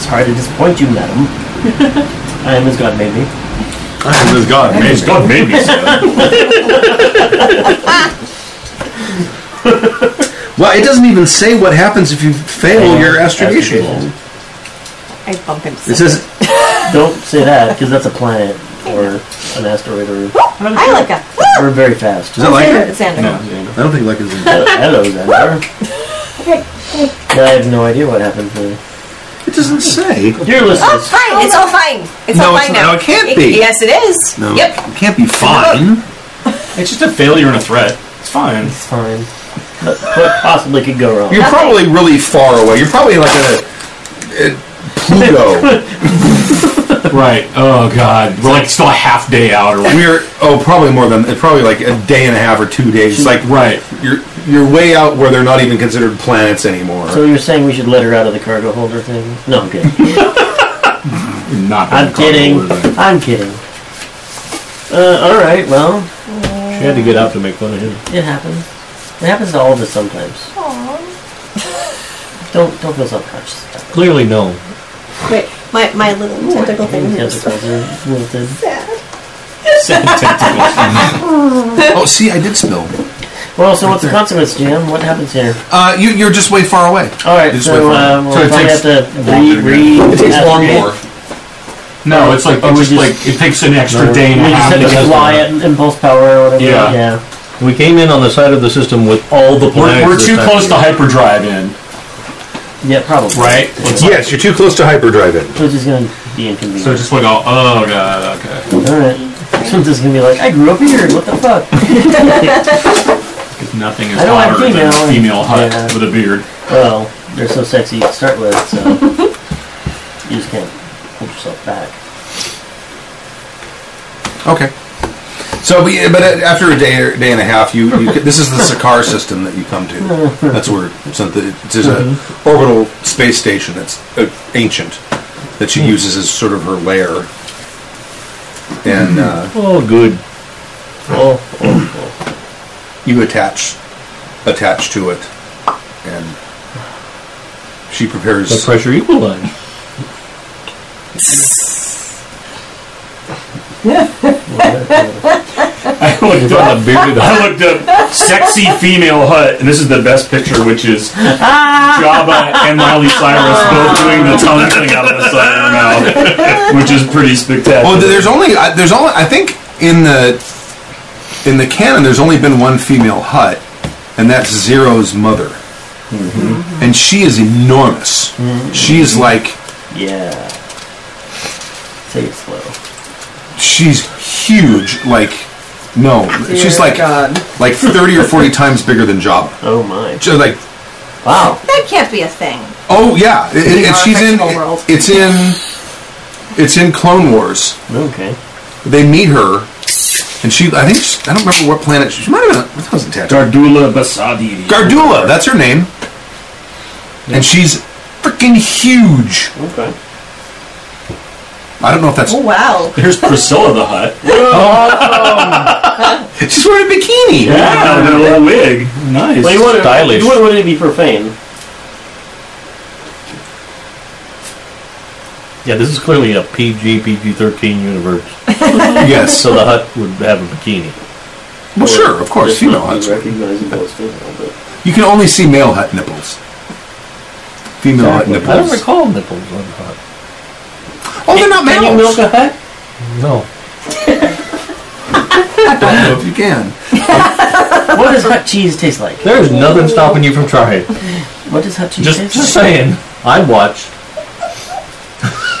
Speaker 7: It's hard to disappoint you, madam. I am as God made me.
Speaker 2: This God,
Speaker 3: It's God made me. so.
Speaker 2: Well, it doesn't even say what happens if you fail your astrogation roll.
Speaker 8: I bump him.
Speaker 2: It says
Speaker 7: Don't say that because that's a planet or an asteroid or
Speaker 8: I like a.
Speaker 7: we're very fast.
Speaker 2: Is that like
Speaker 8: Xander.
Speaker 2: it?
Speaker 8: Xander.
Speaker 2: I don't think like is in
Speaker 7: Uh, hello, Xander.
Speaker 8: Okay.
Speaker 7: I have no idea what happened to
Speaker 2: It doesn't say.
Speaker 7: Dear
Speaker 8: Oh,
Speaker 7: listeners,
Speaker 8: fine. It's all fine. It's
Speaker 2: No,
Speaker 8: all
Speaker 2: it's
Speaker 8: fine
Speaker 2: not-
Speaker 8: now.
Speaker 2: no, it can't be.
Speaker 8: Yes, it is.
Speaker 2: No,
Speaker 8: Yep.
Speaker 2: it can't be fine.
Speaker 3: It's just a failure and a threat. It's fine.
Speaker 7: it's fine. But what possibly could go wrong?
Speaker 2: You're probably really far away. You're probably like a, a Pluto.
Speaker 3: Right. Oh God. We're like still a half day out or
Speaker 2: We're oh, probably more than it's probably like a day and a half or two days. It's like
Speaker 3: Right.
Speaker 2: you're you're way out where they're not even considered planets anymore.
Speaker 7: So you're saying we should let her out of the cargo holder thing? No, I'm kidding.
Speaker 3: Not.
Speaker 7: I'm kidding. I'm kidding. Uh, all right. Well,
Speaker 4: We had to get out to make fun of him.
Speaker 7: It happens. It happens to all of us sometimes. Don't don't feel self-conscious.
Speaker 4: Clearly, no.
Speaker 8: Wait, my, my little tentacle thing.
Speaker 7: Tentacles are wilted.
Speaker 2: oh, see, I did spill.
Speaker 7: Well, so what's the consequence, Jim? What happens here?
Speaker 2: Uh, you, you're just way far away.
Speaker 7: All right,
Speaker 2: You're just way
Speaker 7: so
Speaker 2: far
Speaker 7: uh,
Speaker 2: away.
Speaker 7: we'll
Speaker 2: So it
Speaker 7: probably
Speaker 2: takes
Speaker 7: have to
Speaker 2: longer
Speaker 7: re
Speaker 2: to
Speaker 7: re.
Speaker 2: get- It takes one
Speaker 7: investigate.
Speaker 2: more.
Speaker 3: No, it's like
Speaker 7: Or
Speaker 3: it
Speaker 7: we
Speaker 3: was like it takes an extra
Speaker 4: No.
Speaker 3: day and a
Speaker 4: We just
Speaker 3: half
Speaker 4: had
Speaker 3: to
Speaker 4: to
Speaker 3: get
Speaker 4: fly
Speaker 3: there.
Speaker 4: it.
Speaker 7: And impulse power or whatever.
Speaker 3: Yeah.
Speaker 4: We came in on the side of the system with all the planets.
Speaker 3: We're, we're
Speaker 4: this
Speaker 3: too
Speaker 4: time.
Speaker 3: close to hyperdrive in,
Speaker 7: Yeah, probably.
Speaker 3: right?
Speaker 9: Yes, you're too close to hyperdrive in.
Speaker 7: So it's just going to be inconvenient.
Speaker 3: So just like oh, oh god, okay.
Speaker 7: All right. Someone's just going to be like, I grew up here. What the fuck?
Speaker 3: Because nothing is
Speaker 7: I don't have
Speaker 3: hotter than a
Speaker 7: female.
Speaker 3: female hut
Speaker 7: Yeah.
Speaker 3: with a beard.
Speaker 7: well, they're so sexy to start with, so you just can't hold yourself back.
Speaker 2: Okay. So, but, but uh, after a day or day and a half, you, you this is the Sakar system that you come to. That's where sent the- it's just an orbital space station that's uh, ancient that she uses as sort of her lair. And uh,
Speaker 4: Oh, good.
Speaker 7: Oh,
Speaker 2: you attach attach to it, and she prepares
Speaker 4: The pressure equalized.
Speaker 3: I looked up a bearded. I looked up sexy female hut, and this is the best picture, which is Jabba and Miley Cyrus both doing the tongue thing out of the side of her mouth, which is pretty spectacular.
Speaker 2: Well, Oh, there's only I there's only I think in the in the canon there's only been one female hut, and that's Zero's mother, and she is enormous. She is like
Speaker 7: Yeah. Take it slow.
Speaker 2: she's huge. Like no, she's like like thirty or forty times bigger than Jabba.
Speaker 7: Oh my.
Speaker 2: So like
Speaker 7: Wow.
Speaker 12: That can't be a thing.
Speaker 2: oh yeah, it, it- and she's in
Speaker 12: Fictional world.
Speaker 2: it's in it's in Clone Wars.
Speaker 7: Okay.
Speaker 2: They meet her. And she, I think, she, I don't remember what planet she, she might have been. That wasn't Tatooine.
Speaker 3: Gardula Basadi.
Speaker 2: Gardula, that's her name. And she's freaking huge.
Speaker 7: Okay.
Speaker 2: I don't know if that's.
Speaker 12: Oh wow.
Speaker 3: There's Priscilla the Hut.
Speaker 2: She's wearing a bikini.
Speaker 3: Yeah, with a little wig. Nice.
Speaker 7: Well, you wouldn't,
Speaker 4: Stylish.
Speaker 7: you wouldn't want it to be profane.
Speaker 4: Yeah, this is clearly a PG PG thirteen universe.
Speaker 2: Yes.
Speaker 4: So the hut would have a bikini.
Speaker 2: well, sure, of course,
Speaker 7: Just
Speaker 2: female
Speaker 7: not be
Speaker 2: huts.
Speaker 7: recognizable as female, but
Speaker 2: You can only see male hut nipples. Female hut
Speaker 4: I don't
Speaker 2: nipples.
Speaker 4: recall nipples on the hut.
Speaker 2: Oh, they're not
Speaker 7: Can you
Speaker 2: males.
Speaker 7: milk a hut?
Speaker 4: No.
Speaker 2: I don't know if you can.
Speaker 7: What does hot cheese taste like?
Speaker 4: There's nothing stopping you from trying.
Speaker 7: What does hot cheese
Speaker 4: Just
Speaker 7: taste
Speaker 4: just
Speaker 7: like?
Speaker 4: saying. I watch.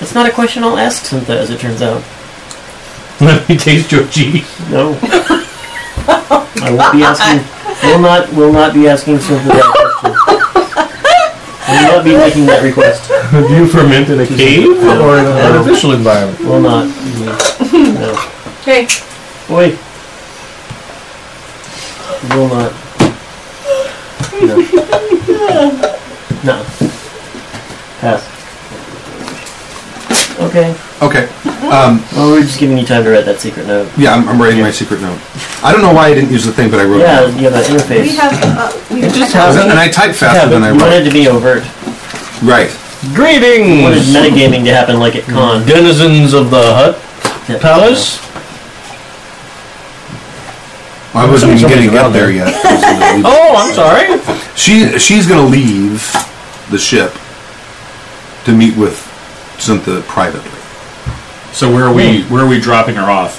Speaker 7: It's not a question I'll ask Cynthia, as it turns out.
Speaker 4: Let me taste your cheese.
Speaker 7: No. I won't be asking. Will not. Will not be asking Cynthia that question. I will not be making that request.
Speaker 4: Have you fermented a cave or in an artificial environment?
Speaker 7: Will not. No.
Speaker 12: Hey.
Speaker 7: Boy. Will not. No. no. Pass. Okay.
Speaker 2: Okay. um,
Speaker 7: Well, we're just giving you time to write that secret note.
Speaker 2: Yeah, I'm, I'm writing my secret note. I don't know why I didn't use the thing, but I wrote
Speaker 7: Yeah,
Speaker 2: it.
Speaker 7: you have that interface.
Speaker 12: We have uh, we have
Speaker 7: just
Speaker 12: technology.
Speaker 2: And I typed faster
Speaker 7: Yeah,
Speaker 2: than I
Speaker 7: you
Speaker 2: wrote.
Speaker 7: wanted to be overt.
Speaker 2: Right.
Speaker 7: You wanted
Speaker 2: Hmm.
Speaker 4: Greetings,
Speaker 7: metagaming to happen like at con.
Speaker 4: denizens of the hut
Speaker 7: Yeah,
Speaker 4: palace.
Speaker 2: I wasn't even
Speaker 4: Somebody's
Speaker 2: getting up
Speaker 4: around
Speaker 2: there yet.
Speaker 4: Oh, I'm sorry.
Speaker 2: She she's gonna leave the ship to meet with Cynthia privately
Speaker 3: So where are we? Where are we dropping her off?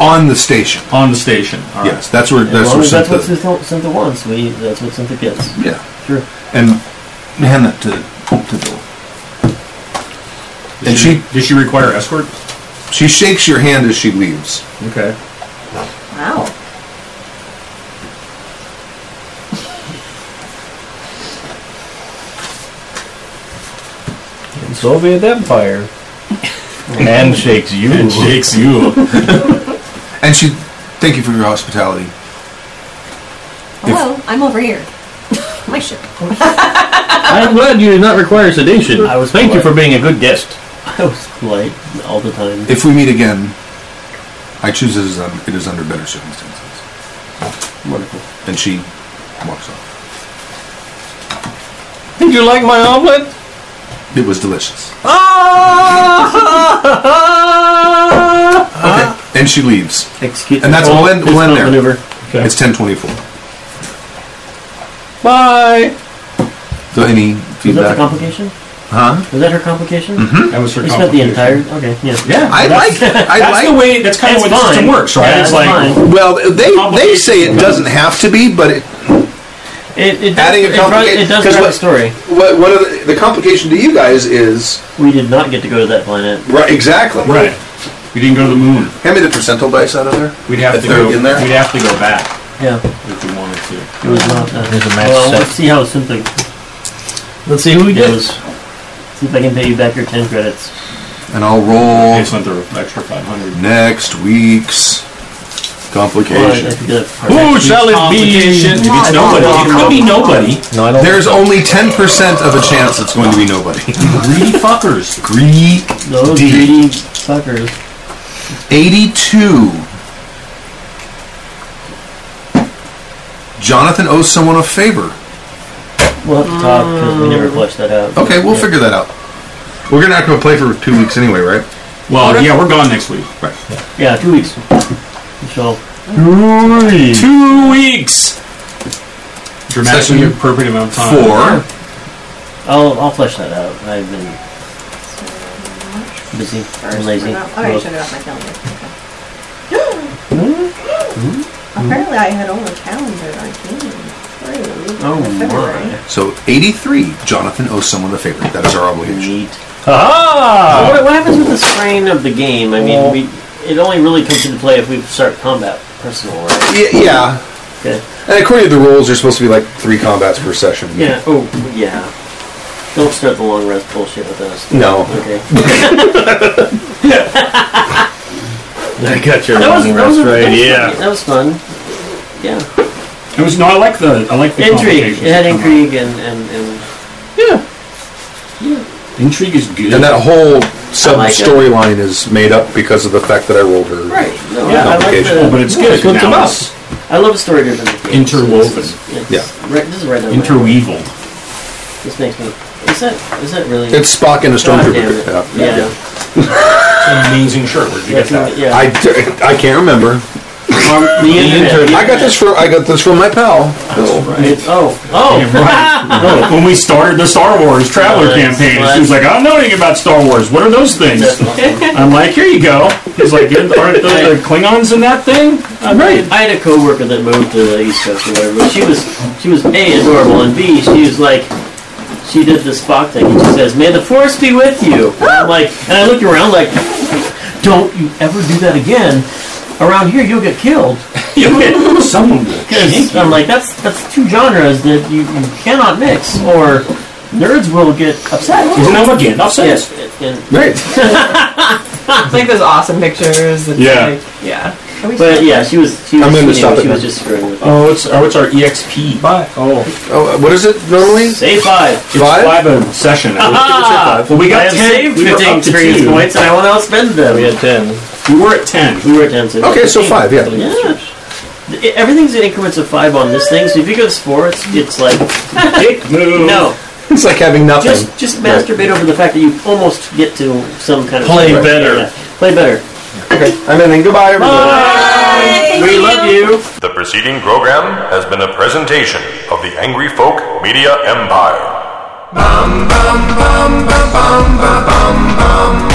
Speaker 2: on the station.
Speaker 3: On the station. All right.
Speaker 2: Yes, that's where
Speaker 7: As
Speaker 2: that's
Speaker 7: long
Speaker 2: where
Speaker 7: as that's what
Speaker 2: Cynthia.
Speaker 7: Cynthia, Cynthia wants, we that's what Cynthia gets.
Speaker 2: Yeah,
Speaker 7: Sure.
Speaker 2: and hand that to to Bill.
Speaker 3: Does
Speaker 2: And she
Speaker 3: does she require escort?
Speaker 2: she shakes your hand as she leaves.
Speaker 3: Okay.
Speaker 12: Wow.
Speaker 4: Soviet Empire. Handshakes you.
Speaker 3: And shakes you.
Speaker 2: And she thank you for your hospitality.
Speaker 12: Hello, I'm over here. My ship.
Speaker 4: I'm glad you did not require sedation.
Speaker 7: I was
Speaker 4: Thank you for
Speaker 7: polite.
Speaker 4: being a good guest.
Speaker 7: I was polite all the time.
Speaker 2: If we meet again, I choose it is un- it is under better circumstances. Wonderful. And she walks off.
Speaker 4: Did you like my omelet?
Speaker 2: It was delicious.
Speaker 4: Ah!
Speaker 7: Uh-huh.
Speaker 2: Okay. And she leaves.
Speaker 7: Excuse
Speaker 2: And that's
Speaker 4: me.
Speaker 2: we'll end, we'll end there.
Speaker 4: Maneuver.
Speaker 2: It's ten twenty four.
Speaker 4: Bye.
Speaker 2: So any
Speaker 7: Is that the
Speaker 2: feedback?
Speaker 7: complication?
Speaker 2: Huh?
Speaker 7: Was that her complication?
Speaker 2: Mhm. That
Speaker 3: was her
Speaker 7: We spent the entire.
Speaker 3: complication.
Speaker 7: Okay, yeah.
Speaker 3: Yeah, I that's- like- I that's like- the way- that's kinda
Speaker 7: It's
Speaker 3: what the system
Speaker 7: fine.
Speaker 3: works, right?
Speaker 7: Yeah,
Speaker 3: It's
Speaker 7: it's
Speaker 3: like-
Speaker 7: fine.
Speaker 9: Well, they they say it doesn't have to be, but it,
Speaker 7: It, it does,
Speaker 9: adding a
Speaker 7: it drives-
Speaker 9: complication
Speaker 7: It does drive the story.
Speaker 9: What one of the, the complication to you guys is
Speaker 7: we did not get to go to that planet.
Speaker 9: Right, exactly.
Speaker 3: Right. We didn't go to the moon.
Speaker 9: Hand me the percentile dice out of there.
Speaker 3: We'd have
Speaker 9: If
Speaker 3: to
Speaker 9: they're
Speaker 3: go
Speaker 9: in there?
Speaker 3: We'd have to go back
Speaker 7: Yeah.
Speaker 3: if we wanted to.
Speaker 7: It was not. Uh,
Speaker 4: There's a match
Speaker 7: well,
Speaker 4: set.
Speaker 7: let's see how something
Speaker 4: Let's see who we get.
Speaker 7: goes. See if I can pay you back your ten credits.
Speaker 2: And I'll roll
Speaker 3: It's another extra 500.
Speaker 2: next week's complication.
Speaker 4: Who shall it be?
Speaker 3: If it's nobody, it could be nobody.
Speaker 4: No, I don't.
Speaker 2: There's only ten percent of a chance it's going to be nobody.
Speaker 3: Greedy fuckers.
Speaker 2: Greedy.
Speaker 7: Those greedy fuckers.
Speaker 2: Eighty-two. Jonathan owes someone a favor.
Speaker 7: We'll have to talk because we never fleshed that out.
Speaker 2: Um. Okay, we'll
Speaker 7: Yeah.
Speaker 2: figure that out. We're gonna have to play for two weeks anyway, right?
Speaker 3: Well, yeah, we're gone next week.
Speaker 2: Right.
Speaker 7: Yeah, two weeks. We shall.
Speaker 3: Two weeks. Dramatically
Speaker 2: Session
Speaker 3: appropriate amount of time.
Speaker 2: Four.
Speaker 7: I'll I'll flesh that out. I've been busy and lazy.
Speaker 11: Oh, I shut it off my calendar. Okay. Apparently, I had only calendar on Canaan.
Speaker 7: Oh,
Speaker 11: February.
Speaker 2: So eighty-three. Jonathan owes someone a favor. That is our obligation.
Speaker 7: Neat.
Speaker 4: Ah!
Speaker 7: What, what happens with the strain of the game? I mean, we it only really comes into play if we start combat personal, right?
Speaker 9: Y- yeah.
Speaker 7: Okay.
Speaker 9: And according to the rules, there's supposed to be like three combats per session.
Speaker 7: Yeah. Oh, yeah. Don't start the long rest bullshit with us.
Speaker 9: No.
Speaker 7: Okay.
Speaker 4: I got your
Speaker 7: That was,
Speaker 4: long
Speaker 7: that
Speaker 4: rest
Speaker 7: was a- that
Speaker 4: right.
Speaker 7: was
Speaker 4: Yeah.
Speaker 7: fun. That was fun. Yeah.
Speaker 3: It was no. I like the. I like the
Speaker 7: Intrigue.
Speaker 3: complications
Speaker 7: It had
Speaker 3: that come up.
Speaker 7: intrigue and and, and
Speaker 3: Intrigue is good.
Speaker 9: And that whole sub
Speaker 7: like it.
Speaker 9: storyline is made up because of the fact that I rolled her.
Speaker 7: right. No,
Speaker 9: Yeah,
Speaker 7: I, I like
Speaker 9: complication.
Speaker 7: the.
Speaker 3: but it's
Speaker 7: yeah,
Speaker 3: good.
Speaker 7: good to
Speaker 3: now
Speaker 7: us. I love story-driven games.
Speaker 3: Interwoven.
Speaker 7: This is- it's
Speaker 9: Yeah.
Speaker 7: Right, this is right down my alley.
Speaker 3: Interweavel.
Speaker 7: This makes me. Is that is that really?
Speaker 9: It's Spock and a
Speaker 7: God damn
Speaker 9: stormtrooper.
Speaker 7: it. Yeah.
Speaker 3: Amazing shirt. Where'd you
Speaker 7: Yeah.
Speaker 3: get that?
Speaker 7: yeah.
Speaker 9: I, I can't remember.
Speaker 7: the internet.
Speaker 9: I got this from I got this from my pal. Bill.
Speaker 7: It's- oh, oh,
Speaker 3: Yeah, right. when we started the Star Wars Traveler
Speaker 7: Nice.
Speaker 3: campaign, she was like, "I don't know anything about Star Wars. What are those things?"
Speaker 7: that's awesome.
Speaker 3: I'm like, "Here you go." He's like, "Aren't those the Klingons in that thing?"
Speaker 7: I had- I had a coworker that moved to the East Coast or whatever. But she was she was a adorable and b she was like she did the Spock thing and she says, "May the Force be with you." And I'm like, and I looked around like, "Don't you ever do that again? Around here, you'll get killed."
Speaker 3: Someone will.
Speaker 7: 'Cause I'm like, that's that's two genres that you, you cannot mix, or nerds will get upset.
Speaker 3: Isn't that what Gandalf says?
Speaker 7: Yes, and-
Speaker 9: Right.
Speaker 5: It's like those awesome pictures. It's
Speaker 3: Yeah.
Speaker 5: Like, yeah.
Speaker 7: but yeah, she was she was,
Speaker 9: I'm gonna
Speaker 7: she,
Speaker 9: stop
Speaker 7: knew
Speaker 9: it
Speaker 7: she
Speaker 9: now.
Speaker 7: was just screwing with me.
Speaker 3: Oh, it's oh, it's our EXP. Bye. Oh,
Speaker 9: Oh, uh, what is it normally?
Speaker 7: Say five.
Speaker 3: it's
Speaker 9: Five?
Speaker 3: five a session.
Speaker 7: Ah,
Speaker 3: Well, we got
Speaker 7: I have
Speaker 3: ten.
Speaker 7: saved
Speaker 3: we were
Speaker 7: 15
Speaker 3: up to
Speaker 7: experience
Speaker 3: two.
Speaker 7: points and I will now spend them.
Speaker 4: We had ten.
Speaker 3: We were at ten.
Speaker 7: We were at 10, so it was
Speaker 9: Okay, so
Speaker 7: 15.
Speaker 9: five. Yeah.
Speaker 7: Yeah. I- Everything's in increments of 5 on this thing, so if you go to four, it's, it's like,
Speaker 3: Dick move.
Speaker 7: no.
Speaker 9: It's like having nothing.
Speaker 7: Just just masturbate over the fact that you almost get to some kind of.
Speaker 4: Play
Speaker 7: Yeah,
Speaker 4: better.
Speaker 7: yeah. Play better.
Speaker 9: okay. I'm ending. Goodbye, everybody.
Speaker 4: We love you.
Speaker 1: The preceding program has been a presentation of the Angry Folk Media Empire.
Speaker 10: bum, bum, bum, bum, bum, bum, bum.